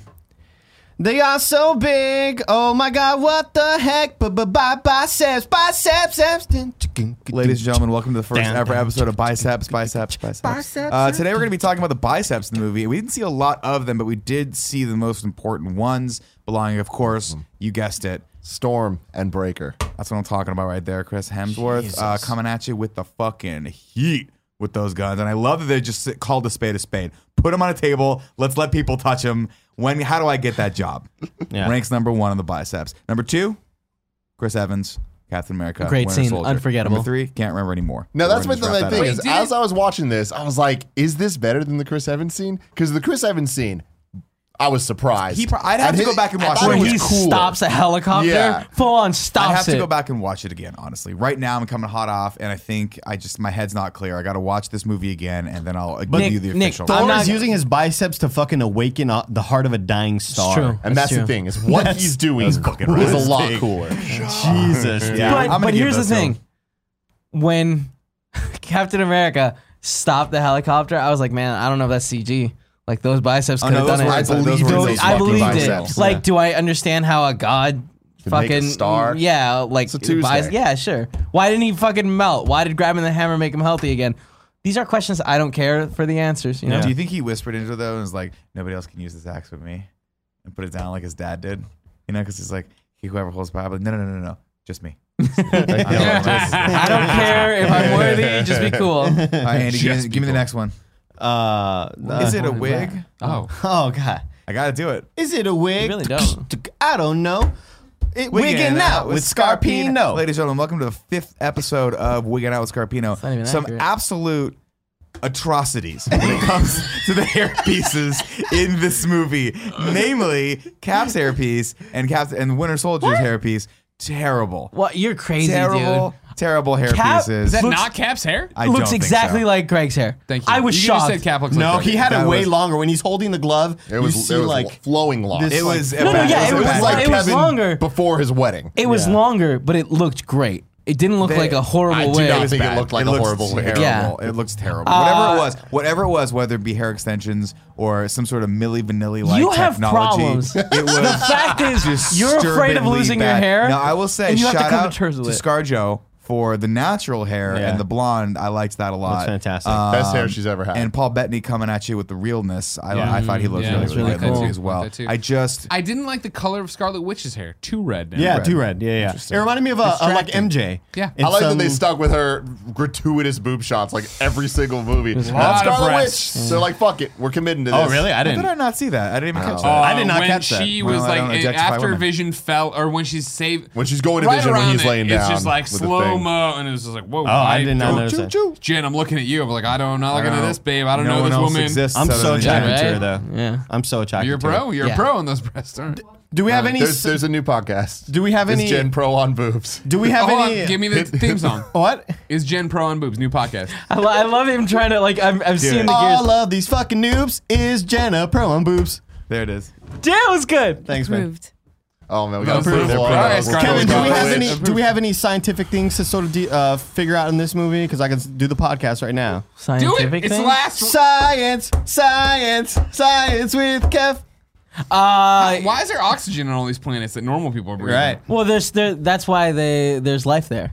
[SPEAKER 2] They are so big. Oh my god, what the heck? Biceps, biceps, biceps.
[SPEAKER 4] Ladies and gentlemen, welcome to the first
[SPEAKER 2] Dun,
[SPEAKER 4] ever
[SPEAKER 2] dun,
[SPEAKER 4] episode of Biceps, Biceps, Biceps. Uh, today we're going to be talking about the biceps in the movie. We didn't see a lot of them, but we did see the most important ones, belonging, of course, you guessed it.
[SPEAKER 1] Storm and Breaker.
[SPEAKER 4] That's what I'm talking about right there, Chris Hemsworth, uh, coming at you with the fucking heat with those guns. And I love that they just sit- called a spade a spade. Put them on a table. Let's let people touch them. When? How do I get that job?
[SPEAKER 2] Yeah.
[SPEAKER 4] Ranks number one on the biceps. Number two, Chris Evans, Captain America,
[SPEAKER 5] Great
[SPEAKER 4] Winter
[SPEAKER 5] scene,
[SPEAKER 4] Soldier.
[SPEAKER 5] unforgeatable.
[SPEAKER 4] Number three, can't remember anymore.
[SPEAKER 1] No,
[SPEAKER 4] So
[SPEAKER 1] that's
[SPEAKER 4] we're
[SPEAKER 1] my
[SPEAKER 4] gonna just
[SPEAKER 1] the
[SPEAKER 4] wrap
[SPEAKER 1] thing
[SPEAKER 4] that up.
[SPEAKER 1] is,
[SPEAKER 3] Wait, did
[SPEAKER 1] as
[SPEAKER 3] it-
[SPEAKER 1] I was watching this, I was like, "Is this better than the Chris Evans scene?" Because the Chris Evans scene, I was surprised.
[SPEAKER 4] He pro- I'd have
[SPEAKER 1] And
[SPEAKER 4] to
[SPEAKER 1] his-
[SPEAKER 4] go back and
[SPEAKER 1] I
[SPEAKER 4] watch
[SPEAKER 1] thought
[SPEAKER 4] it
[SPEAKER 5] Where
[SPEAKER 1] it was
[SPEAKER 5] he
[SPEAKER 1] cool.
[SPEAKER 5] stops a helicopter,
[SPEAKER 1] Yeah.
[SPEAKER 5] full on
[SPEAKER 4] I
[SPEAKER 5] stops
[SPEAKER 4] have
[SPEAKER 5] it.
[SPEAKER 4] to go back and watch it again, honestly. Right now, I'm coming hot off, and I think I just my head's not clear. I got to watch this movie again, and then I'll uh, give
[SPEAKER 5] Nick-
[SPEAKER 4] you the
[SPEAKER 5] Nick,
[SPEAKER 4] official.
[SPEAKER 5] I'm
[SPEAKER 2] Thor
[SPEAKER 5] not-
[SPEAKER 2] is using his biceps to fucking awaken uh, the heart of a dying star.
[SPEAKER 5] true.
[SPEAKER 1] And that's,
[SPEAKER 5] That's
[SPEAKER 1] the
[SPEAKER 5] true.
[SPEAKER 1] thing is what
[SPEAKER 2] That's-
[SPEAKER 1] he's doing is
[SPEAKER 4] fucking right.
[SPEAKER 1] a lot
[SPEAKER 4] Big.
[SPEAKER 1] cooler.
[SPEAKER 2] Jesus. dude.
[SPEAKER 4] Yeah. I'm
[SPEAKER 5] But,
[SPEAKER 4] gonna
[SPEAKER 5] but
[SPEAKER 4] give
[SPEAKER 5] here's the
[SPEAKER 4] those to him.
[SPEAKER 5] thing: when Captain America stopped the helicopter, I was like, man, I don't know if that's CG. Like those biceps
[SPEAKER 4] Oh,
[SPEAKER 5] could
[SPEAKER 4] no,
[SPEAKER 5] have
[SPEAKER 4] those
[SPEAKER 5] done
[SPEAKER 4] were
[SPEAKER 5] it.
[SPEAKER 1] inside- those
[SPEAKER 4] were
[SPEAKER 5] Those-
[SPEAKER 4] inside
[SPEAKER 5] I
[SPEAKER 4] fucking
[SPEAKER 5] believed
[SPEAKER 1] biceps.
[SPEAKER 5] it. Like, do I understand how a god?
[SPEAKER 1] make a
[SPEAKER 5] Fucking
[SPEAKER 1] star?
[SPEAKER 5] yeah, like
[SPEAKER 1] a Tuesday.
[SPEAKER 5] buys- yeah, sure. Why didn't he fucking melt? Why did grabbing the hammer make him healthy again? These are questions I don't care for the answers. You know,
[SPEAKER 4] Do you think he whispered into though and was like, "Nobody else can use this axe but me," and put it down like his dad did? You know, because it's like he whoever holds the Bible. No, no, no, no, no, just me. I don't just-
[SPEAKER 5] I don't care if I'm worthy. Just be cool.
[SPEAKER 4] All right, Andy, give, me- give me the next one.
[SPEAKER 2] Uh,
[SPEAKER 4] Is
[SPEAKER 2] uh,
[SPEAKER 4] it a wig?
[SPEAKER 3] Oh,
[SPEAKER 2] Oh god.
[SPEAKER 4] I gotta do it.
[SPEAKER 2] Is it a wig?
[SPEAKER 5] You really don't.
[SPEAKER 2] I don't know. It, wigging,
[SPEAKER 4] uh,
[SPEAKER 2] out with Scarpino.
[SPEAKER 4] Ladies and gentlemen, welcome to the fifth episode of Wigging Out with Scarpino.
[SPEAKER 5] not even
[SPEAKER 4] Some
[SPEAKER 5] accurate.
[SPEAKER 4] absolute atrocities when it comes to the hairpieces in this movie, namely Cap's hairpiece and Cap's and Winter Soldier's hairpiece. Terrible,
[SPEAKER 5] What? You're crazy,
[SPEAKER 4] terrible,
[SPEAKER 5] dude.
[SPEAKER 4] terrible
[SPEAKER 5] Cap-
[SPEAKER 4] hairpieces.
[SPEAKER 5] is
[SPEAKER 3] that
[SPEAKER 5] Looks-
[SPEAKER 3] not Cap's hair?
[SPEAKER 4] I
[SPEAKER 5] looks
[SPEAKER 4] don't think
[SPEAKER 5] exactly
[SPEAKER 4] so.
[SPEAKER 5] like Greg's hair.
[SPEAKER 3] Thank you.
[SPEAKER 5] I was
[SPEAKER 3] you
[SPEAKER 5] shocked.
[SPEAKER 3] Just said Cap looks
[SPEAKER 2] no,
[SPEAKER 3] like Drake.
[SPEAKER 2] he had it
[SPEAKER 4] That
[SPEAKER 2] way
[SPEAKER 4] was-
[SPEAKER 2] longer when he's holding the glove.
[SPEAKER 1] It was
[SPEAKER 2] you see
[SPEAKER 1] it was
[SPEAKER 2] like
[SPEAKER 1] lo- flowing long.
[SPEAKER 2] this-
[SPEAKER 4] It was
[SPEAKER 2] No,
[SPEAKER 5] no,
[SPEAKER 4] bad.
[SPEAKER 5] yeah,
[SPEAKER 4] It
[SPEAKER 5] it
[SPEAKER 4] was
[SPEAKER 5] was
[SPEAKER 4] bad.
[SPEAKER 5] lo- it was longer.
[SPEAKER 1] before his wedding.
[SPEAKER 5] It was
[SPEAKER 2] Yeah.
[SPEAKER 5] longer, but it looked great. It didn't look
[SPEAKER 4] They-
[SPEAKER 5] like a
[SPEAKER 1] I
[SPEAKER 5] horrible
[SPEAKER 1] do
[SPEAKER 5] wig.
[SPEAKER 1] not think it
[SPEAKER 4] bad.
[SPEAKER 1] looked like a
[SPEAKER 4] looks
[SPEAKER 1] horrible hair.
[SPEAKER 4] terrible.
[SPEAKER 5] Yeah. Uh,
[SPEAKER 4] It looks terrible. whatever it was, whatever it was, whether it be hair extensions or some sort of Milli Vanilli like
[SPEAKER 5] You have
[SPEAKER 4] technology,
[SPEAKER 5] problems.
[SPEAKER 4] it was
[SPEAKER 5] Fact is, you're afraid of
[SPEAKER 4] disturbingly
[SPEAKER 5] losing
[SPEAKER 4] bad.
[SPEAKER 5] your hair.
[SPEAKER 4] Now I will say,
[SPEAKER 5] and you
[SPEAKER 4] shout
[SPEAKER 5] have to come
[SPEAKER 4] out
[SPEAKER 5] to terms with it.
[SPEAKER 4] Scarjo for the natural hair
[SPEAKER 2] Yeah.
[SPEAKER 4] and the blonde. I liked that a lot.
[SPEAKER 2] fantastic.
[SPEAKER 1] Best hair she's ever had.
[SPEAKER 4] And Paul Bettany coming at you with the realness. I, I thought he looked
[SPEAKER 3] Yeah,
[SPEAKER 4] really,
[SPEAKER 3] that's
[SPEAKER 4] really,
[SPEAKER 5] really
[SPEAKER 4] good in that
[SPEAKER 5] cool.
[SPEAKER 4] too as well.
[SPEAKER 3] Like that too.
[SPEAKER 4] I just
[SPEAKER 3] I didn't like the color of Scarlet Witch's hair. Too red. Now.
[SPEAKER 2] Yeah, too red. Yeah, yeah. It reminded me of uh, uh, like MJ.
[SPEAKER 3] Yeah.
[SPEAKER 2] In
[SPEAKER 3] I
[SPEAKER 1] I like that they
[SPEAKER 2] some-
[SPEAKER 1] stuck with her gratuitous boob shots like every single movie. That's
[SPEAKER 3] lot of
[SPEAKER 1] Scarlet Witch.
[SPEAKER 3] breasts.
[SPEAKER 1] So They're like, fuck it, we're committing to this.
[SPEAKER 2] Oh, really? I
[SPEAKER 4] did I
[SPEAKER 2] didn't.
[SPEAKER 4] not see that? I didn't even catch
[SPEAKER 3] Uh,
[SPEAKER 4] that.
[SPEAKER 2] I did not
[SPEAKER 3] when
[SPEAKER 2] catch that.
[SPEAKER 3] She
[SPEAKER 4] Well,
[SPEAKER 3] was
[SPEAKER 4] I don't
[SPEAKER 3] like eh,
[SPEAKER 4] objectify
[SPEAKER 3] after
[SPEAKER 4] women.
[SPEAKER 3] Vision fell, or when she's saved.
[SPEAKER 1] When she's going to
[SPEAKER 3] right
[SPEAKER 1] Vision when
[SPEAKER 3] around
[SPEAKER 1] he's
[SPEAKER 3] it,
[SPEAKER 1] laying
[SPEAKER 3] It's
[SPEAKER 1] down
[SPEAKER 3] just like
[SPEAKER 1] with the thing.
[SPEAKER 3] slow mo, and it was just like whoa.
[SPEAKER 2] Oh, I did not
[SPEAKER 3] don't-
[SPEAKER 2] notice that.
[SPEAKER 3] Jen, I'm looking at you. I'm like, I don't. I'm not looking
[SPEAKER 4] I
[SPEAKER 3] at
[SPEAKER 4] don't
[SPEAKER 3] this, babe. I don't
[SPEAKER 4] no
[SPEAKER 3] know
[SPEAKER 4] one
[SPEAKER 3] this
[SPEAKER 4] else
[SPEAKER 3] woman.
[SPEAKER 4] Exists
[SPEAKER 2] I'm
[SPEAKER 4] other
[SPEAKER 2] so
[SPEAKER 4] than
[SPEAKER 2] attracted
[SPEAKER 4] Jack.
[SPEAKER 5] Jack.
[SPEAKER 2] to her
[SPEAKER 5] Right?
[SPEAKER 2] though.
[SPEAKER 5] Yeah.
[SPEAKER 2] I'm so attracted.
[SPEAKER 3] You're a
[SPEAKER 2] to her.
[SPEAKER 3] pro. You're a
[SPEAKER 5] Yeah.
[SPEAKER 3] pro on those breasts. Aren't you?
[SPEAKER 2] Do we have any?
[SPEAKER 1] Uh, There's, there's a new podcast.
[SPEAKER 2] Do we have
[SPEAKER 1] It's
[SPEAKER 2] any-
[SPEAKER 1] Jen Pro on boobs?
[SPEAKER 2] do we have
[SPEAKER 3] Hold on,
[SPEAKER 2] any?
[SPEAKER 3] give me the theme song.
[SPEAKER 2] what?
[SPEAKER 3] Is Jen pro on boobs? New podcast.
[SPEAKER 5] I, lo- I love him trying to like. I've, I've seen the
[SPEAKER 2] All
[SPEAKER 5] gears.
[SPEAKER 2] of these fucking noobs is Jenna pro on boobs.
[SPEAKER 4] There it is.
[SPEAKER 5] Damn, it was good.
[SPEAKER 2] Thanks, man.
[SPEAKER 6] Approved.
[SPEAKER 1] Oh man, we got
[SPEAKER 3] No,
[SPEAKER 1] approval.
[SPEAKER 3] approval.
[SPEAKER 1] on
[SPEAKER 3] All right,
[SPEAKER 1] those.
[SPEAKER 3] Scarlet Witch.
[SPEAKER 2] Kevin, do we
[SPEAKER 3] Scarlet
[SPEAKER 2] have
[SPEAKER 3] Witch.
[SPEAKER 2] any? Do we have any scientific things to sort of de- uh, figure out in this movie? Because I can s- do the podcast right now.
[SPEAKER 3] Do
[SPEAKER 5] Scientific
[SPEAKER 3] it. It's
[SPEAKER 5] thing?
[SPEAKER 3] last.
[SPEAKER 2] Science, science, science with Kev.
[SPEAKER 5] Uh,
[SPEAKER 3] Why is there oxygen on all these planets that normal people are breathing?
[SPEAKER 2] Right.
[SPEAKER 5] well, there's there. That's why they there's life there.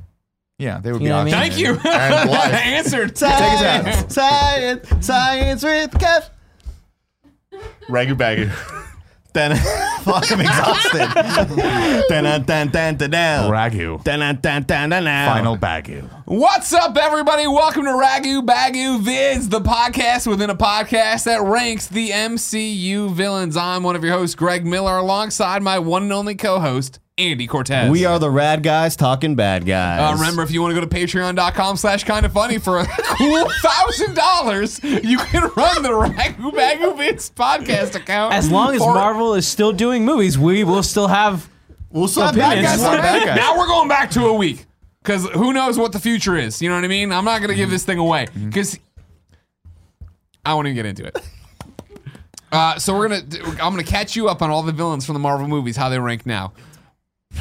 [SPEAKER 4] Yeah, they would
[SPEAKER 5] You
[SPEAKER 4] be
[SPEAKER 5] know what I mean?
[SPEAKER 4] awesome.
[SPEAKER 3] Thank you.
[SPEAKER 1] And life.
[SPEAKER 3] Answered.
[SPEAKER 2] Science, science, science with Kev.
[SPEAKER 1] Ragu bagu.
[SPEAKER 2] Then fuck, I'm exhausted. Dun, dun, dun, dun, dun.
[SPEAKER 4] Ragu.
[SPEAKER 2] Dun, dun, dun, dun, dun, dun.
[SPEAKER 4] Final Bagu.
[SPEAKER 3] What's up, everybody? Welcome to Ragu Bagu Vids, the podcast within a podcast that ranks the MCU villains. I'm one of your hosts, Greg Miller, alongside my one and only co-host, Andy Cortez.
[SPEAKER 2] We are the rad guys talking bad
[SPEAKER 3] Uh,
[SPEAKER 2] guys.
[SPEAKER 3] remember, if you want to go to patreon.com slash kind of funny for a cool thousand dollars, you can run the Ragu Bagu Vids podcast account.
[SPEAKER 5] As long as
[SPEAKER 3] for-
[SPEAKER 5] Marvel is still doing movies, we will still have.
[SPEAKER 2] we'll still have
[SPEAKER 5] Opinions.
[SPEAKER 2] bad guys.
[SPEAKER 5] We're
[SPEAKER 2] bad guys.
[SPEAKER 3] Now we're going back to a week because who knows what the future is. You know what I mean? I'm not going to give this thing away because I won't even get into it. Uh, so we're gonna. I'm gonna catch you up on all the villains from the Marvel movies, how they rank now.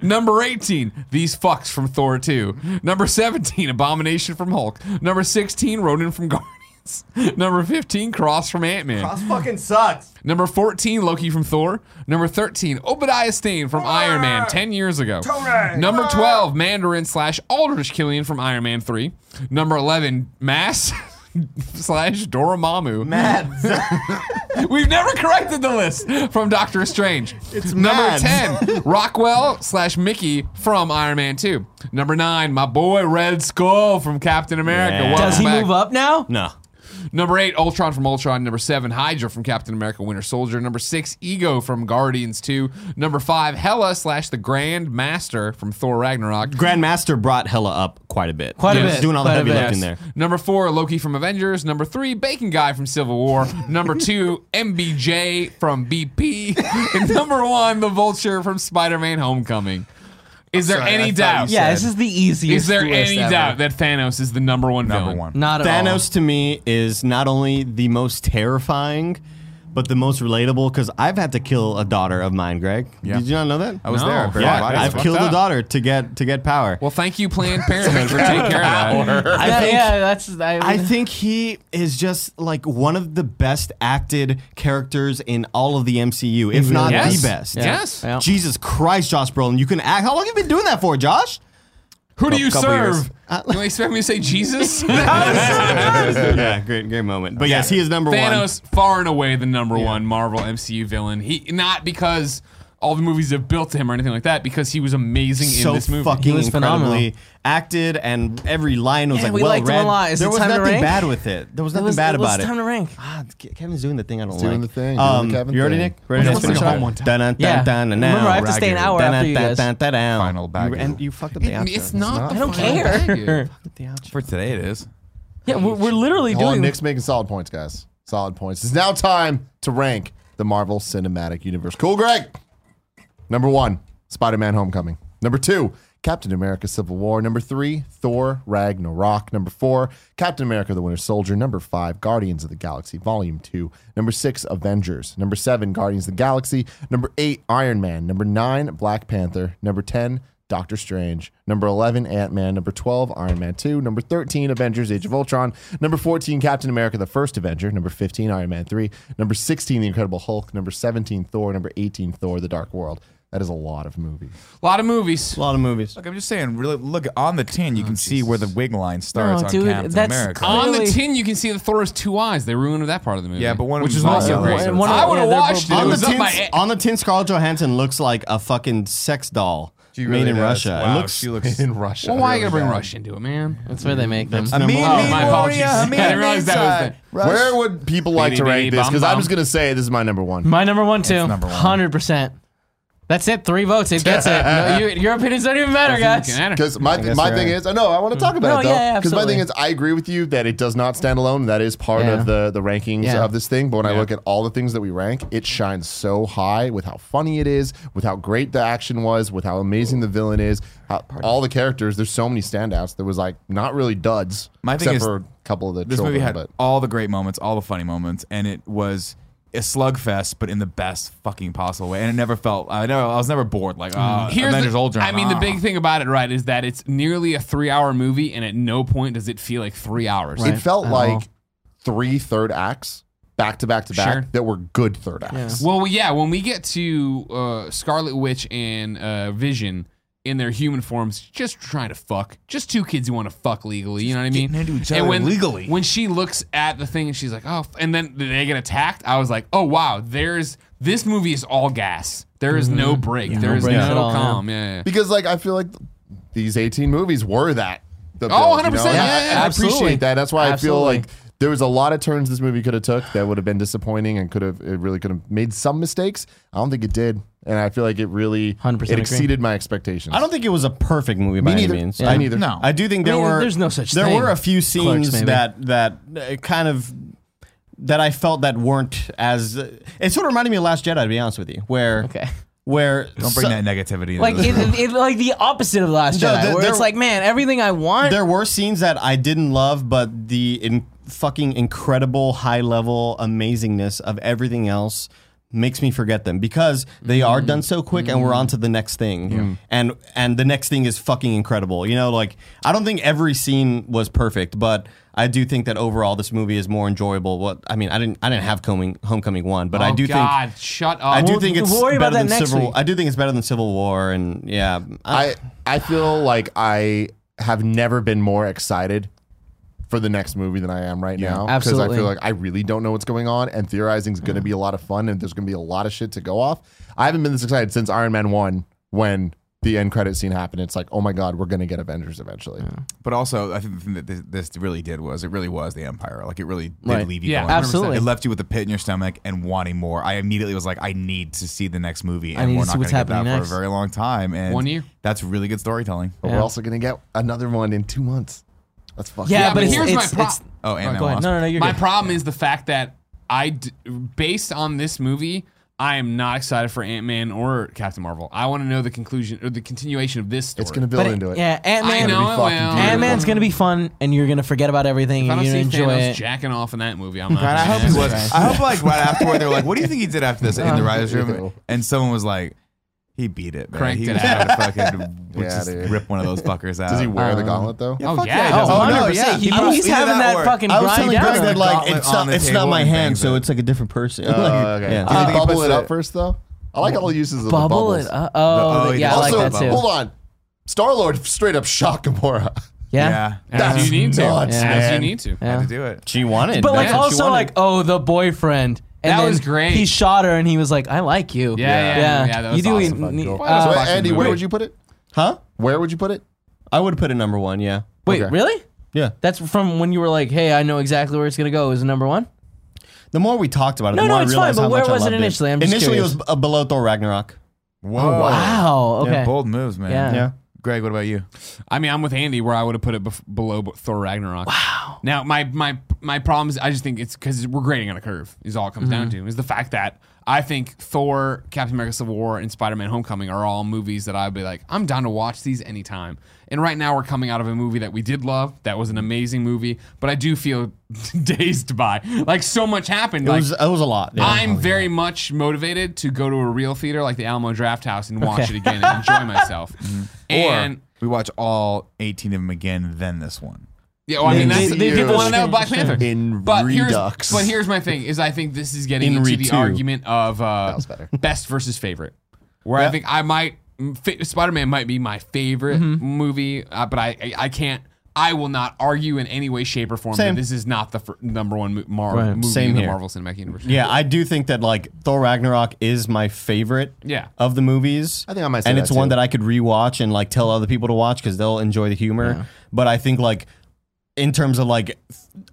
[SPEAKER 3] Number 18, these fucks from Thor 2. Number 17, Abomination from Hulk. Number 16, Ronan from Guardians. Number 15, Cross from Ant Man.
[SPEAKER 2] fucking sucks.
[SPEAKER 3] Number 14, Loki from Thor. Number 13, Obadiah Stane from Iron Man 10 years ago. Number 12, Mandarin slash Aldrich Killian from Iron Man 3. Number 11, Mass slash Dormammu. We've never corrected the list from Doctor Strange. It's Number
[SPEAKER 2] mad.
[SPEAKER 3] 10, Rockwell slash Mickey from Iron Man 2. Number 9, my boy Red Skull from Captain America.
[SPEAKER 2] Yeah.
[SPEAKER 3] Welcome
[SPEAKER 5] Does he
[SPEAKER 3] back.
[SPEAKER 5] move up now?
[SPEAKER 2] no.
[SPEAKER 3] Number eight, Ultron from Ultron. Number seven, Hydra from Captain America Winter Soldier. Number six, Ego from Guardians 2. Number five, Hela slash the Grand Master from Thor Ragnarok.
[SPEAKER 2] Grandmaster brought Hella up quite a bit.
[SPEAKER 5] Quite a
[SPEAKER 2] He was
[SPEAKER 5] bit,
[SPEAKER 2] Doing all the
[SPEAKER 5] quite a
[SPEAKER 2] heavy
[SPEAKER 5] bit.
[SPEAKER 2] lifting there.
[SPEAKER 3] Number four, Loki from Avengers. Number three, Bacon Guy from Civil War. Number two, MBJ from BP. And number one, the Vulture from Spider Man Homecoming. Is there
[SPEAKER 4] sorry, I
[SPEAKER 3] any
[SPEAKER 4] thought
[SPEAKER 3] doubt?
[SPEAKER 4] you
[SPEAKER 5] Yeah,
[SPEAKER 4] said-
[SPEAKER 5] this is the easiest.
[SPEAKER 3] Is there
[SPEAKER 5] list
[SPEAKER 3] any
[SPEAKER 5] ever.
[SPEAKER 3] doubt that Thanos is the number one
[SPEAKER 4] Number
[SPEAKER 3] villain?
[SPEAKER 4] one.
[SPEAKER 5] Not at all.
[SPEAKER 2] Thanos to me is not only the most terrifying, but the most relatable because I've had to kill a daughter of mine, Greg.
[SPEAKER 4] Yeah.
[SPEAKER 2] Did you not know that?
[SPEAKER 4] I was
[SPEAKER 3] No.
[SPEAKER 4] there. I buried
[SPEAKER 2] yeah,
[SPEAKER 4] the body.
[SPEAKER 2] I've
[SPEAKER 4] Fucked
[SPEAKER 2] killed
[SPEAKER 4] up.
[SPEAKER 2] a daughter to get to get power.
[SPEAKER 3] Well, thank you, Planned Parenthood, for taking care of that.
[SPEAKER 2] I
[SPEAKER 5] Yeah,
[SPEAKER 2] think
[SPEAKER 5] yeah, that's. I,
[SPEAKER 2] I think he is just like one of the best acted characters in all of the MCU, if not
[SPEAKER 3] Yes.
[SPEAKER 2] the best.
[SPEAKER 3] Yes.
[SPEAKER 5] Yeah.
[SPEAKER 2] Jesus Christ, Josh Brolin, you can act. How long have you been doing that for, Josh?
[SPEAKER 3] Who do you
[SPEAKER 2] couple years.
[SPEAKER 3] serve? You expect me to say Jesus?
[SPEAKER 2] yeah, great, great moment. But yes, he is number
[SPEAKER 3] Thanos, far and away the number one Marvel MCU villain. He not because all the movies have built to him or anything like that, because he was amazing
[SPEAKER 2] one. So
[SPEAKER 3] in this movie.
[SPEAKER 2] fucking
[SPEAKER 5] He was
[SPEAKER 2] incredibly
[SPEAKER 5] phenomenal.
[SPEAKER 2] acted, and every line was
[SPEAKER 5] Yeah,
[SPEAKER 2] like
[SPEAKER 5] we
[SPEAKER 2] well
[SPEAKER 5] liked him a
[SPEAKER 2] read.
[SPEAKER 5] lot. Is
[SPEAKER 2] there
[SPEAKER 5] it
[SPEAKER 2] was
[SPEAKER 5] time to
[SPEAKER 2] nothing
[SPEAKER 5] rank?
[SPEAKER 2] bad with it. There was nothing
[SPEAKER 5] It was-
[SPEAKER 2] bad
[SPEAKER 5] it was
[SPEAKER 2] about it.
[SPEAKER 5] time to rank.
[SPEAKER 2] Ah, Ke- Kevin's doing the thing I don't
[SPEAKER 1] doing
[SPEAKER 2] like. Um,
[SPEAKER 1] the thing, doing the Kevin
[SPEAKER 2] you already
[SPEAKER 1] thing.
[SPEAKER 2] Nick? Ready
[SPEAKER 5] Let's finish it home
[SPEAKER 2] Dun, dun, dun,
[SPEAKER 5] Yeah.
[SPEAKER 2] dun, dun,
[SPEAKER 5] Remember, I have to
[SPEAKER 2] dun,
[SPEAKER 5] stay an hour
[SPEAKER 2] dun,
[SPEAKER 5] after you
[SPEAKER 2] dun,
[SPEAKER 5] guys.
[SPEAKER 2] dun, dun, dun.
[SPEAKER 4] Final bag.
[SPEAKER 2] You- And you fucked up the
[SPEAKER 3] It-
[SPEAKER 2] outro.
[SPEAKER 3] it's not.
[SPEAKER 5] I don't
[SPEAKER 3] the final
[SPEAKER 5] care.
[SPEAKER 3] value.
[SPEAKER 2] The outro.
[SPEAKER 4] For today, it is.
[SPEAKER 5] Yeah, we're, we're literally
[SPEAKER 1] Hold on,
[SPEAKER 5] doing.
[SPEAKER 1] Nick's making solid points, guys. Solid points. It's now time to rank the Marvel Cinematic Universe. Cool, Greg. Number one, Spider Man Homecoming. Number two, Captain America Civil War. Number three, Thor Ragnarok. Number four, Captain America the Winter Soldier. Number five, Guardians of the Galaxy Volume 2. Number six, Avengers. Number seven, Guardians of the Galaxy. Number eight, Iron Man. Number nine, Black Panther. Number 10, Doctor Strange. Number 11, Ant Man. Number 12, Iron Man 2. Number 13, Avengers Age of Ultron. Number 14, Captain America, the first Avenger. Number 15, Iron Man 3. Number 16, The Incredible Hulk. Number 17, Thor. Number 18, Thor, The Dark World. That is a lot of movies.
[SPEAKER 3] A lot of movies.
[SPEAKER 2] A lot of movies.
[SPEAKER 4] Look, I'm just saying. Really, look on the tin. You can see where the wig line starts
[SPEAKER 5] No,
[SPEAKER 4] on
[SPEAKER 5] dude,
[SPEAKER 4] Captain
[SPEAKER 5] that's
[SPEAKER 4] America.
[SPEAKER 5] clear.
[SPEAKER 3] On the
[SPEAKER 5] Really?
[SPEAKER 3] tin, you can see the Thor's two eyes. They ruined that part of the movie.
[SPEAKER 4] yeah, but one
[SPEAKER 3] which
[SPEAKER 4] of
[SPEAKER 3] is
[SPEAKER 4] them's
[SPEAKER 3] also
[SPEAKER 4] also
[SPEAKER 3] great.
[SPEAKER 4] racist.
[SPEAKER 5] and one of
[SPEAKER 3] I
[SPEAKER 5] them-
[SPEAKER 3] would have
[SPEAKER 5] yeah, they're
[SPEAKER 3] watched
[SPEAKER 5] both-
[SPEAKER 3] it. It
[SPEAKER 2] On the,
[SPEAKER 3] was up
[SPEAKER 2] tin,
[SPEAKER 3] my a-
[SPEAKER 2] on the tin, Scarlett Johansson looks like a fucking sex doll
[SPEAKER 4] She
[SPEAKER 2] made
[SPEAKER 4] really
[SPEAKER 2] in
[SPEAKER 4] does.
[SPEAKER 2] Russia.
[SPEAKER 4] Wow,
[SPEAKER 2] it looks
[SPEAKER 4] she looks
[SPEAKER 1] In Russia.
[SPEAKER 3] Well, why
[SPEAKER 1] Really
[SPEAKER 3] you gotta bring
[SPEAKER 1] bad.
[SPEAKER 3] Rush into it, man?
[SPEAKER 5] That's where they make them.
[SPEAKER 2] number
[SPEAKER 4] mean,
[SPEAKER 2] one.
[SPEAKER 3] mean
[SPEAKER 4] Oh, my
[SPEAKER 3] warrior,
[SPEAKER 4] apologies.
[SPEAKER 3] mean
[SPEAKER 4] I didn't realize that
[SPEAKER 3] inside.
[SPEAKER 4] was the
[SPEAKER 1] Where would people like to
[SPEAKER 3] Baby,
[SPEAKER 1] rank
[SPEAKER 3] baby,
[SPEAKER 1] this? Because
[SPEAKER 3] bum,
[SPEAKER 1] I'm just
[SPEAKER 3] bum.
[SPEAKER 1] gonna say this is my number one.
[SPEAKER 5] My number one too.
[SPEAKER 4] number one.
[SPEAKER 5] Hundred percent. That's it. Three votes. It gets it. No, you, your opinions don't even matter, guys.
[SPEAKER 3] Doesn't matter.
[SPEAKER 1] Because my,
[SPEAKER 2] guess
[SPEAKER 1] my
[SPEAKER 2] you're
[SPEAKER 1] thing
[SPEAKER 2] right.
[SPEAKER 1] is, I know I want to talk about
[SPEAKER 5] No,
[SPEAKER 1] it though.
[SPEAKER 5] yeah, yeah,
[SPEAKER 1] my thing
[SPEAKER 5] absolutely.
[SPEAKER 1] is, I agree with you that it does not stand alone. That is part
[SPEAKER 5] Yeah.
[SPEAKER 1] of the the rankings
[SPEAKER 5] Yeah.
[SPEAKER 1] of this thing. But when I look at all the things that we rank, it shines so high with how funny it is, with how great the action was, with how amazing the villain is, how, all the characters. There's so many standouts. There was like not really duds,
[SPEAKER 4] My thing
[SPEAKER 1] except
[SPEAKER 4] is,
[SPEAKER 1] for a couple of the
[SPEAKER 4] This
[SPEAKER 1] children.
[SPEAKER 4] movie had
[SPEAKER 1] but
[SPEAKER 4] all the great moments, all the funny moments, and it was a slugfest, but in the best fucking possible way. And it never felt. I never. I was never bored. Like, ah, Avengers
[SPEAKER 3] the,
[SPEAKER 4] Old ah.
[SPEAKER 3] I
[SPEAKER 2] Ah.
[SPEAKER 3] mean, the big thing about it, right, is that it's nearly a three-hour movie, and at no point does it feel like three hours.
[SPEAKER 1] it felt
[SPEAKER 5] at all.
[SPEAKER 1] like three third acts back to back to back
[SPEAKER 3] Sure.
[SPEAKER 1] that were good third acts.
[SPEAKER 3] Well, we- yeah, when we get to uh, Scarlet Witch and uh, Vision in their human forms, just trying to fuck, just two kids who want to fuck legally. You know what I mean?
[SPEAKER 4] getting into each other
[SPEAKER 3] and when,
[SPEAKER 4] legally.
[SPEAKER 3] when she looks at the thing and she's like, "Oh," f- and then they get attacked. I was like, "Oh wow, there's this movie is all gas. There is no break. There is
[SPEAKER 5] breaks at
[SPEAKER 3] no
[SPEAKER 5] all, yeah.
[SPEAKER 3] calm. Yeah, yeah, yeah.
[SPEAKER 1] because like I feel like th- these 18 movies were that. The
[SPEAKER 3] Oh,
[SPEAKER 1] build,
[SPEAKER 3] 100%,
[SPEAKER 1] And I-
[SPEAKER 3] yeah,
[SPEAKER 1] and
[SPEAKER 3] yeah,
[SPEAKER 1] I
[SPEAKER 5] absolutely.
[SPEAKER 1] appreciate that. That's why I
[SPEAKER 5] Absolutely.
[SPEAKER 1] feel like there was a lot of turns this movie could have took that would have been disappointing and could have it really could have made some mistakes. I don't think it did, and I feel like it really
[SPEAKER 5] 100%
[SPEAKER 1] it
[SPEAKER 5] agree.
[SPEAKER 1] exceeded my expectations.
[SPEAKER 2] I don't think it was a perfect movie by
[SPEAKER 1] Me neither.
[SPEAKER 2] any means.
[SPEAKER 1] Me
[SPEAKER 2] I,
[SPEAKER 1] neither.
[SPEAKER 4] No.
[SPEAKER 2] I do think
[SPEAKER 5] I
[SPEAKER 2] there
[SPEAKER 5] mean,
[SPEAKER 2] were
[SPEAKER 5] there's no such
[SPEAKER 2] there
[SPEAKER 5] thing.
[SPEAKER 2] were a few
[SPEAKER 5] Clerks,
[SPEAKER 2] scenes
[SPEAKER 5] maybe.
[SPEAKER 2] that that uh, kind of that I felt that weren't as uh, it sort of reminded me of Last Jedi to be honest with you, where
[SPEAKER 5] Okay.
[SPEAKER 2] where
[SPEAKER 4] Don't bring
[SPEAKER 2] so-
[SPEAKER 4] that negativity.
[SPEAKER 5] Like
[SPEAKER 4] into
[SPEAKER 5] it,
[SPEAKER 4] this room.
[SPEAKER 5] it, it- like the opposite of the Last
[SPEAKER 2] No,
[SPEAKER 5] Jedi,
[SPEAKER 2] there-
[SPEAKER 5] where
[SPEAKER 2] there-
[SPEAKER 5] it's like, man, everything I want.
[SPEAKER 2] there were scenes that I didn't love, but the in, fucking incredible high level amazingness of everything else makes me forget them because they are done so quick and we're on to the next thing. And and the next thing is fucking incredible. You know, like I don't think every scene was perfect, but I do think that overall this movie is more enjoyable. What I mean, I didn't I didn't have coming, Homecoming 1, but I
[SPEAKER 3] Oh,
[SPEAKER 2] do
[SPEAKER 3] God,
[SPEAKER 2] think
[SPEAKER 3] shut up.
[SPEAKER 2] I do
[SPEAKER 5] We'll-
[SPEAKER 2] think it's
[SPEAKER 5] we'll worry
[SPEAKER 2] better
[SPEAKER 5] about
[SPEAKER 2] than
[SPEAKER 5] that next
[SPEAKER 2] Civil
[SPEAKER 5] week.
[SPEAKER 2] I do think it's better than Civil War and yeah. I,
[SPEAKER 1] I I feel like I have never been more excited for the next movie than I am right now. I
[SPEAKER 5] absolutely. Mm.
[SPEAKER 1] feel like I really don't know what's going on, and theorizing is going to be a lot of fun, and there's going to be a lot of shit to go off. I haven't been this excited since Iron Man one when the end credit scene happened. It's like, oh my god, we're going to get Avengers eventually.
[SPEAKER 4] But also, I think the thing that this, this really did was it really was the Empire. Like it really did
[SPEAKER 5] Right.
[SPEAKER 4] leave you.
[SPEAKER 3] Yeah,
[SPEAKER 4] going.
[SPEAKER 5] absolutely.
[SPEAKER 4] It left you with a pit in your stomach and wanting more. I immediately was like, I need to see the next movie, and
[SPEAKER 5] need
[SPEAKER 4] we're
[SPEAKER 5] to
[SPEAKER 4] not
[SPEAKER 5] see
[SPEAKER 4] going
[SPEAKER 5] what's
[SPEAKER 4] to get that
[SPEAKER 5] happening
[SPEAKER 4] for
[SPEAKER 5] next.
[SPEAKER 4] a very long time. And
[SPEAKER 3] One year.
[SPEAKER 4] That's really good storytelling.
[SPEAKER 1] But
[SPEAKER 5] Yeah.
[SPEAKER 1] we're also going to get another one in two months. That's fucking
[SPEAKER 5] yeah,
[SPEAKER 3] Yeah,
[SPEAKER 5] but
[SPEAKER 3] but
[SPEAKER 5] it's,
[SPEAKER 3] here's my
[SPEAKER 5] it's,
[SPEAKER 3] pro-
[SPEAKER 5] it's-
[SPEAKER 4] Oh, and
[SPEAKER 5] go ahead. No, no, no. You're
[SPEAKER 3] My
[SPEAKER 5] good.
[SPEAKER 3] problem is the fact that I, d- based on this movie, I am not excited for Ant Man or Captain Marvel. I want to know the conclusion or the continuation of this story.
[SPEAKER 1] It's going to build
[SPEAKER 5] But
[SPEAKER 1] into it.
[SPEAKER 5] yeah, Ant
[SPEAKER 3] I
[SPEAKER 5] Man.
[SPEAKER 3] know
[SPEAKER 1] fucking
[SPEAKER 3] it well.
[SPEAKER 1] beautiful.
[SPEAKER 5] Ant Man's gonna be fun, and you're gonna forget about everything,
[SPEAKER 3] If I
[SPEAKER 5] and
[SPEAKER 3] don't
[SPEAKER 5] you're
[SPEAKER 3] see
[SPEAKER 5] gonna enjoy
[SPEAKER 3] Thanos
[SPEAKER 5] it.
[SPEAKER 3] jacking off in that movie, I'm not.
[SPEAKER 4] God, I
[SPEAKER 3] gonna-
[SPEAKER 4] hope he was. I hope like right afterward they're like, "What do you think he did after this?" In
[SPEAKER 5] Oh,
[SPEAKER 4] the writers' room,
[SPEAKER 1] Ew.
[SPEAKER 4] and someone was like, "He beat it, man.
[SPEAKER 3] Cranked
[SPEAKER 4] he
[SPEAKER 3] it
[SPEAKER 4] was
[SPEAKER 3] out."
[SPEAKER 4] trying to fucking would
[SPEAKER 1] Yeah,
[SPEAKER 4] just
[SPEAKER 1] dude.
[SPEAKER 4] rip one of those fuckers out."
[SPEAKER 1] Does he wear the
[SPEAKER 5] Um,
[SPEAKER 1] gauntlet though?
[SPEAKER 4] Yeah,
[SPEAKER 3] Oh,
[SPEAKER 4] fuck
[SPEAKER 3] yeah,
[SPEAKER 4] he
[SPEAKER 3] he
[SPEAKER 4] does.
[SPEAKER 3] does.
[SPEAKER 4] Oh, no,
[SPEAKER 5] 100%.
[SPEAKER 4] yeah.
[SPEAKER 5] He-
[SPEAKER 4] puts
[SPEAKER 5] he's
[SPEAKER 4] either
[SPEAKER 5] having that
[SPEAKER 4] or-
[SPEAKER 5] fucking
[SPEAKER 2] I was
[SPEAKER 5] grind
[SPEAKER 2] telling
[SPEAKER 5] down
[SPEAKER 2] Greg
[SPEAKER 5] on
[SPEAKER 2] that
[SPEAKER 5] the
[SPEAKER 2] like
[SPEAKER 4] gauntlet
[SPEAKER 2] it's
[SPEAKER 4] on
[SPEAKER 2] not,
[SPEAKER 4] the
[SPEAKER 2] it's not
[SPEAKER 4] table
[SPEAKER 2] my
[SPEAKER 4] and
[SPEAKER 2] hand,
[SPEAKER 4] bangs
[SPEAKER 2] so
[SPEAKER 4] it.
[SPEAKER 2] it's like a different person.
[SPEAKER 1] Oh,
[SPEAKER 2] Like,
[SPEAKER 1] okay.
[SPEAKER 2] yeah.
[SPEAKER 1] Do you
[SPEAKER 4] Uh,
[SPEAKER 1] think he bubble
[SPEAKER 4] puts
[SPEAKER 1] it
[SPEAKER 4] the-
[SPEAKER 1] up first though? I like all the uses of the
[SPEAKER 5] bubble
[SPEAKER 1] bubbles.
[SPEAKER 5] it up. Oh,
[SPEAKER 4] oh,
[SPEAKER 5] the-
[SPEAKER 4] he
[SPEAKER 5] yeah, I
[SPEAKER 4] does.
[SPEAKER 5] like
[SPEAKER 1] also,
[SPEAKER 5] that too.
[SPEAKER 1] hold on. Star Lord straight up shot Gamora.
[SPEAKER 5] Yeah.
[SPEAKER 4] Yeah,
[SPEAKER 3] As
[SPEAKER 1] That's
[SPEAKER 3] you need to.
[SPEAKER 1] nuts,
[SPEAKER 3] As you
[SPEAKER 1] man.
[SPEAKER 3] need to.
[SPEAKER 5] Yeah.
[SPEAKER 4] had to do it.
[SPEAKER 2] She wanted,
[SPEAKER 5] But like
[SPEAKER 3] Yeah, she
[SPEAKER 5] also
[SPEAKER 3] wanted-
[SPEAKER 5] like oh the boyfriend. And
[SPEAKER 3] That
[SPEAKER 5] then
[SPEAKER 3] was great.
[SPEAKER 5] He shot her and he was like, "I like you."
[SPEAKER 3] Yeah, yeah, yeah, yeah, that
[SPEAKER 5] you
[SPEAKER 3] was
[SPEAKER 5] do
[SPEAKER 3] awesome.
[SPEAKER 5] need-
[SPEAKER 1] Cool.
[SPEAKER 5] uh,
[SPEAKER 1] so,
[SPEAKER 3] fucking
[SPEAKER 1] Andy, where
[SPEAKER 3] movie.
[SPEAKER 1] would you put it?
[SPEAKER 2] huh?
[SPEAKER 1] Where would you put it?
[SPEAKER 2] I would put it number one. Yeah,
[SPEAKER 5] wait,
[SPEAKER 1] okay.
[SPEAKER 5] really?
[SPEAKER 2] yeah.
[SPEAKER 5] That's from when you were like, "Hey, I know exactly where it's gonna go." Is it number one?
[SPEAKER 2] The more we talked about it,
[SPEAKER 5] No,
[SPEAKER 2] the
[SPEAKER 5] no,
[SPEAKER 2] more I
[SPEAKER 5] it's fine,
[SPEAKER 2] realized
[SPEAKER 5] but
[SPEAKER 2] how
[SPEAKER 5] where
[SPEAKER 2] much I
[SPEAKER 5] was it
[SPEAKER 2] loved
[SPEAKER 5] initially? I'm just
[SPEAKER 2] Initially,
[SPEAKER 5] curious.
[SPEAKER 2] it was uh, below Thor Ragnarok.
[SPEAKER 4] Whoa,
[SPEAKER 5] oh, Wow. Okay.
[SPEAKER 4] Oh. Yeah, bold moves, man.
[SPEAKER 5] Yeah.
[SPEAKER 2] Yeah.
[SPEAKER 4] Greg, what about you?
[SPEAKER 3] I mean, I'm with Andy where I would have put it bef- below b- Thor Ragnarok. Wow. Now, my my my problem is I just think it's because we're grading on a curve. Is all it comes down
[SPEAKER 2] Mm-hmm.
[SPEAKER 3] to is the fact that I think Thor, Captain America: Civil War, and Spider-Man: Homecoming are all movies that I'd be like, I'm down to watch these anytime. And right now, we're coming out of a movie that we did love. That was an amazing movie, but I do feel dazed by like so much happened.
[SPEAKER 2] It
[SPEAKER 3] like,
[SPEAKER 2] was it was a lot. Yeah.
[SPEAKER 3] I'm very much motivated to go to a real theater like the Alamo Draft House and watch it again and enjoy myself.
[SPEAKER 2] Mm-hmm.
[SPEAKER 3] And
[SPEAKER 4] We watch all 18 of them again, then this one.
[SPEAKER 3] Yeah, well, I
[SPEAKER 1] Yeah,
[SPEAKER 3] mean, that's
[SPEAKER 1] they-
[SPEAKER 3] the
[SPEAKER 1] they did
[SPEAKER 3] people
[SPEAKER 1] those
[SPEAKER 3] want to know Black
[SPEAKER 5] screen-
[SPEAKER 3] Panther.
[SPEAKER 1] In
[SPEAKER 3] but
[SPEAKER 1] Redux.
[SPEAKER 3] Here's, but here's my thing: is I think this is getting
[SPEAKER 2] In
[SPEAKER 3] into
[SPEAKER 2] Re
[SPEAKER 3] the
[SPEAKER 2] two.
[SPEAKER 3] argument of uh,
[SPEAKER 1] was better.
[SPEAKER 3] best versus favorite. where I think I might Spider Man might be my favorite movie, uh, but I, I I can't. I will not argue in any way, shape, or form
[SPEAKER 2] Same.
[SPEAKER 3] that this is not the fir- number one mo- Mar-
[SPEAKER 5] Right.
[SPEAKER 3] movie
[SPEAKER 2] Same
[SPEAKER 3] in the
[SPEAKER 2] here.
[SPEAKER 3] Marvel Cinematic Universe.
[SPEAKER 2] Yeah, I do think that like Thor Ragnarok is my favorite.
[SPEAKER 3] Yeah.
[SPEAKER 2] of the movies.
[SPEAKER 1] I think I might say
[SPEAKER 2] and
[SPEAKER 1] that
[SPEAKER 2] it's one
[SPEAKER 1] too.
[SPEAKER 2] that I could rewatch and like tell other people to watch because they'll enjoy the humor. But I think like in terms of like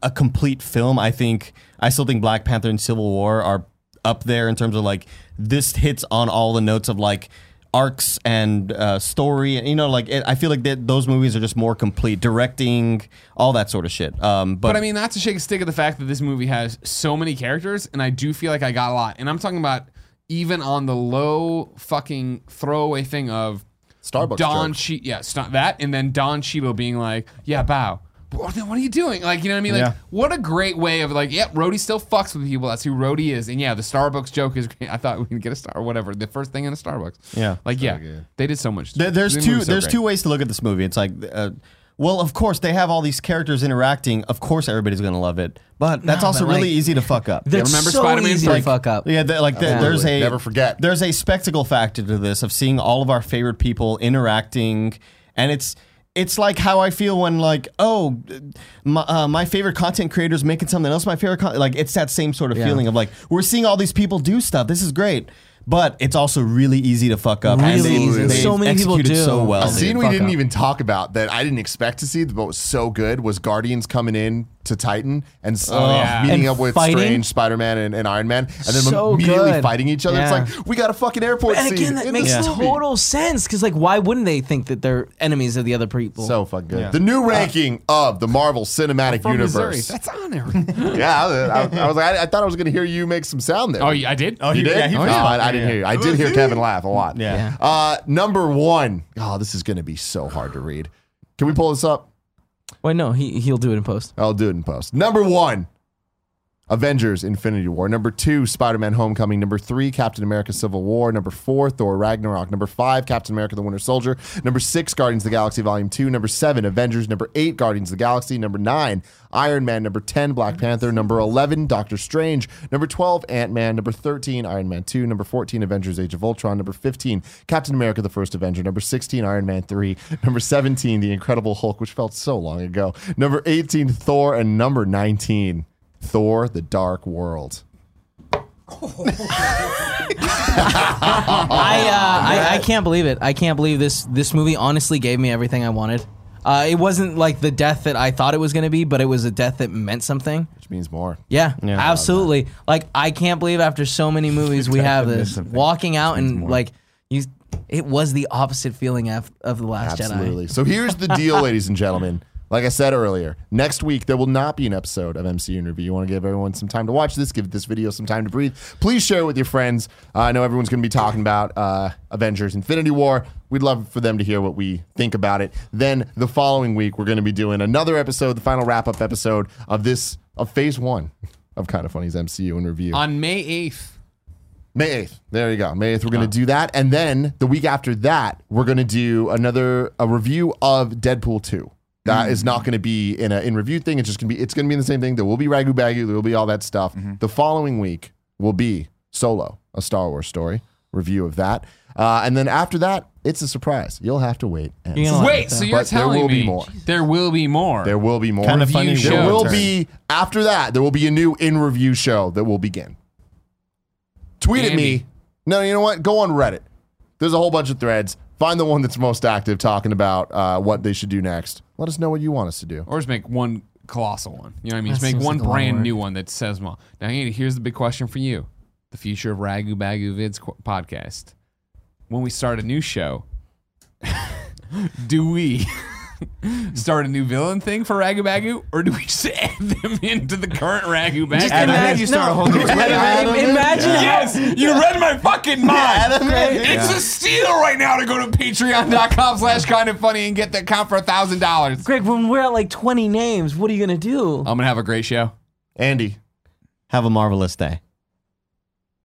[SPEAKER 2] a complete film, I think I still think Black Panther and Civil War are up there in terms of like this hits on all the notes of like arcs and uh, story and you know like it, I feel like that those movies are just more complete directing all that sort of shit. Um, but,
[SPEAKER 3] But I mean, not to shake a stick at the fact that this movie has so many characters, and I do feel like I got a lot. And I'm talking about even on the low fucking throwaway thing of
[SPEAKER 1] Starbucks
[SPEAKER 3] Don
[SPEAKER 1] joke.
[SPEAKER 3] Che- yeah, st- that, and then Don Cheadle being like, "Yeah, bow." What what are you doing? Like, you know what I mean? Like,
[SPEAKER 2] Yeah.
[SPEAKER 3] what a great way of like, yeah, Rhodey still fucks with people. That's who Rhodey is. And yeah, the Starbucks joke is great. I thought we could get a star or whatever. The first thing in a Starbucks.
[SPEAKER 2] Yeah.
[SPEAKER 3] Like, yeah, they did so much.
[SPEAKER 2] There- there's
[SPEAKER 3] The
[SPEAKER 2] two.
[SPEAKER 3] movie's so
[SPEAKER 2] there's
[SPEAKER 3] great.
[SPEAKER 2] two ways to look at this movie. It's like, uh, well, of course they have all these characters interacting. Of course everybody's gonna love it, but that's
[SPEAKER 5] No,
[SPEAKER 2] also
[SPEAKER 5] but,
[SPEAKER 2] really
[SPEAKER 5] like,
[SPEAKER 2] easy to fuck up.
[SPEAKER 5] That's
[SPEAKER 3] remember
[SPEAKER 5] so
[SPEAKER 3] Spider-Man
[SPEAKER 5] easy
[SPEAKER 3] Like-
[SPEAKER 5] to fuck up.
[SPEAKER 2] Yeah, th- like th- there's a
[SPEAKER 1] Never forget.
[SPEAKER 2] There's a spectacle factor to this of seeing all of our favorite people interacting, and it's it's like how I feel when like oh, my, uh, my favorite content creators making something else. My favorite con-, like it's that same sort of
[SPEAKER 5] Yeah.
[SPEAKER 2] feeling of like we're seeing all these people do stuff. This is great. But it's also really easy to fuck up. and
[SPEAKER 5] Really
[SPEAKER 2] they-
[SPEAKER 5] easy.
[SPEAKER 2] they
[SPEAKER 5] So many people
[SPEAKER 2] executed
[SPEAKER 5] do.
[SPEAKER 2] so well.
[SPEAKER 5] A
[SPEAKER 1] A
[SPEAKER 2] dude.
[SPEAKER 1] scene we
[SPEAKER 5] fuck
[SPEAKER 1] didn't
[SPEAKER 5] up.
[SPEAKER 1] even talk about that I didn't expect to see, but was so good was Guardians coming in to Titan and s-
[SPEAKER 3] yeah.
[SPEAKER 1] meeting
[SPEAKER 5] Oh, And
[SPEAKER 1] up with
[SPEAKER 5] fighting?
[SPEAKER 1] Strange, Spider Man, and, and Iron Man, and then
[SPEAKER 5] So
[SPEAKER 1] immediately
[SPEAKER 5] good.
[SPEAKER 1] fighting each other. It's
[SPEAKER 5] Yeah.
[SPEAKER 1] like we got a fucking airport
[SPEAKER 5] And
[SPEAKER 1] scene.
[SPEAKER 5] again,
[SPEAKER 1] in
[SPEAKER 5] that
[SPEAKER 1] this
[SPEAKER 5] makes
[SPEAKER 1] movie.
[SPEAKER 5] total sense because, like, why wouldn't they think that they're enemies of the other people?
[SPEAKER 1] So fucking good. The
[SPEAKER 5] Uh,
[SPEAKER 1] new ranking of the Marvel Cinematic
[SPEAKER 3] From
[SPEAKER 1] Universe.
[SPEAKER 3] Missouri. That's on there.
[SPEAKER 1] Yeah, I, I- I was like, I, I thought I was going to hear you make some sound there.
[SPEAKER 3] oh, yeah, I did. Oh,
[SPEAKER 1] You did?
[SPEAKER 2] yeah, he
[SPEAKER 1] Oh,
[SPEAKER 2] was
[SPEAKER 1] I,
[SPEAKER 2] on.
[SPEAKER 1] I didn't
[SPEAKER 2] Yeah.
[SPEAKER 1] hear you. I did hear Kevin laugh a lot.
[SPEAKER 2] Yeah.
[SPEAKER 1] Uh, number one. Oh, this is going to be so hard to read. Can we pull this up?
[SPEAKER 5] Wait, no, he he'll do it in post.
[SPEAKER 1] I'll do it in post. Number one, Avengers Infinity War. Number two, Spider Man Homecoming. Number three, Captain America Civil War. Number four, Thor Ragnarok. Number five, Captain America the Winter Soldier. Number six, Guardians of the Galaxy Volume 2. Number seven, Avengers. Number eight, Guardians of the Galaxy. Number nine, Iron Man. Number 10, Black Panther. Number 11, Doctor Strange. Number 12, Ant Man. Number 13, Iron Man 2. Number 14, Avengers Age of Ultron. Number 15, Captain America the First Avenger. Number 16, Iron Man 3. Number 17, The Incredible Hulk, which felt so long ago. Number 18, Thor. And number 19, Thor the Dark World.
[SPEAKER 5] I, uh, I I can't believe it. I can't believe this this movie honestly gave me everything I wanted. Uh, it wasn't like the death that I thought it was going to be, but it was a death that meant something.
[SPEAKER 1] which means more.
[SPEAKER 5] Yeah, absolutely. Like I can't believe after so many movies we have this walking out and like you, it was the opposite feeling af- of the Last Jedi.
[SPEAKER 1] Absolutely. So here's the deal, ladies and gentlemen. Like I said earlier, next week there will not be an episode of MCU Interview. You want to give everyone some time to watch this, give this video some time to breathe. Please share it with your friends. Uh, I know everyone's going to be talking about uh, Avengers Infinity War. We'd love for them to hear what we think about it. Then the following week, we're going to be doing another episode, the final wrap up episode of this, of phase one of Kind of Funny's MCU in Review.
[SPEAKER 3] On May 8th.
[SPEAKER 1] May 8th. There you go. May 8th, we're going to do that. And then the week after that, we're going to do another a review of Deadpool 2. That
[SPEAKER 5] Mm.
[SPEAKER 1] is not going to be in a in review thing. It's just going to be it's going to be in the same thing. There will be Ragu Bagu. There will be all that stuff.
[SPEAKER 5] Mm-hmm.
[SPEAKER 1] The following week will be Solo, a Star Wars story review of that. Uh, and then after that, it's a surprise. You'll have to wait. And
[SPEAKER 5] You're gonna
[SPEAKER 1] see.
[SPEAKER 5] like
[SPEAKER 3] Wait,
[SPEAKER 5] that.
[SPEAKER 3] so you're
[SPEAKER 1] But there
[SPEAKER 3] telling
[SPEAKER 1] will be
[SPEAKER 3] me
[SPEAKER 1] more.
[SPEAKER 3] there will be more?
[SPEAKER 1] there will be more.
[SPEAKER 2] Kinda
[SPEAKER 1] review
[SPEAKER 2] funny
[SPEAKER 1] There
[SPEAKER 3] show
[SPEAKER 1] will
[SPEAKER 2] return.
[SPEAKER 1] be after that. There will be a new in review show that will begin. Tweet at
[SPEAKER 3] Andy.
[SPEAKER 1] me. No, you know what? Go on Reddit. There's a whole bunch of threads. Find the one that's most active talking about uh, what they should do next. Let us know what you want us to do.
[SPEAKER 3] Or just make one colossal one. You know what I mean?
[SPEAKER 5] That
[SPEAKER 3] Just make
[SPEAKER 5] seems
[SPEAKER 3] one
[SPEAKER 5] like a lot of
[SPEAKER 3] brand
[SPEAKER 5] work.
[SPEAKER 3] new one that says more. Now, Andy, here's the big question for you: the future of Ragu Bagu Vids qu- podcast. When we start a new show, do we start a new villain thing for Ragu Bagu, or do we just add them into the current Ragu Bagu?
[SPEAKER 4] And then you start a whole new
[SPEAKER 5] Imagine, imagine how
[SPEAKER 3] Yes, you read my fucking mind. it's a steal right now to go to patreon.com slash kind of funny and get that count for a thousand dollars.
[SPEAKER 5] Greg, when we're at like 20 names, what are you gonna do?
[SPEAKER 3] I'm gonna have a great show.
[SPEAKER 1] Andy,
[SPEAKER 2] Have a marvelous day.